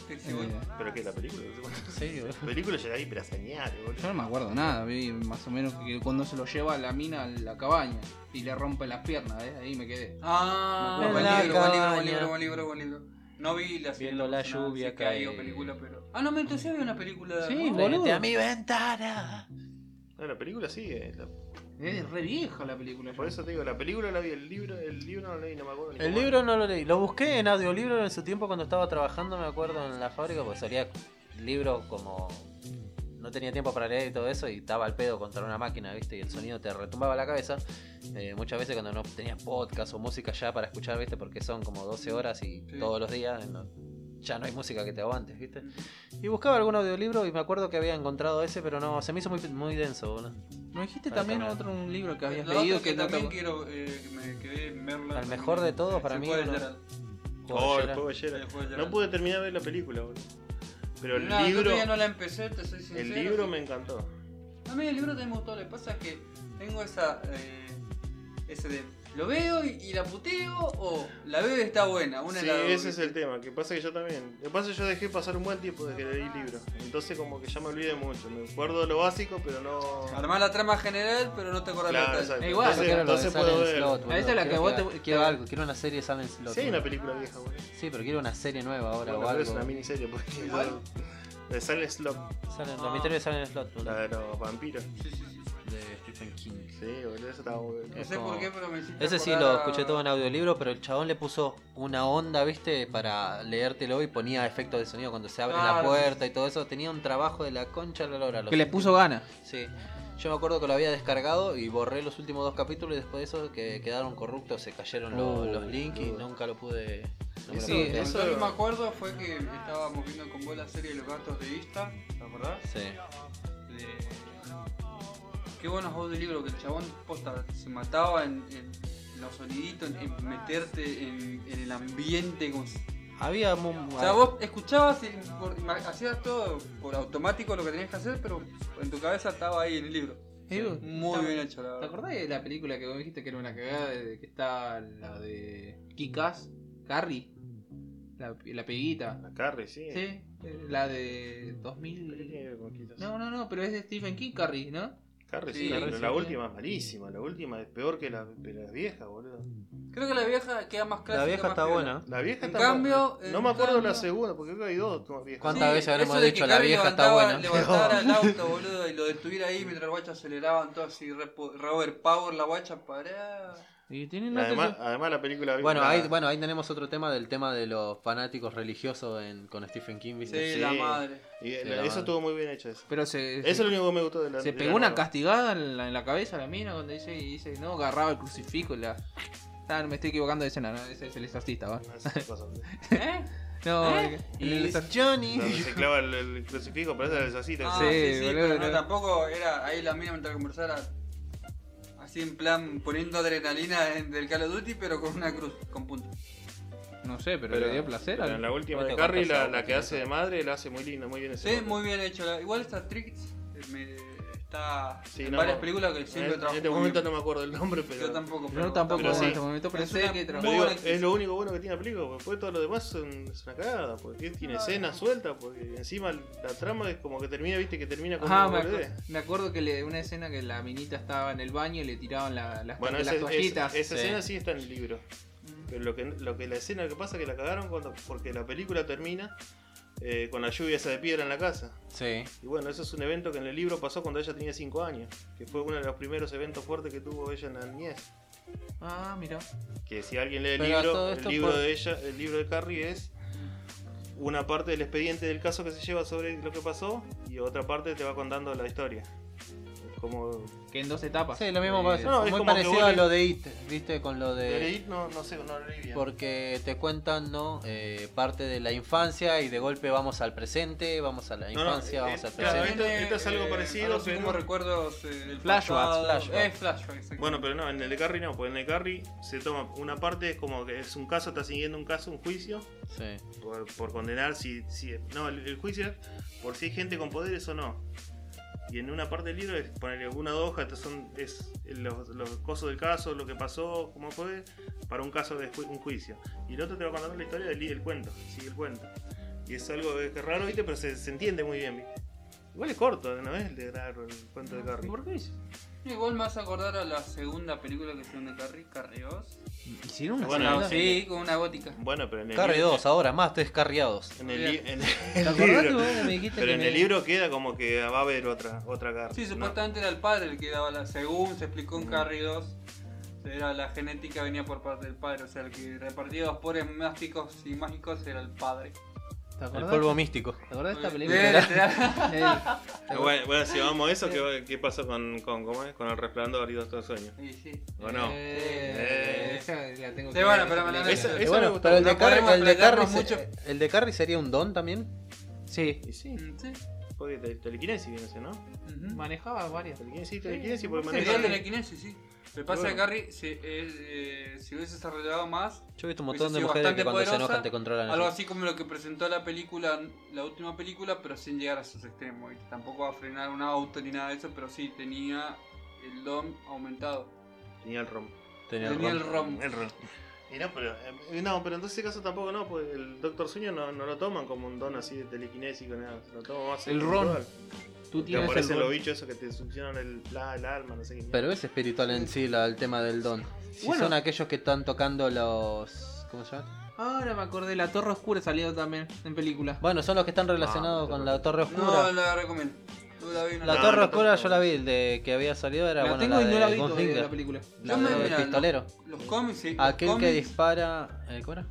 S2: Taxi Boy.
S5: Eh,
S4: ¿Pero qué? ¿La película?
S1: Sí, boludo.
S4: La película llega ahí, pero señal,
S5: yo
S4: boludo.
S5: no me acuerdo nada, vi más o menos que cuando se lo lleva a la mina a la cabaña y le rompe las piernas, eh, ahí me quedé.
S2: Ah,
S1: Me
S2: buen
S1: acuerdo.
S2: libro, buen libro,
S1: Cabaña.
S2: buen libro, buen libro, buen libro. No vi la
S1: Viendo la
S2: personal,
S1: lluvia
S2: sí que hay
S1: caer.
S2: película, pero. Ah, no, me entonces había una película.
S1: Sí,
S2: ¿no?
S1: frente a mi ventana.
S4: No, la película sí. eh, la-
S5: Es re vieja la película.
S4: Por
S5: yo.
S4: eso te digo, la película la vi, el libro, el libro no lo leí, no me acuerdo. ni
S1: El
S4: cómo
S1: libro no lo leí. Lo busqué en audiolibro en su tiempo cuando estaba trabajando, me acuerdo, en la fábrica, porque salía libro como. No tenía tiempo para leer y todo eso, y estaba al pedo contra una máquina, ¿viste? Y el sonido te retumbaba la cabeza. Eh, muchas veces cuando no tenías podcast o música ya para escuchar, ¿viste? Porque son como 12 horas y
S2: Sí.
S1: todos los días no- ya no hay música que te aguantes, ¿viste? Y buscaba algún audiolibro y me acuerdo que había encontrado ese, pero no, se me hizo muy, muy denso, boludo.
S5: Me dijiste
S1: Ah,
S5: también
S1: también.
S5: otro un libro que
S2: La
S5: habías
S2: otra
S5: leído que no te-
S2: también quiero eh, que me quedé en verla.
S1: Al mejor de todos, para mí, uno-
S4: era. Oh, el juego de Geralt. No pude terminar de ver la película, boludo. Pero el
S2: Yo
S4: libro,
S2: todavía no la empecé, te soy sincero.
S4: el libro
S2: así
S4: me encantó.
S2: A mí el libro también me gustó, lo que pasa es que tengo esa. Eh, ese de. ¿Lo veo y, y la puteo o la veo y está buena? Una
S4: sí,
S2: de las dos,
S4: ese es
S2: ¿viste?
S4: el tema. Que pasa que yo también. Lo que pasa es que yo dejé pasar un buen tiempo desde que leí el libro. Entonces, como que ya me olvidé mucho. Me acuerdo lo básico, pero no.
S2: Armar la trama general, pero no te acordás
S4: Claro,
S2: la
S4: exacto.
S5: Eh, igual,
S1: Yo
S4: entonces,
S1: quiero lo de
S4: entonces
S1: Silent
S4: puedo ver.
S1: Slot, boludo.
S5: Esa es la que
S1: Quiero
S5: vos te-
S1: Quiero algo, quiero una serie de Silent Slot.
S4: Sí, hay
S1: boludo.
S4: una película vieja, boludo.
S1: Sí, pero quiero una serie nueva ahora
S4: Bueno,
S1: o
S4: pero
S1: algo.
S4: es una miniserie, pues, porque. De Silent Eh, Slot,
S1: Silent-
S2: Ah.
S1: Los misterios de Silent Slot, boludo.
S4: la de los vampiros.
S1: De Stephen King.
S4: Sí, boludo, eso estaba muy bueno.
S2: No sé por qué, pero me hiciste
S1: Ese sí
S2: acordar
S1: lo
S2: a-
S1: escuché todo en audiolibro, pero el chabón le puso una onda, viste, para leértelo y ponía efectos de sonido cuando se abre la
S2: Claro.
S1: puerta y todo eso. Tenía un trabajo de la concha de la lora. lo
S5: que le
S1: siento.
S5: puso ganas.
S1: Sí. Yo me acuerdo que lo había descargado y borré los últimos dos capítulos y después de eso que quedaron corruptos, se cayeron los,
S4: Oh,
S1: los links y
S4: boludo.
S1: nunca lo pude... no me lo
S4: Eso-
S1: pude-
S2: Lo
S4: eso-
S2: que me acuerdo fue que estábamos viendo con vos la serie de los gatos de Ista, ¿te acordás?
S1: Sí.
S2: De- Qué buenos audiolibros que el chabón posta, se mataba en, en los soniditos, en, en meterte en, en el ambiente. como si-
S1: Había... mu-
S2: O sea, vos escuchabas y por- ima- hacías todo por automático lo que tenías que hacer, pero en tu cabeza estaba ahí en el libro.
S5: Edu,
S2: Muy
S5: ¿te-
S2: bien hecho,
S5: ¿Te
S2: la verdad.
S5: acordás de la película que vos dijiste que era una cagada de que está la de Kikas? Carrie. La, la peguita.
S4: La Carrie, sí.
S5: ¿Sí? La de
S4: ¿Pero qué tiene
S5: 2000.
S4: que ver con Quitas?
S5: No, no, no, pero es de Stephen King, Carrie, ¿no?
S4: Carrie,
S2: Sí,
S4: sí, pero
S5: sí,
S4: la
S5: sí.
S4: última es malísima. La última es peor que la, que la vieja, boludo.
S2: Creo que la vieja queda más clásica.
S1: La vieja
S2: más
S1: está
S2: piola.
S1: buena.
S4: La vieja
S2: En
S4: está-
S2: cambio,
S4: No
S2: en
S4: me acuerdo la
S2: cambio-
S4: segunda, porque creo que hay dos como viejas.
S1: ¿Cuántas
S2: Sí,
S1: veces habremos
S2: eso de
S1: dicho
S2: que
S1: la
S2: Carrie
S1: vieja está
S2: levantaba-
S1: buena?
S2: Levantara el auto, boludo, y lo detuviera ahí mientras el guacho aceleraban todo así, re po- Robert Power, la guacha pará.
S5: Y tienen
S4: Además, además la película
S1: Bueno,
S4: la-
S1: ahí, bueno, ahí tenemos otro tema del tema de los fanáticos religiosos en- con Stephen King. ¿viste?
S2: Sí,
S4: Sí.
S2: la madre.
S4: y
S1: Sí, la
S4: la- eso
S1: verdad.
S4: estuvo muy bien hecho eso.
S5: Pero se,
S4: Eso es lo único que me gustó de la
S5: se
S4: de la
S5: pegó una
S4: nueva.
S5: castigada en la, en la cabeza a la mina cuando dice, y dice, no, agarraba el crucifijo y la. Ah, no, me estoy equivocando de escena, ¿no? Ese es el exorcista, ¿va?
S4: No sé qué cosa.
S2: ¿Eh?
S5: No,
S1: Y
S5: el-
S1: Johnny.
S4: Donde se clava el, el crucifijo, parece la necesita.
S2: Ah,
S5: Sí,
S2: sí, sí,
S5: boludo,
S2: pero no,
S5: no.
S2: tampoco era ahí la mina mientras conversara. Así en plan poniendo adrenalina en- del Call of Duty, pero con una cruz, con punta.
S5: no sé, pero, le dio placer
S4: pero
S5: al- Este
S4: en la última
S1: Bueno,
S4: de
S1: te
S4: Carrie,
S1: contaste
S4: la,
S1: algo,
S4: la que
S1: sí.
S4: hace de madre, la hace muy linda, muy bien ese
S2: Sí,
S4: papel.
S2: muy bien hecho. la- Igual esta Tricks eh, me- está
S4: Sí,
S2: en
S4: no,
S2: varias
S4: no.
S2: películas que
S4: En,
S2: siempre
S4: en
S2: trabajo.
S4: este
S2: muy
S4: momento no
S2: bien.
S4: me acuerdo el nombre, pero.
S2: Yo tampoco.
S5: Yo
S2: pero
S5: tampoco
S4: Pero
S5: en
S4: sí.
S5: este momento pensé
S2: Es una-
S5: que
S4: Pero
S5: trabajaba.
S2: Muy
S4: digo,
S2: buena actriz.
S4: es lo único bueno que tiene la película, porque después todo lo demás son- es una cagada, porque tiene escenas sueltas, porque encima la trama es como que termina, viste, que termina con
S5: Ajá,
S4: una
S5: Ah, me,
S4: boludez.
S5: acu- me acuerdo que le una escena que la minita estaba en el baño y le tiraban la- las,
S4: Bueno,
S5: las
S4: esa,
S5: toallitas. Sí.
S4: esa- esa
S5: Mm.
S4: escena sí está en el libro. Pero lo que, lo que la escena que pasa es que la cagaron cuando, porque la película termina eh, con la lluvia esa de piedra en la casa.
S1: Sí.
S4: Y bueno, eso es un evento que en el libro pasó cuando ella tenía 5 años, que fue uno de los primeros eventos fuertes que tuvo ella en la niñez.
S5: Ah, mira.
S4: Que si alguien lee el
S1: Pero todo
S4: libro, el
S1: esto
S4: libro
S1: por-
S4: de ella, el libro de Carrie es una parte del expediente del caso que se lleva sobre lo que pasó y otra parte te va contando la historia. Como
S5: Que en dos etapas.
S1: Sí, lo mismo
S5: Eh,
S1: pasa.
S4: No, es
S1: muy
S4: como que
S1: parecido
S4: vos
S1: a
S4: le-
S1: lo de It, ¿viste? Con lo
S4: de
S1: de.
S4: leer, no, no sé, no lo leí bien.
S1: Porque te cuentan, ¿no? Eh, parte de la infancia y de golpe vamos al presente, vamos a la
S4: No, no,
S1: infancia,
S4: eh,
S1: vamos al
S4: claro,
S1: presente.
S4: esto- esto es algo parecido,
S2: algo así
S4: pero-
S2: como recuerdos eh, del
S1: Flashbacks,
S2: pasado.
S1: flashbacks.
S2: Eh, flashbacks, exacto.
S4: Bueno, pero no, en el de Carrie no, porque en el de Carrie se toma una parte, es como que es un caso, está siguiendo un caso, un juicio,
S1: Sí.
S4: por, por condenar si, si. No, el, el juicio es por si hay gente con poderes o no. Y en una parte del libro es ponerle una o dos hojas, estas son es los, los cosos del caso, lo que pasó, cómo fue, para un caso de ju- un juicio. Y el otro te va contando la historia del, li- del cuento, sigue el cuento. Y es algo que es raro, ¿viste? Pero se, se entiende muy bien, ¿viste? Igual es corto, ¿no es? El de raro el cuento de Carrie.
S5: ¿Por qué?
S2: Eh, Igual me vas a acordar a la segunda película que hicieron de Carrie, Carrie 2.
S5: Hicieron una
S4: Bueno,
S5: segunda?
S4: no,
S2: Sí, con una gótica.
S4: Bueno, pero en el
S1: Carry
S4: libro-
S1: 2, ahora más descarriados.
S4: En el, li-
S2: Bien.
S4: en-
S5: ¿Te
S4: el
S5: acordás que
S4: libro.
S5: vos me dijiste
S4: Pero
S5: que
S4: en
S5: me-
S4: el libro queda como que va a haber otra, otra carta.
S2: Sí,
S4: ¿no? Mm.
S2: supuestamente era el padre el que daba la. Según se explicó en Carrie 2, era la genética venía por parte del padre. O sea, el que repartía los poderes mágicos y mágicos era el padre.
S5: ¿Te
S1: El
S5: acordás?
S1: polvo místico.
S5: ¿Te acordás de esta
S2: Eh,
S5: película?
S2: literal.
S4: Eh, Bueno, bueno, si vamos a eso, ¿qué, qué pasó con, con, cómo es? con el resplandor y dos sueños?
S2: Y sí.
S4: ¿O no?
S5: Eh,
S4: Eh.
S5: esa la tengo
S2: Sí,
S5: que
S2: bueno,
S5: ver,
S2: pero
S5: esa
S2: me la-
S5: película.
S4: Esa-
S1: Y
S4: esa me
S1: bueno,
S4: gustó.
S1: pero el
S2: No
S1: de, Carry
S2: podemos
S1: el, de Carry
S2: explayarnos mucho.
S1: se- el de Carry sería un don también.
S5: Sí,
S4: Y sí,
S2: Mm, Sí.
S4: porque te- telequinesis viene ese, ¿no?
S2: Ujú.
S5: manejaba varias.
S4: Telequinesis, telequinesis, porque
S5: Sí,
S2: Sería
S4: maneja...
S2: el de la kinesis, sí. Lo que pasa es que
S4: Bueno.
S2: Carrie, si, eh, eh, si hubiese desarrollado más,
S1: Yo he visto un
S2: Hubiese
S1: montón de
S2: sido
S1: mujeres que
S2: bastante
S1: cuando se
S2: poderosa,
S1: enojan te controlan.
S2: algo
S1: así.
S2: así como lo que presentó la película, la última película, pero sin llegar a sus extremos. ¿viste? Tampoco va a frenar un auto ni nada de eso, pero sí tenía el don aumentado.
S4: Tenía el rom.
S1: Tenía
S2: Tenía
S1: razón.
S2: el rom.
S4: El rom. Y no, pero, eh, no, pero en ese caso tampoco no, porque el Doctor Sueño no, no lo toman como un don así de telequinésico, nada. se Lo toman más
S5: El
S4: espiritual.
S5: ron. Tú
S4: Que
S5: tienes
S4: aparecen
S5: el
S4: los bichos esos que te succionan el, la- el alma, no sé qué.
S1: Pero es espiritual en sí la- el tema del don. Si
S5: Bueno.
S1: son aquellos que están tocando los. ¿Cómo se llama?
S5: Ahora me acordé, La Torre Oscura salió también en película.
S1: Bueno, son los que están relacionados
S4: Ah,
S1: con
S4: pero-
S1: la Torre
S2: No
S1: Oscura.
S2: la recomiendo. No la vi, no
S1: la
S4: No,
S1: Torre
S4: no,
S1: Oscura
S4: tampoco.
S1: yo la vi, el de que había salido era
S5: la
S1: bueno,
S5: tengo
S1: la
S5: y no
S1: de
S5: la vi
S1: Gunslinger,
S5: todavía la película.
S1: la
S2: Yo me-
S1: del
S2: mira,
S1: pistolero.
S2: Los cómics, sí. los
S1: Aquel que
S2: cómics-
S1: dispara. eh, ¿Cómo era?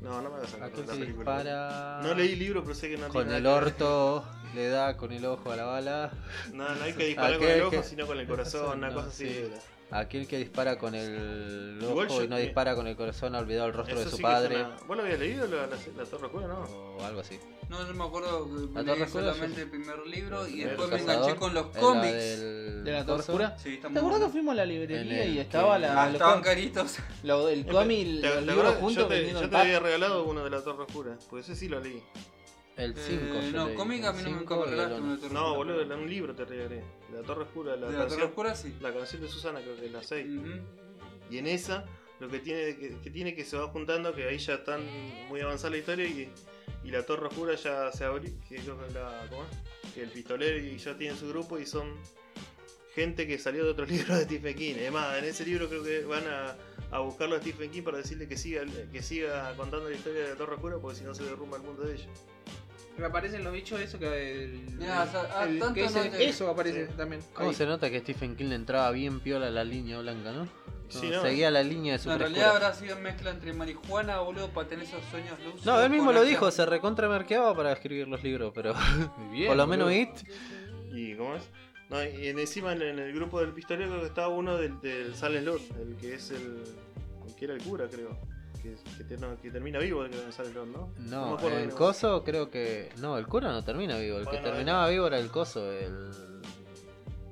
S4: No, no me hagas acordar
S1: Aquel
S4: la
S1: que
S4: película.
S1: dispara.
S4: No leí el libro, pero sé que no
S1: Con
S4: tiene
S1: el
S4: nada que
S1: orto, le da con el ojo a la bala.
S4: ver. No, no hay que disparar con
S1: Aquel
S4: el ojo,
S1: que-
S4: sino con el corazón, una
S1: No,
S4: cosa así.
S1: sí.
S4: era.
S1: Aquel que dispara con el ojo
S4: Igual yo-
S1: y no dispara con el corazón, ha olvidado el rostro de
S4: Eso
S1: su
S4: sí que es
S1: padre.
S4: una- ¿Vos lo habías leído, la, la, la Torre Oscura? No.
S1: O algo así.
S2: No, yo me acuerdo que
S1: La
S2: me
S1: Torre
S2: leí
S1: Oscura,
S2: solamente
S1: yo-
S2: el primer libro y
S4: El
S2: después me
S1: Del
S2: enganché
S1: cazador,
S2: con los
S1: en la
S2: cómics.
S1: del
S5: ¿De La Torre
S1: coso.
S5: Oscura?
S2: Sí, está
S5: ¿Te
S2: muy
S5: acuerdas
S2: bueno.
S5: que fuimos a la
S1: En
S5: librería
S1: el
S5: y
S1: que-
S5: estaba la,
S2: Ah,
S5: los
S2: estaban
S5: cómic-
S2: caritos.
S5: lo- el cómic,
S4: ¿Te- te
S5: los libros
S4: acordás?
S5: juntos
S4: yo te,
S5: vendiendo
S4: yo
S5: en
S4: te
S5: pack?
S4: había regalado uno de la Torre Oscura, pues ese sí lo leí.
S1: El
S2: Eh,
S1: 5.
S2: no, cómic a mí no me nunca me regalaste uno de Torre
S4: No,
S2: Oscura.
S4: boludo, era un libro te regalé. La Torre Oscura, la,
S2: De la
S4: canción,
S2: Torre Oscura, sí.
S4: la canción de Susana, creo que es la 6.
S2: Ujú.
S4: Y en esa, lo que tiene que, que tiene que se va juntando, que ahí ya están muy avanzada la historia y, y la Torre Oscura ya se abrió, que creo que la- ¿cómo es? que el pistolero y ya tienen su grupo y son gente que salió de otro libro de Stephen King. Es más, en ese libro creo que van a, a buscarlo a Stephen King para decirle que siga, que siga contando la historia de la Torre Oscura porque si no se derrumba el mundo de ellos.
S5: Me aparecen los bichos eso que el,
S2: Mirá, o sea, ah,
S5: el
S2: tanto
S5: que
S2: no
S5: ese-
S2: te-
S5: eso aparece
S4: Sí.
S5: también.
S1: ¿Cómo
S5: Ahí.
S1: se nota que Stephen King le entraba bien piola a la línea blanca, no?
S4: Sí,
S1: No,
S4: ¿no?
S1: Seguía la línea de su
S2: En realidad
S1: frescura.
S2: habrá sido mezcla entre marihuana, boludo, para tener esos sueños lúcidos.
S1: No, él mismo
S2: con
S1: lo
S2: esa-
S1: dijo, se recontramerqueaba para escribir los libros, pero
S5: bien,
S1: por lo menos
S5: boludo.
S1: It
S4: ¿Y cómo es? No, y en- encima en, en el grupo del pistolero creo que estaba uno del, del Sales Lord, el que es el. el que era el cura, creo. Que que, que te- no, que termina vivo el que no sale el Lord, ¿no? me
S1: No,
S4: acuerdo
S1: el
S4: bien.
S1: coso creo que. No, el cura no termina vivo. El
S4: Bueno,
S1: que terminaba vivo era el coso. El.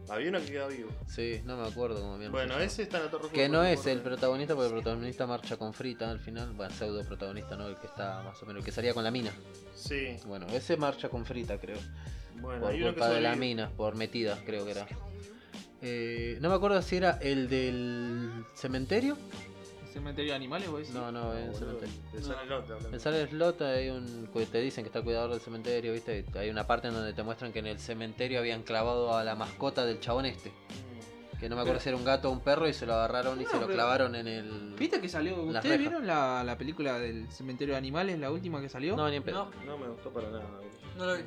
S4: Había uno que quedaba vivo.
S1: Sí, no me acuerdo cómo bien.
S4: Bueno, ese está en la torre
S1: Que
S4: Oscura,
S1: no
S4: me
S1: es el
S4: acuerdo.
S1: protagonista, porque el protagonista marcha con Frita al final. Bueno, pseudo protagonista, ¿no? El que está más o menos. El que salía con la mina.
S4: Sí,
S1: Bueno, ese marcha con Frita, creo.
S4: bueno,
S1: Por
S4: hay uno que
S1: culpa de la
S4: sobrevive.
S1: mina, por metidas, creo que era. Eh, no me acuerdo si era el del cementerio.
S5: ¿Cementerio de animales, vos decís?
S1: No, no,
S4: No,
S1: el
S4: boludo,
S1: cementerio.
S4: pensá en el otro, hablando.
S1: En Sale Slot hay un que te dicen que está el cuidador del cementerio, ¿viste? Hay una parte en donde te muestran que en el cementerio habían clavado a la mascota del chabón este.
S4: Mm.
S1: Que no me acuerdo si era un gato o un perro y se lo agarraron y se lo
S5: pero-
S1: clavaron en el.
S5: ¿Viste que salió?
S1: Las
S5: ¿Ustedes
S1: rejas.
S5: vieron la, la película del cementerio de animales, la última que salió?
S1: No, ni en pedo.
S2: No,
S4: No me gustó para nada.
S2: no la vi.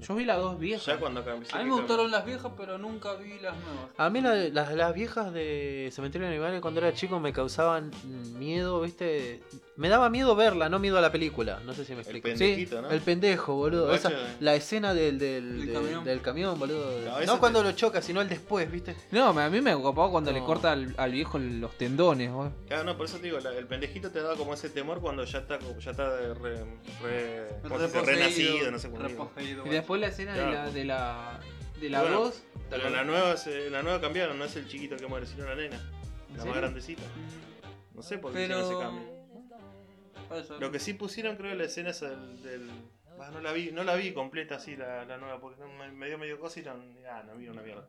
S5: Yo vi las dos viejas.
S4: Ya cuando cambié.
S2: A mí me gustaron las viejas, pero nunca vi las nuevas.
S1: A mí la- las, las viejas de Cementerio de Animales cuando era chico me causaban miedo, ¿viste? Me daba miedo verla, no miedo a la película. No sé si me explico.
S4: pendejito,
S1: sí,
S4: ¿no?
S1: El pendejo, boludo.
S4: El
S1: Esa-
S4: guacho de-
S1: la escena del, del,
S2: Del
S1: del-
S2: camión.
S1: del camión, boludo.
S4: No,
S1: No,
S4: ese te-
S1: cuando lo choca, sino el después, ¿viste?
S5: No, a mí me copó cuando
S1: No.
S5: le corta al, al viejo los tendones, vos.
S4: Claro, Ah, no, por eso te digo, la- el pendejito te da como ese temor cuando ya está, como- ya está de re, re- como si fuese renacido, no sé cómo digo.
S2: Reposeído,
S5: Y después la escena
S4: Claro.
S5: de la de la de la
S4: Bueno,
S5: voz. ¿te
S4: Pero
S5: acordás?
S4: la nueva, se- la nueva cambiaron, no es el chiquito que muere, sino la nena, la más
S5: serio?
S4: grandecita. No sé por qué hicieron ese cambio.
S2: Pero. Eso.
S4: Lo que sí pusieron, creo, la escena es el del. Ah, no la vi, no la vi completa así la, la nueva, porque no- me, me dio medio cosa y no, ah, no vi una mierda.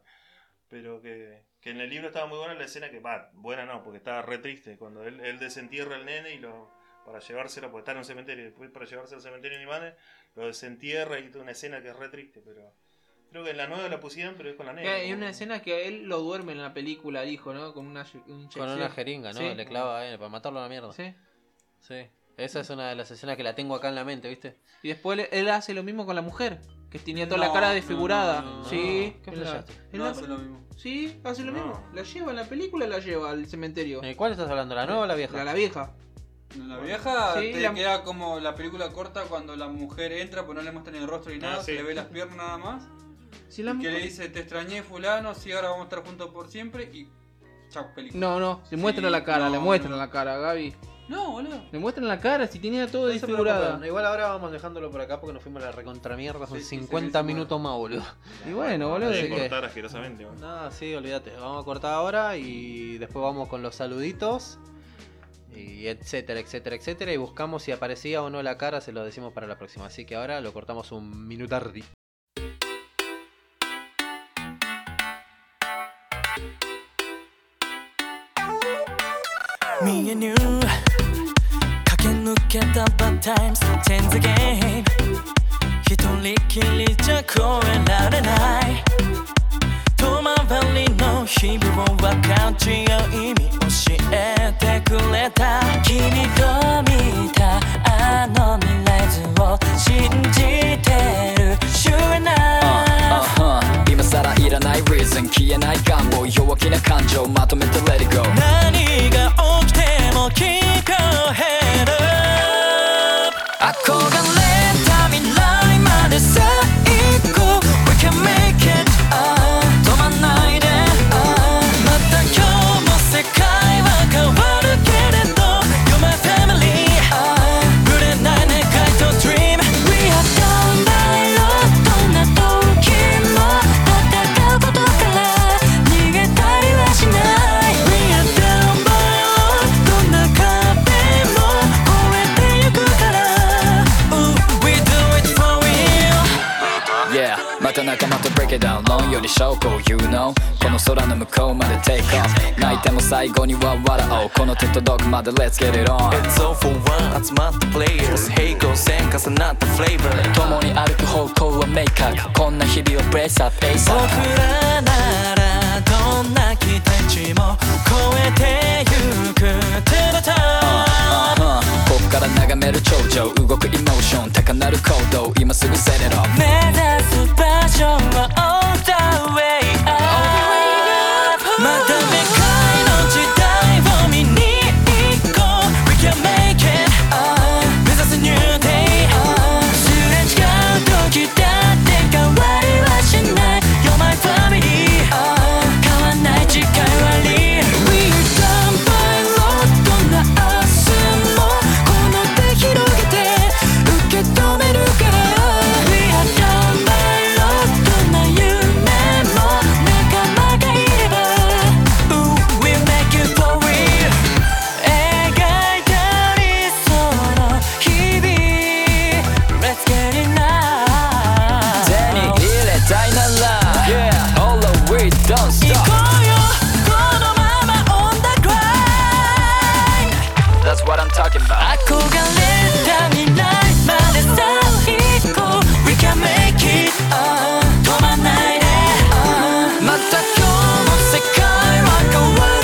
S4: Pero que, que en el libro estaba muy buena la escena que, va, buena no, porque estaba re triste. Cuando él, él desentierra al nene y lo. para llevárselo, porque está en un cementerio, y después para llevárselo al cementerio de animales, lo desentierra y toda una escena que es re triste, pero. Creo que en la nueva la pusieron, pero es con la
S5: Que
S4: nena.
S5: Hay
S4: como-
S5: una escena que a él lo duerme en la película, al hijo, ¿no? Con una,
S1: Con una jeringa, ¿no?
S5: Sí.
S1: Le clava eh, para matarlo a la mierda. Sí.
S5: Sí.
S1: Esa es una de las escenas que la tengo acá en la mente, ¿viste?
S5: Y después le- él hace lo mismo con la mujer, que tenía toda
S2: No,
S5: la cara
S2: no,
S5: desfigurada.
S2: no, no.
S5: sí,
S1: ¿Qué
S5: en la-
S1: flashaste?
S5: en
S2: No,
S5: la-
S2: eso es lo mismo.
S5: Sí, hace lo
S4: No.
S5: mismo. La lleva en la película, la lleva al cementerio.
S1: Eh, ¿Cuál estás hablando? ¿La nueva o la vieja?
S5: La, la vieja.
S2: La vieja
S5: Sí,
S2: te
S5: la-
S2: queda como la película corta cuando la mujer entra, pues no le muestran el rostro ni nada,
S4: Ah,
S2: se
S4: sí.
S2: le ve las piernas nada más.
S5: Sí, la
S2: y que
S5: mujer-
S2: le dice, te extrañé fulano, sí, ahora vamos a estar juntos por siempre y chao, película.
S5: No, no, le muestran la cara,
S2: no,
S5: le muestran
S2: no.
S5: la cara, Gaby.
S2: No, boludo.
S5: Le muestran la cara, si tenía todo
S1: No se
S5: desfigurada.
S1: preocupen, Igual ahora vamos dejándolo por acá porque nos fuimos a la recontramierda. Son
S2: Sí, sí, sí,
S1: 50
S2: sí, sí,
S1: minutos más, boludo.
S5: Y bueno, boludo.
S1: Sí,
S4: Hay que
S1: que-
S4: cortar asquerosamente, bueno.
S1: No, sí, olvídate. Vamos a cortar ahora y después vamos con los saluditos. Y etcétera, etcétera, etcétera. Y buscamos si aparecía o no la cara, se lo decimos para la próxima. Así que ahora lo cortamos un minutardi.
S6: Me and you 駆け抜けたバッタイムスチェンズゲーム一人きりじゃ越えられない遠回りの日々を分かち合う意味教えてくれた君と見たあの未来図を信じてる Sure enough
S10: 今さらいらない reason 消えない願望弱気な感情まとめて let it go
S6: 何が起きても聞こえる憧れた未来までさあ行こう We can make it ああ止まんないでああまた今日も世界は変わるけれど You're my family ああぶれない願いと Dream We are 頑張ろうどんな時も戦うことから逃げたりはしない We are down by all どんな壁も越えてゆくから Ooh, We do it for real
S10: Yeah また仲間と break it down 論より証拠を you know この空の向こうまで take off 泣いても最後には笑おうこの手届くまで let's get it on
S6: It's all for one 集まったプレイヤーズ平行線重なったフレーバー
S10: 共に歩く方向は明確こんな日々を brace up ASAP
S6: 僕らならどんな期待値も超えてゆく To the top
S10: こっから眺める頂上動くエモーション高鳴る行動今すぐ set it off
S6: 目指す場所は All the way up また未開の時代を見に行こう We can make it 目指す New Day すれ違う時だって変わりはしない You're my family Uh, 変わんない時間割り We are done by law どんな明日も uh,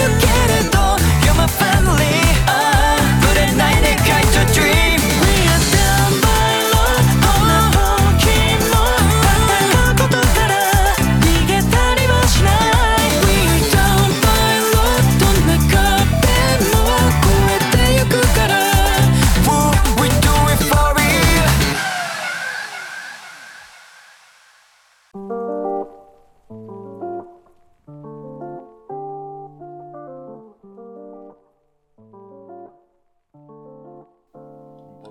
S6: uh."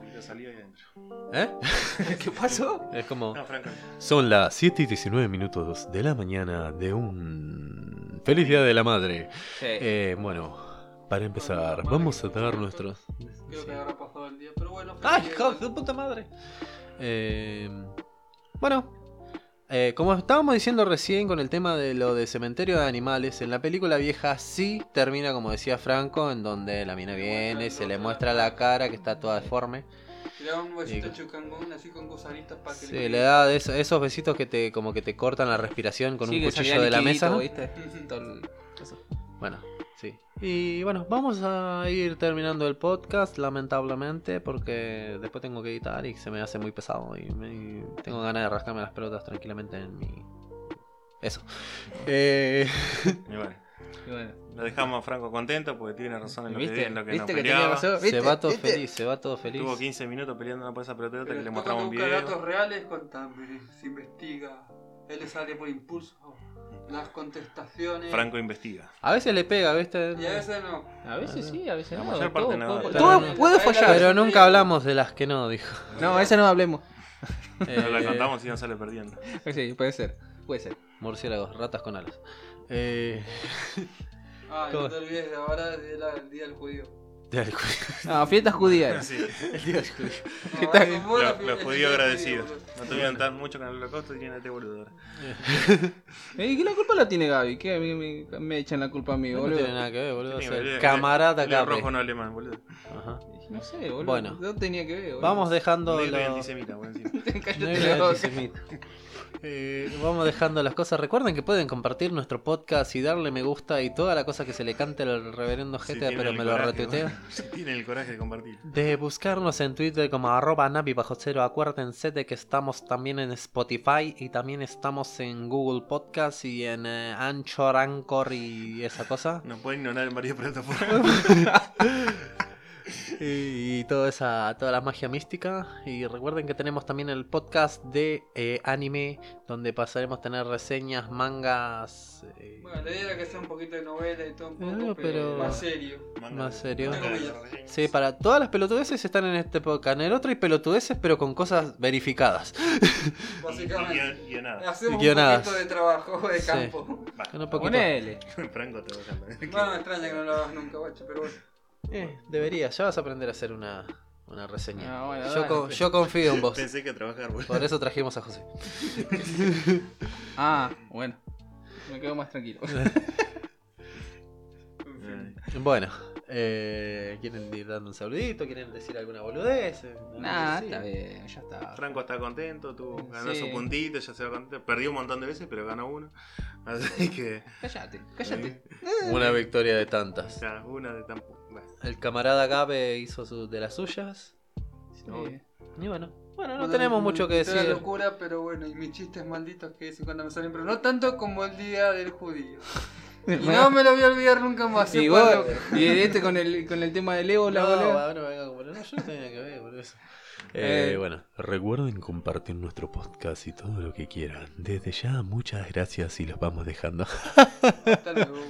S3: Pero salí ahí adentro.
S1: ¿Eh?
S5: ¿Qué pasó?
S1: Es como.
S3: No, Franco. no.
S1: Son las 7 y 19 minutos de la mañana de un. Feliz Día de la Madre. Eh, bueno, para empezar, vamos a dar nuestros.
S2: Creo que habrá pasado el día, pero bueno.
S1: ¡Ay,
S2: feliz
S1: hijo de su puta madre! Eh, bueno, eh, como estábamos diciendo recién con el tema de lo de cementerio de animales, en la película vieja sí termina como decía Franco, en donde la mina viene, se le muestra la cara que está toda deforme.
S2: Tiraba un huesito
S1: Digo.
S2: chucangón así con gusanitos para que
S1: Sí, le da de eso- esos besitos que te como que te cortan la respiración con
S5: Sí,
S1: un
S5: que salía
S1: cuchillo de la
S5: liquidito,
S1: mesa. ¿no?
S5: ¿viste? Todo el- eso.
S1: Bueno, sí. Y bueno, vamos a ir terminando el podcast, lamentablemente, porque después tengo que editar y se me hace muy pesado y, me- y tengo ganas de rascarme las pelotas tranquilamente en mi... Eso. Eh,
S3: Y bueno,
S5: Y bueno.
S3: lo dejamos a Franco contento porque tiene razón en lo que,
S5: ¿Viste?
S3: di- en lo que nos
S5: ¿Viste que tenía
S3: peleaba.
S5: razón? ¿Viste?
S1: se va todo
S5: ¿Viste?
S1: feliz, se va todo feliz.
S3: Tuvo 15 minutos peleando por esa pelota que le
S2: Pero
S3: mostramos un
S2: busca
S3: video.
S2: datos reales, contame, se investiga. Él le sale por impulso. Las contestaciones.
S3: Franco investiga.
S1: A veces le pega, ¿viste?
S2: Y a veces no.
S5: A veces sí, a veces
S3: La
S5: no.
S3: mayor parte
S5: todo-
S3: no,
S5: todo-
S3: pero-
S5: todo
S1: Pero-
S5: puede fallar.
S1: Pero nunca hablamos de las que no, dijo.
S5: No, esa no hablemos.
S3: No la
S1: Eh,
S3: contamos y no sale perdiendo.
S5: Sí, puede ser. Puede ser.
S1: Murciélagos, ratas con alas. Eh,
S2: Ah, y
S1: ¿Cómo?
S2: no te olvides de ahora del día del judío.
S1: ya, el cu-
S5: No, Ah, fiestas judías.
S3: Sí.
S1: el día del cu-
S2: No,
S5: tal?
S2: eso fue la
S3: Los,
S2: fi-
S3: los
S2: el
S3: judíos
S2: día del
S3: agradecidos.
S2: judío, boludo.
S3: No tuvieron tan mucho con el holocausto y tienen este boludo. ahora.
S5: Eh, ¿Y qué la culpa la tiene Gaby? ¿Qué me, me- me echan la culpa a mí,
S1: No
S5: boludo?
S1: tiene nada que ver, boludo.
S3: Sí,
S1: es el
S3: boludo,
S1: camarada
S3: El
S1: Capri.
S3: rojo no alemán, boludo.
S1: Ajá.
S5: No sé, Eh, boludo.
S1: Bueno.
S5: No tenía que ver, boludo.
S1: Vamos dejando
S3: Negro y
S1: lo-
S3: antisemita, por encima.
S5: Cállate
S1: No
S5: la
S1: era
S5: boca.
S1: antisemita. Eh, vamos dejando las cosas. Recuerden que pueden compartir nuestro podcast y darle me gusta y toda la cosa que se le cante al reverendo
S3: Si
S1: Jeta,
S3: tienen
S1: Este, pero
S3: el
S1: me lo
S3: coraje,
S1: retuitea.
S3: boludo. Si tienen el coraje de compartir.
S1: De buscarnos en Twitter como arroba napi bajo cero. Acuérdense de que estamos también en Spotify y también estamos en Google Podcast y en eh, Anchor, Anchor y esa cosa.
S3: Nos pueden ignorar en varias plataformas.
S1: y toda esa toda la magia mística y recuerden que tenemos también el podcast de eh, anime donde pasaremos a tener reseñas mangas eh,
S2: Bueno, la idea era que sea un poquito de novela y todo un
S1: No,
S2: poco,
S1: pero-
S2: pero más serio.
S1: más serio
S2: Manga.
S1: sí para todas las pelotudeces están en este podcast en el otro hay pelotudeces pero con cosas verificadas
S2: Básicamente.
S3: Y nada.
S2: Hacemos un
S1: Guionadas.
S2: poquito de trabajo de
S1: Sí.
S2: campo.
S1: Con un poquito-
S5: Ponele.
S3: Franco trabajando.
S2: Bueno, me extraña que no lo hagas nunca, guacho, pero bueno.
S1: Eh, debería ya vas a aprender a hacer una una reseña
S5: Ah, bueno,
S1: yo,
S5: dale.
S1: con- yo confío en vos
S4: Pensé que a trabajar, boludo.
S1: por eso trajimos a José
S5: Ah, bueno. Me quedo más tranquilo.
S1: bueno eh, quieren ir dando un saludito quieren decir alguna boludez Eh,
S5: Nah,
S1: Sí.
S5: Ah, está bien, ya está.
S3: Franco está contento, tuvo, ganó
S5: Sí.
S3: su puntito, ya se va contento. Perdió un montón de veces, pero ganó uno. Así que,
S5: Cállate, cállate.
S1: Una victoria de tantas.
S3: ya, una de tan. bueno.
S1: El camarada Gabe hizo su- de las suyas.
S5: Sí.
S1: Y bueno, bueno, no tenemos mucho que
S2: Es una
S1: decir.
S2: locura, pero bueno, y mis chistes malditos que dicen cuando me salen, pero no tanto como el día del judío. Y no me lo voy a olvidar nunca más.
S5: Y
S2: ¿eh?
S5: vos,
S2: Cuando-
S5: y este con el, con el tema del ébola,
S1: No,
S5: boludo.
S1: bueno, venga, como- no, yo no tenía que ver, por eso. Eh,
S5: Eh,
S1: bueno,
S7: Recuerden compartir nuestro podcast y todo lo que quieran. Desde ya, muchas gracias y los vamos dejando.
S2: Hasta luego.